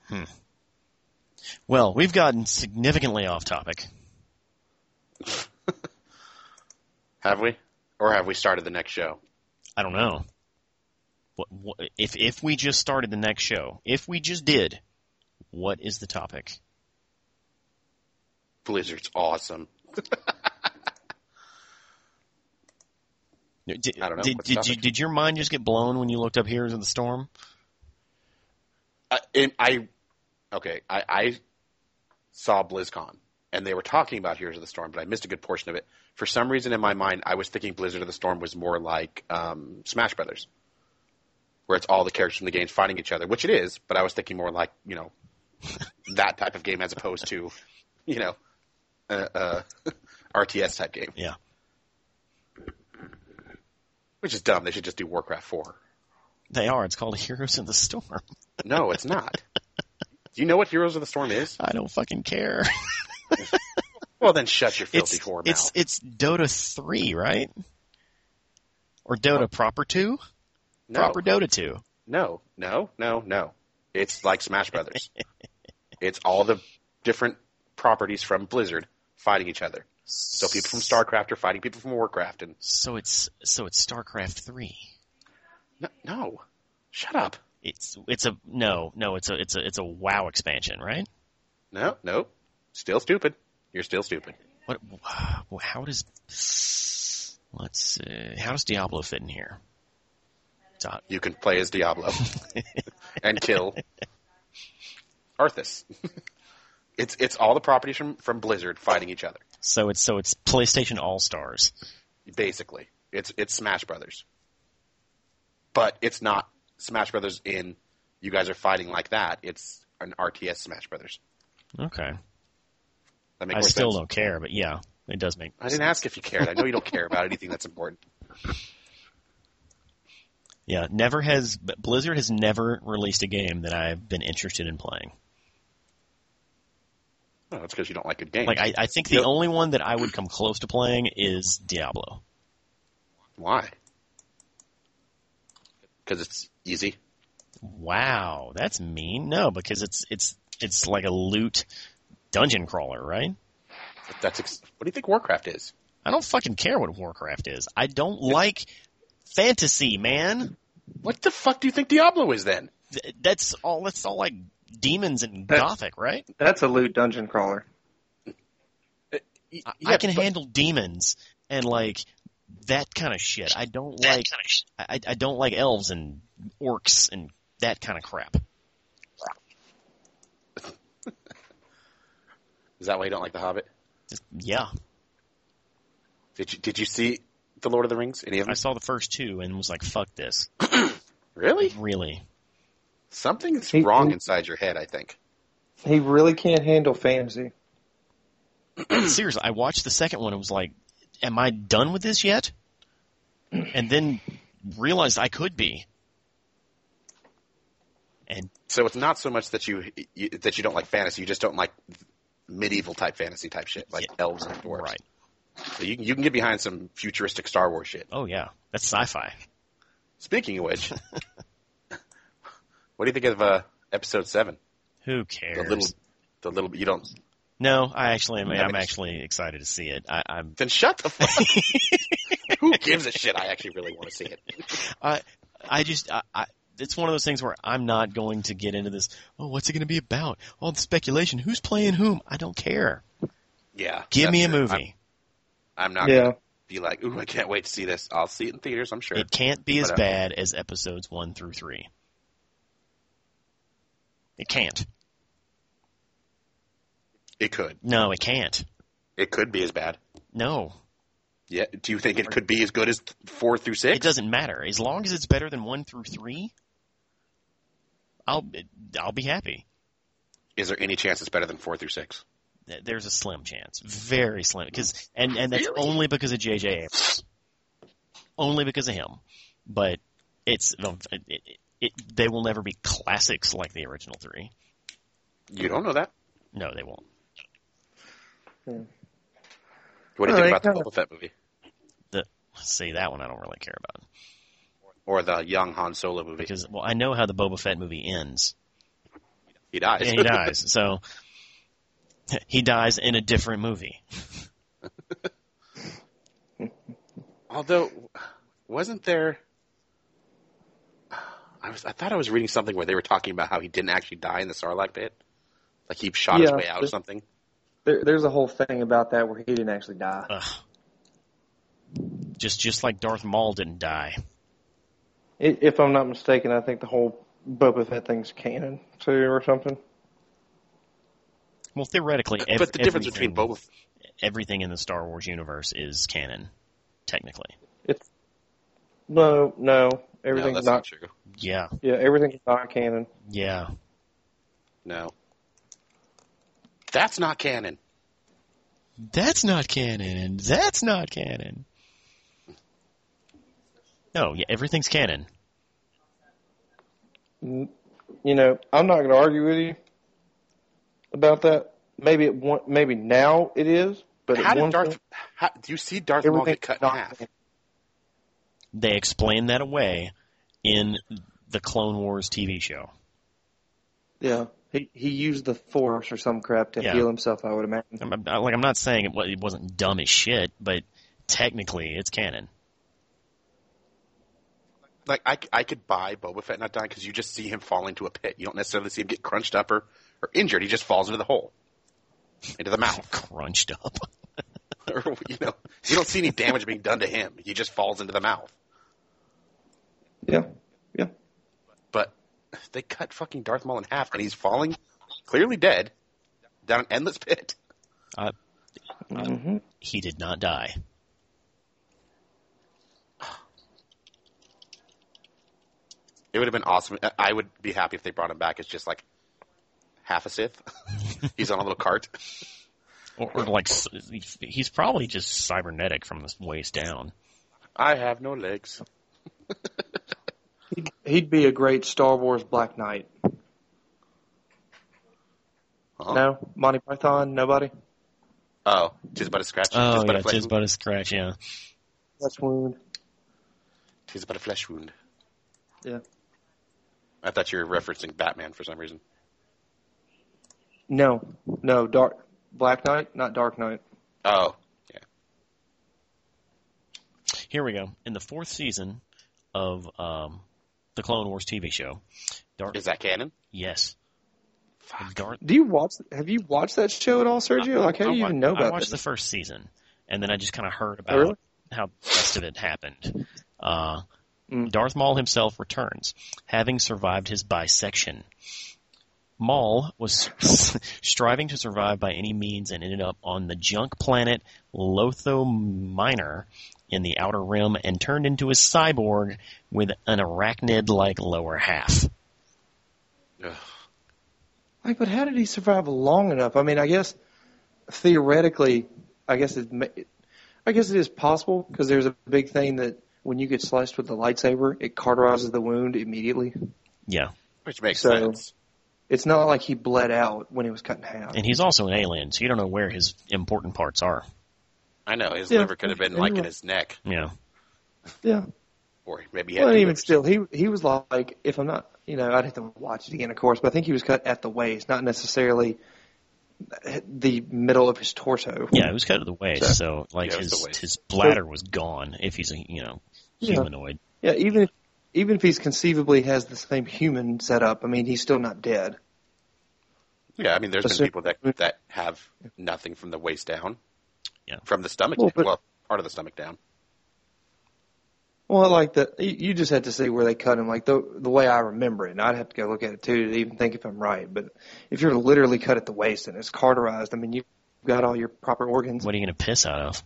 Hmm. Well, we've gotten significantly off topic.
Have we? Or have we started the next show?
I don't know. What, what, if if we just started the next show, if we just did, what is the topic?
Blizzard's awesome.
Did,
I don't know.
Did,
What's the
did, you,
topic?
did your mind just get blown when you looked up Heroes of the Storm?
I, Uh, and I okay, I, I saw BlizzCon and they were talking about Heroes of the Storm, but I missed a good portion of it. For some reason in my mind, I was thinking Blizzard of the Storm was more like um, Smash Brothers, where it's all the characters from the games fighting each other, which it is. But I was thinking more like you know [laughs] that type of game as opposed to you know uh, uh, [laughs] RTS type game,
Yeah.
which is dumb. They should just do Warcraft Four.
They are. It's called [laughs] Heroes of the Storm.
No, it's not. do you know what Heroes of the Storm is?
I don't fucking care.
Well, then shut your filthy
It's
whore mouth.
it's it's Dota three, right? Or Dota proper two?
Uh, no.
Proper Dota two.
No, no, no, no. It's like
[laughs]
Smash Brothers. it's all the different properties from Blizzard fighting each other. So people from StarCraft are fighting people from Warcraft, and
So it's so it's StarCraft three.
no, no. shut up.
It's it's a no no it's a it's a it's a WoW expansion, right?
No, no, still stupid. You're still stupid.
What? wh- How does? Let's see. How does Diablo fit in here? Di-
You can play
[laughs]
as Diablo and kill Arthas. [laughs] it's it's all the properties from from Blizzard fighting each other.
So it's so it's PlayStation All Stars.
basically. It's it's Smash Brothers. But it's not Smash Brothers in you guys are fighting like that. It's an RTS Smash Brothers.
Okay.
That make
I
more
still
sense?
don't care, but yeah, it does make.
I didn't ask if you cared. I know you don't care about anything that's important. [laughs]
Yeah, never has but Blizzard has never released a game that I've been interested in playing.
No, that's because you don't like good games.
Like I, I think the
Yep.
only one that I would come close to playing is Diablo.
Why? Because it's easy.
Wow, that's mean. No, because it's it's it's like a loot dungeon crawler, right?
That's ex- what do you think Warcraft is?
I don't fucking care what Warcraft is. I don't like fantasy, man.
What the fuck do you think Diablo is then?
Th- That's all. That's all like demons and
That's-
gothic, right?
That's a loot dungeon crawler.
I- I can handle demons and like that kind of shit. I don't like I, I don't like elves and orcs and that kind of crap.
Is that why you don't like The Hobbit?
Just, yeah,
Did you Did you see the Lord of the Rings? Any of
I
them?
saw the first two and was like, "Fuck
[clears throat]
this!"
Really?
Really,
Something's
He-
wrong
he-
inside your head. I think.
He really can't handle fantasy.
seriously. I watched the second one and was like, "Am I done with this
[clears throat]
yet?" And then realized I could be. And
So it's not so much that you, you that you don't like fantasy. You just don't like medieval type fantasy type shit, like elves and dwarves.
right,
So you can you can get behind some futuristic Star Wars shit.
oh yeah, that's sci-fi.
Speaking
[laughs]
of which, what do you think of uh, episode seven?
Who cares?
The little, the little. You don't.
no, I actually am.
Yeah,
I'm
but-
actually excited to see it. I, I'm
Then shut the fuck.
[laughs]
up. Who gives a shit? I actually really want to see it.
I I just I, I it's one of those things where I'm not going to get into this. Oh, what's it going to be about? All the speculation. Who's playing whom? I don't care.
Yeah.
Give
that's
me a
true. I'm,
movie.
I'm not
yeah.
gonna be like, ooh, I can't wait to see this. I'll see it in theaters. I'm sure.
It can't be as
But, uh,
bad as episodes one through three. It can't.
It could.
No, it can't.
It could be as bad.
No,
Yeah. Do you think it could be as good as four through six?
it doesn't matter. As long as it's better than one through three, I'll I'll be happy.
Is there any chance it's better than four through six?
Th- There's a slim chance, very slim, because and and that's
Really?
only because of J.J. Abrams, only because of him. But it's it, it, it, they will never be classics like the original three.
You don't know that.
No, they won't.
What do you think
No, they
about the
kinda-
Boba Fett movie
See that one I don't really care about
or the young Han Solo movie?
because well I know how the Boba Fett movie ends.
He dies. [laughs]
Yeah, he dies. So he dies in a different movie.
Although, wasn't there? I was. I thought I was reading something where they were talking about how he didn't actually die in the Sarlacc pit, like he shot his
Yeah.
way out or something.
There, there's a whole thing about that where he didn't actually die.
Ugh. Just just like Darth Maul didn't die.
I- If I'm not mistaken, I think the whole Boba Fett thing's canon too, or something.
Well, theoretically, ev-
but the difference between
everything-
Boba, F-
everything in the Star Wars universe is canon, technically.
It's no, no,
no,
everything's
that's
not.
not true.
Yeah,
Yeah, everything's not canon.
yeah.
No, that's not canon.
That's not canon, and that's not canon. No, yeah, everything's canon.
N- You know, I'm not going to argue with you about that. Maybe it one, maybe now it is, but
How
at
did
one
Darth?
point,
How, do you see Darth Maul
everything's
get cut in
not
half?
canon.
They explain that away in the Clone Wars TV show.
Yeah, he he used the Force or some crap to
Yeah.
heal himself. I would imagine.
I'm, I'm- like, I'm not saying it, wa- it wasn't dumb as shit, but technically, it's canon.
Like I, I could buy Boba Fett not dying because you just see him fall into a pit. You don't necessarily see him get crunched up or, or injured. He just falls into the hole, into the mouth. [laughs]
Crunched up. [laughs]
or you know, you don't see any damage being done to him. He just falls into the mouth.
Yeah, yeah.
But they cut fucking Darth Maul in half, and he's falling, clearly dead, down an endless pit.
hmm
He did not die.
It would have been awesome. I- I would be happy if they brought him back as just like half a Sith. [laughs] he's on a little cart.
Or, or like, s- he's probably just cybernetic from the waist down.
I have no legs.
He'd be a great Star Wars Black Knight.
Uh-huh.
No, Monty Python, nobody.
Oh, just about a scratch.
Oh
just about
yeah,
a flesh
just
wound.
but a scratch. Yeah.
That's wound.
Tis but a flesh wound.
Yeah.
I thought you were referencing Batman for some reason.
No, no, Dark Black Knight, not Dark Knight.
Oh,
Here we go. In the fourth season of um, the Clone Wars TV show, Darth
is that canon?
yes, Darth
Do you watch? Have you watched that show at all, Sergio? Like, how do you
I, wa-
even know
I
about
watched
this?
the first season, and then I just kind of heard about
really?
how the rest of it happened. Uh,
Mm.
Darth Maul himself returns, having survived his bisection. Maul was [laughs] striving to survive by any means and ended up on the junk planet Lotho Minor in the Outer Rim and turned into a cyborg with an arachnid-like lower half.
Ugh.
Like, but how did he survive long enough? I mean, I guess theoretically, I guess it, ma- I guess it is possible because there's a big thing that when you get sliced with the lightsaber, it cauterizes the wound immediately.
Yeah,
Which makes
So-
sense.
It's not like he bled out when he was cut in half.
and he's also an alien, so you don't know where his important parts are.
I know his
Yeah,
liver could have been like in
anyway.
his neck,
Yeah.
Yeah.
or maybe he had
Well, and
two
even
livers.
still, he he was like, if I'm not, you know, I'd have to watch it again, of course, but I think he was cut at the waist, not necessarily the middle of his torso.
Yeah, it was cut to the waist, so
So-
like
Yeah, it was the
his
waist.
his bladder was gone. If he's a you know
Yeah.
humanoid,
Yeah, even if, even if he's conceivably has the same human setup, I mean, he's still not dead.
Yeah, I mean, there's been
Assume-
people that that have nothing from the waist down.
Yeah.
From the stomach,
Well, but-
well, part of the stomach down.
Well, like the you you just had to see where they cut him. Like the the way I remember it, and I'd have to go look at it too to even think if I'm right. But if you're literally cut at the waist and it's cauterized, I mean, you've got all your proper organs.
what are you going to piss out
[laughs]
of?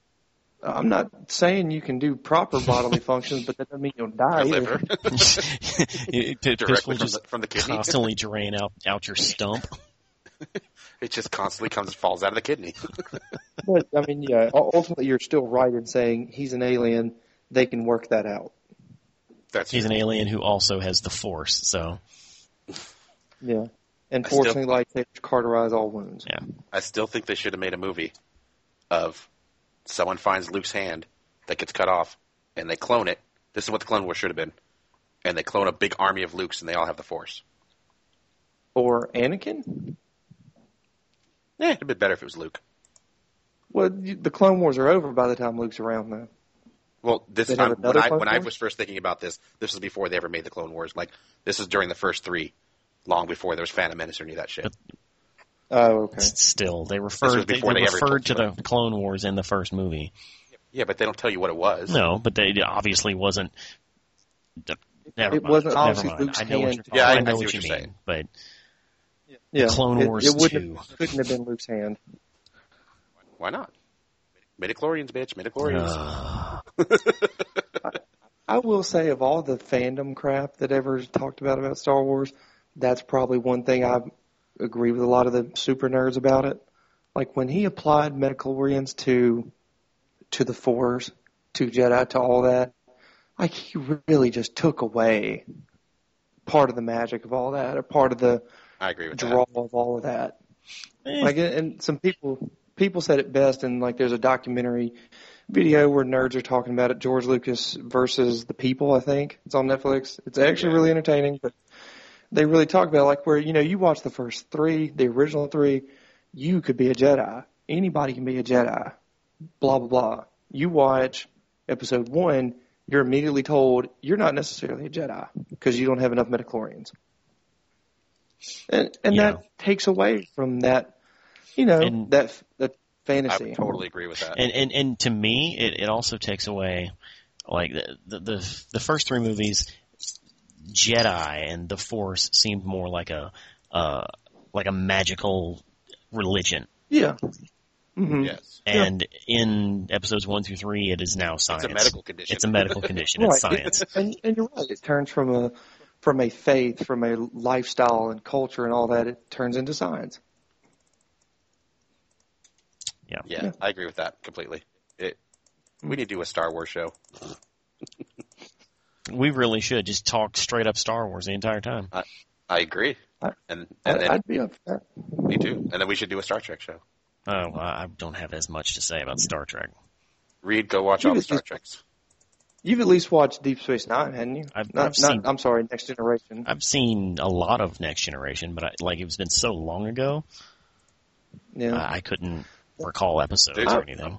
[laughs]
I'm not saying you can do proper bodily functions, but that doesn't mean you'll die.
Our
either.
liver, [laughs]
It- it- piss will
directly from
just
the, from the kidney.
constantly drain out out your stump.
[laughs] It just constantly comes falls out of the kidney.
[laughs]
[laughs]
But I mean, yeah. u- Ultimately, you're still right in saying he's an alien. They can work that out.
That's
He's an alien who also has the force, so
Yeah. And
I still-
fortunately, like they cauterize all wounds.
yeah.
I still think they should have made a movie of someone finds Luke's hand that gets cut off, and they clone it. This is what the Clone Wars should have been, and they clone a big army of Luke's, and they all have the Force.
Or Anakin?
Yeah, Eh, it'd have been better if it was Luke.
Well, you- the Clone Wars are over by the time Luke's around, though.
Well, this
They
time
have
when
another
I
Clone
when I
Wars?
was first thinking about this, this was before they ever made the Clone Wars. Like this is during the first three, long before there was Phantom Menace or any of that shit.
But-
Oh, okay.
S- Still, they
was
referred they,
before
they
they ever
referred to
talked
the Clone Wars in the first movie.
yeah, but they don't tell you what it was.
No, but they it obviously wasn't. d- Never
It
mind,
wasn't
never
obviously
mind.
Luke's
I know what
hand.
you're,
Yeah, I-
I know
I see
what
what
you
you're
mean,
saying.
but
Yeah.
Clone
it,
Wars
it wouldn't
2.
Have, couldn't have been Luke's hand.
Why not? Midichlorians, bitch, midichlorians.
uh,
I will say, of all the fandom crap that ever talked about about Star Wars, that's probably one thing I agree with a lot of the super nerds about it. Like when he applied Metachlorians to to the Force, to Jedi, to all that, like he really just took away part of the magic of all that, or part of the
I agree with
draw of all of that
eh,
like and- and some people people said it best and like there's a documentary video where nerds are talking about it george lucas versus the people i think it's on netflix it's actually
Yeah.
really entertaining but they really talk about like where you know you watch the first three the original three you could be a jedi anybody can be a jedi blah blah blah you watch episode one you're immediately told you're not necessarily a jedi because you don't have enough metachlorians and and that takes away from that you know
And-
that that
that. I
fantasy.
would totally agree with that.
and and and to me, it, it also takes away like the, the the the first three movies, Jedi and the Force seemed more like a uh like a magical religion,
Yeah. hmm
yes,
and in episodes one through three, it is now science.
it's a medical condition.
It's a medical condition. It's
[laughs] Right.
science.
And, and you're right. It turns from a from a faith, from a lifestyle and culture and all that. It turns into science.
yeah,
Yeah.
I agree with that completely. It. We need to do a Star Wars show.
We really should just talk straight up Star Wars the entire time.
I agree.
I-
and and
I,
then
I'd be up for that.
me too. And then we should do a Star Trek show.
Oh, well, I don't have as much to say about Star Trek.
Reed, go watch all the Star Treks.
You've at least watched Deep Space Nine, hadn't you?
I've-
not,
I've
not,
seen-
I'm sorry, Next Generation.
I've seen a lot of Next Generation, but I, like it's been so long ago,
yeah.
I I couldn't recall episodes
Dude.
or anything.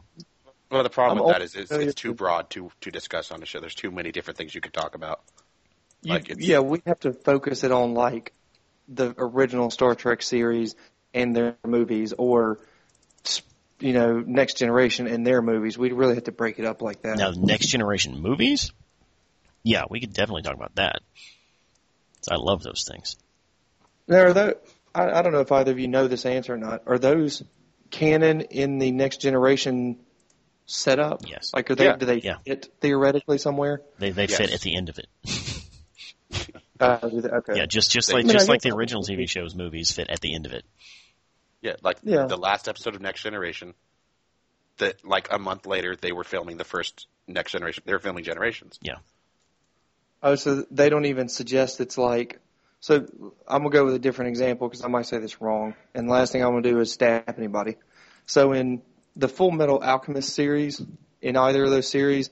Well, the problem
I'm
with that is it's,
also-
it's too broad to to discuss on the show. There's too many different things you could talk about.
You-
Like, it's-
yeah, we have to focus it on like the original Star Trek series and their movies, or s- you know, Next Generation and their movies. We really have to break it up like that.
Now, Next Generation movies? Yeah, we could definitely talk about that. 'Cause I love those things.
Now, are tho- I, I don't know if either of you know this answer or not. Are those canon in the Next Generation setup?
Yes.
Like, are they
Yeah,
do they
yeah.
fit theoretically somewhere?
They they
Yes.
fit at the end of it.
Uh, do they- okay.
Yeah, just just
They-
like
I mean, I
just like
guess-
the original TV shows, movies fit at the end of it.
Yeah, like
Yeah.
the last episode of Next Generation. That like a month later they were filming the first Next Generation. They were filming Generations.
Oh, so they don't even suggest it's like. So I'm gonna go with a different example because I might say this wrong. And the last thing I'm gonna do is stab anybody. So in the Full Metal Alchemist series, in either of those series,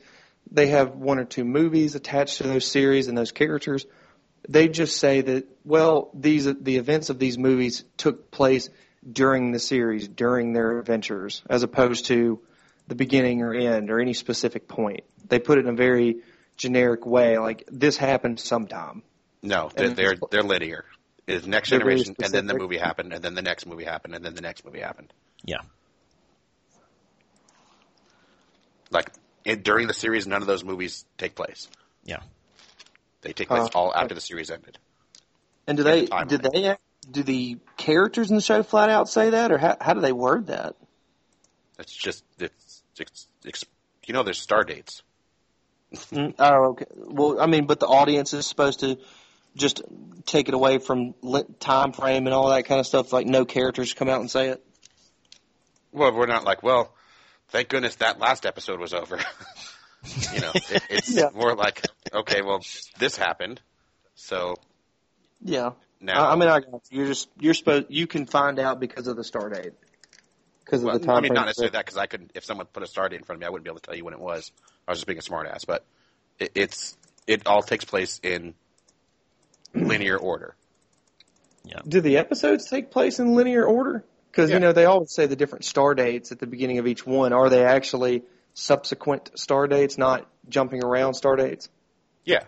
they have one or two movies attached to those series and those characters. They just say that well, these the events of these movies took place during the series, during their adventures, as opposed to the beginning or end or any specific point. They put it in a very generic way, like this happened sometime.
No, they're
And
they're,
it's-
they're linear. It's Next
They're very
Generation, and then the
specific.
movie happened, and then the next movie happened, and then the next movie happened.
Yeah.
Like it, during the series, none of those movies take place.
Yeah.
They take place
Huh.
all after the series ended.
And do they
the timeline.
do they do the characters in the show flat out say that, or how how do they word that?
It's just it's, it's, it's you know there's star dates.
Oh, okay. Well, I mean, but the audience is supposed to just take it away from li- time frame and all that kind of stuff. Like no characters come out and say it.
Well, we're not like well, thank goodness that last episode was over. [laughs] you know, it, it's
Yeah.
more like okay, well this happened, so
Yeah.
now
I, I mean, I got you. are just you're supposed you can find out because of the star date. Because
Well,
of the time
I mean,
frame.
not necessarily that because I couldn't. If someone put a star date in front of me, I wouldn't be able to tell you when it was. I was just being a smartass. but it, it's it all takes place in linear order.
Do the episodes take place in linear order? Because
Yeah.
you know they always say the different star dates at the beginning of each one. Are they actually subsequent star dates, not jumping around star dates?
Yeah,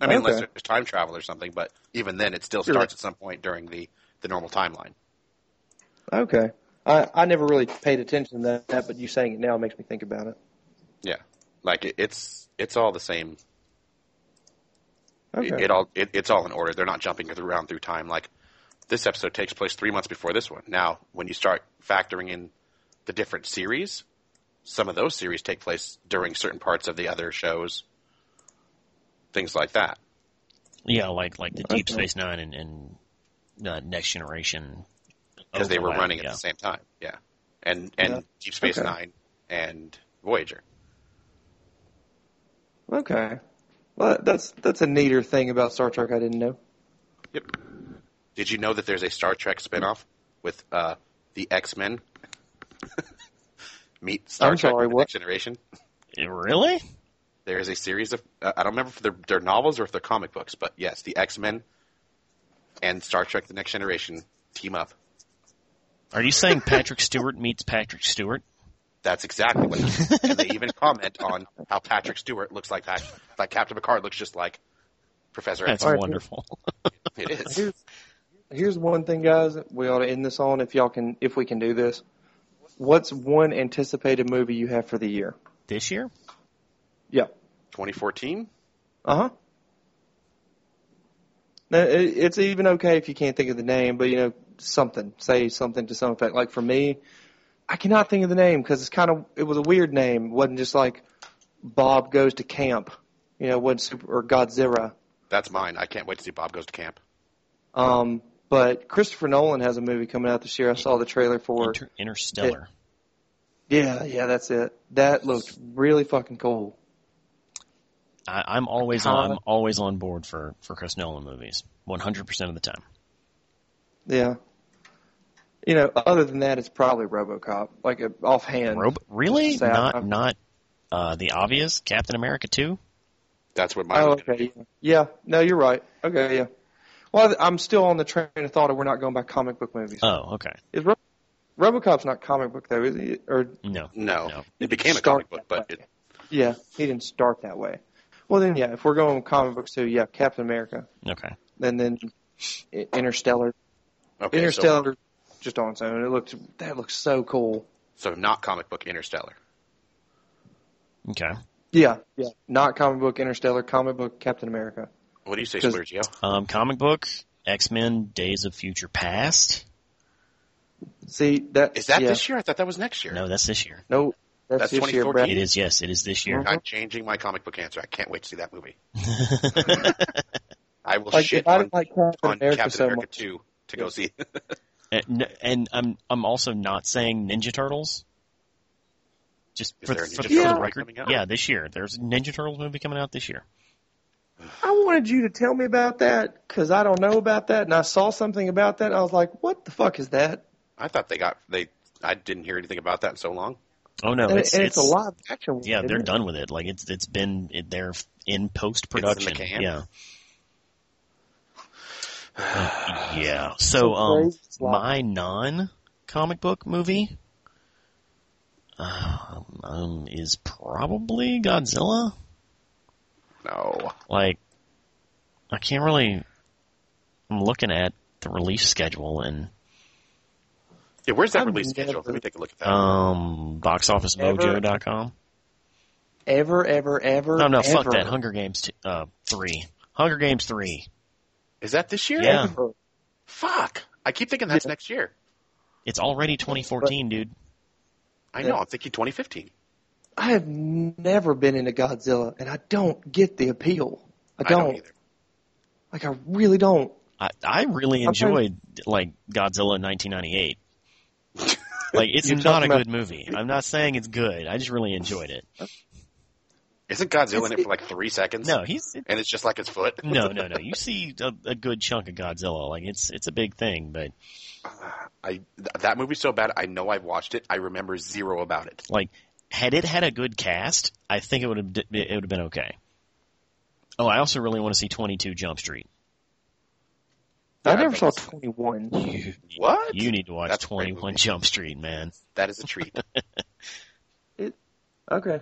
I mean, unless
Okay.
there's time travel or something, but even then, it still
Sure.
starts at some point during the the normal timeline.
Okay, I I never really paid attention to that, but you saying it now makes me think about it.
Yeah, like it, it's it's all the same. It-
Okay,
It, all it, it's all in order. They're not jumping through- around through time. Like this episode takes place three months before this one. Now, when you start factoring in the different series, some of those series take place during certain parts of the other shows, things like that.
Yeah, like like the Deep
Okay.
Space Nine and, and uh, Next Generation Oh,
because they were
overlap,
running at
yeah.
the same time. Yeah, and and
Yeah.
Deep Space
Okay.
Nine and Voyager.
okay. Well, that's that's a neater thing about Star Trek I didn't know.
Yep. Did you know that there's a Star Trek spinoff with uh, the X Men? [laughs] Meet Star
I'm
Trek
sorry,
The
what?
Next Generation.
Really?
there is a series of uh, I don't remember if they're, they're novels or if they're comic books, but yes, the X Men and Star Trek: The Next Generation team up.
Are you saying Patrick Stewart meets Patrick Stewart?
That's exactly what.
[laughs]
Happened. and they even comment on how Patrick Stewart looks like that, like Captain Picard looks just like Professor
That's
X.
Alright.
wonderful.
It is.
Here's, here's one thing, guys. We ought to end this on if y'all can if we can do this. What's one anticipated movie you have for the year?
this year?
Yeah.
2014.
Uh huh. No, it, it's even okay if you can't think of the name, but you know something. Say something to some effect. Like for me, I cannot think of the name because it's kind of it was a weird name. It wasn't just like Bob goes to camp, you know, wasn't super, or Godzilla.
That's mine. I can't wait to see Bob goes to camp.
Um, but Christopher Nolan has a movie coming out this year. I saw the trailer for.
Inter- Interstellar.
Yeah, yeah, that's it. That looked really fucking cool.
I, I'm always
Huh?
on, I'm always on board for for Chris Nolan movies, 100 percent of the time.
Yeah. You know, other than that, it's probably RoboCop. Like uh, offhand,
Rob- really?
Sad.
Not not uh, the obvious Captain America two.
That's what mine.
Oh,
was gonna
okay. Yeah. No, you're right. Okay. Yeah. Well, I'm still on the train of thought of we're not going by comic book movies.
Oh, okay.
Is Ro- RoboCop's not comic book though? Is he? Or
No,
be. No,
No.
it became a
Start
comic book, but it,
yeah, he didn't start that way. Well, then yeah, if we're going with comic books too, yeah, Captain America,
okay.
and then I- Interstellar.
okay. So,
Interstellar, just on its own, it looks that looks so cool.
so not comic book, Interstellar.
Okay.
Yeah. Yeah. Not comic book Interstellar, comic book Captain America.
What do you say,
'Cause-
Splurgio?
Um, comic book X Men Days of Future Past.
See that
Is that
yeah.
this year? I thought that was next year.
No, that's this year.
No, that's,
That's
this year,
2014.
Brad.
It is. Yes, it is this year.
I'm changing my comic book answer. I can't wait to see that
[laughs]
movie. I will
Like,
shit
if I
on,
didn't like Captain
on
America
Captain
so
America
much,
2 to go see.
and, and I'm I'm also not saying Ninja Turtles. Just
Is
for,
there a
for,
Ninja
for
Turtles
the
movie
record,
coming out?
yeah, this year there's a Ninja Turtles movie coming out this year.
I wanted you to tell me about that because I don't know about that, and I saw something about that. And I was like, "What the fuck is that?"
[laughs] I thought they got they. I didn't hear anything about that in so long.
Oh no,
and,
it's,
and
it's,
it's, a live action. one,
Yeah,
isn't
they're
it?
done with it. Like it's it's been it, they're in post production.
It's in the can?
Yeah. yeah. So um,
crazy. It's like-
my non comic book movie um, um, is probably Godzilla.
No,
Like I can't really. I'm looking at the release schedule and
yeah. Where's that
I've
release schedule?
never-
Let me take a look at that.
um boxofficemojo.com.
Ever, ever, ever.
No, no,
ever,
fuck that. Hunger Games t- uh, three. Hunger Games three.
Is that this year?
Yeah.
Ever.
Fuck. I keep thinking that's next year.
It's already 2014, dude.
I
Yeah.
know. I'm thinking 2015.
I have never been into Godzilla, and I don't get the appeal. I
I don't,
don't.
either.
like, I really don't.
I, I really
I'm trying-
enjoyed like Godzilla in 1998. like it's
You're
not a
talking
good
about-
movie. I'm not saying it's good. I just really enjoyed it.
Isn't Godzilla in
It's-
it for like three seconds?
No, he's it-
And it's just like his foot.
no, no, no. You see a, a good chunk of Godzilla. Like it's it's a big thing, but
I th- that movie's so bad. I know I've watched it. I remember zero about it.
like had it had a good cast, I think it would have it would have been okay. Oh, I also really want to see 22 Jump Street.
Yeah,
I never
but
saw
that's-
21.
What?
You need to watch
That's a great
21
movie.
Jump Street, man.
That is a treat.
Okay.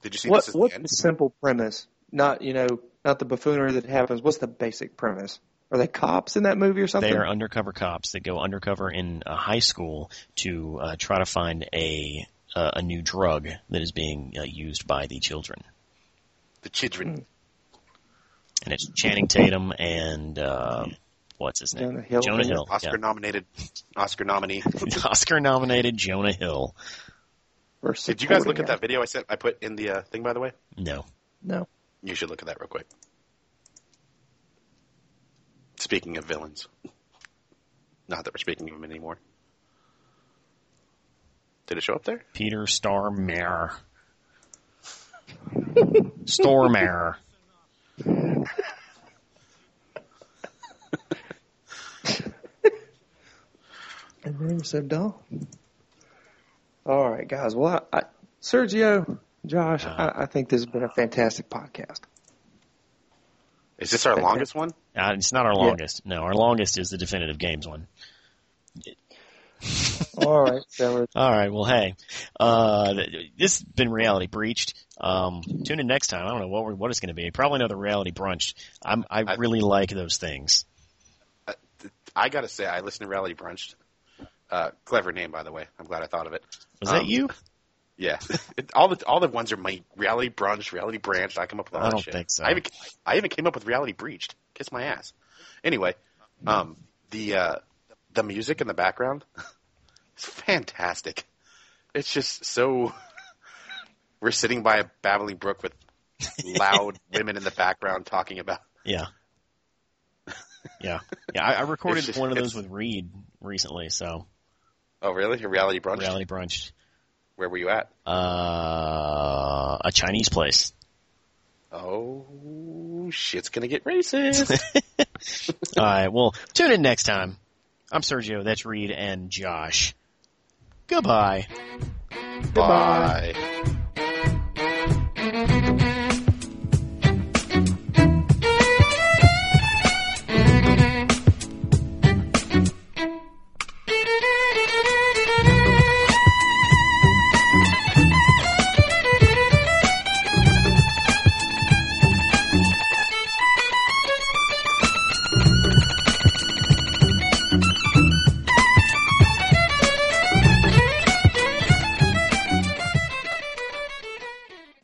Did you see
what,
this is
what's
the
the
end?
simple premise? Not, you know, not the buffoonery that happens. What's the basic premise? Are they cops in that movie or something?
They are undercover cops that go undercover in a high school to uh, try to find a uh, a new drug that is being uh, used by the children.
The children.
Hmm.
And it's Channing Tatum and uh, what's his name?
Jonah Hill.
Jonah Hill.
Oscar nominated. Oscar nominee.
yeah. [laughs] Oscar nominated Jonah Hill.
Versus
Did you guys look
supporting
at that video I sent? I put in the uh, thing, by the way.
No.
No.
You should look at that real quick. Speaking of villains, not that we're speaking of them anymore. Did it show up there?
Peter
[laughs]
Stormare. Stormare.
And they were so dumb. All right, guys. Well, I, I, Sergio, Josh,
Uh-huh.
I, I think this has been a fantastic podcast.
Is this our
Okay.
longest one?
Uh, it's not our
Yeah.
longest. No, our longest is the definitive games one.
All right, fellas.
All right. Well, hey, uh, th- this has been reality breached. Um, tune in next time. I don't know what we're, what it's going to be. Probably another reality brunch. I'm, I,
I-
really like those things.
I gotta say, I listened to Rally Brunch. Uh, clever name, by the way. I'm glad I thought of it.
Was
Um,
that you?
[laughs] Yeah, It- all the all the ones are my Reality Brunch, Reality Branch. I come up with all
I
that
don't
shit.
think so.
I even I even came up with Reality Breached. Kiss my ass. Anyway, um, the uh, the music in the background [laughs] is fantastic. It's just so. [laughs] We're sitting by a babbling brook with
[laughs]
loud women in the background talking about.
Yeah. Yeah. Yeah. I, I recorded
It's just-
one of those
it's-
with Reed recently. So
Oh, really? Reality Brunch?
reality brunched.
Where were you at?
Uh, a Chinese place.
Oh, shit's gonna
[laughs]
get racist.
All right. Well, tune in next time. I'm Sergio. That's Reed and Josh. Goodbye.
Bye.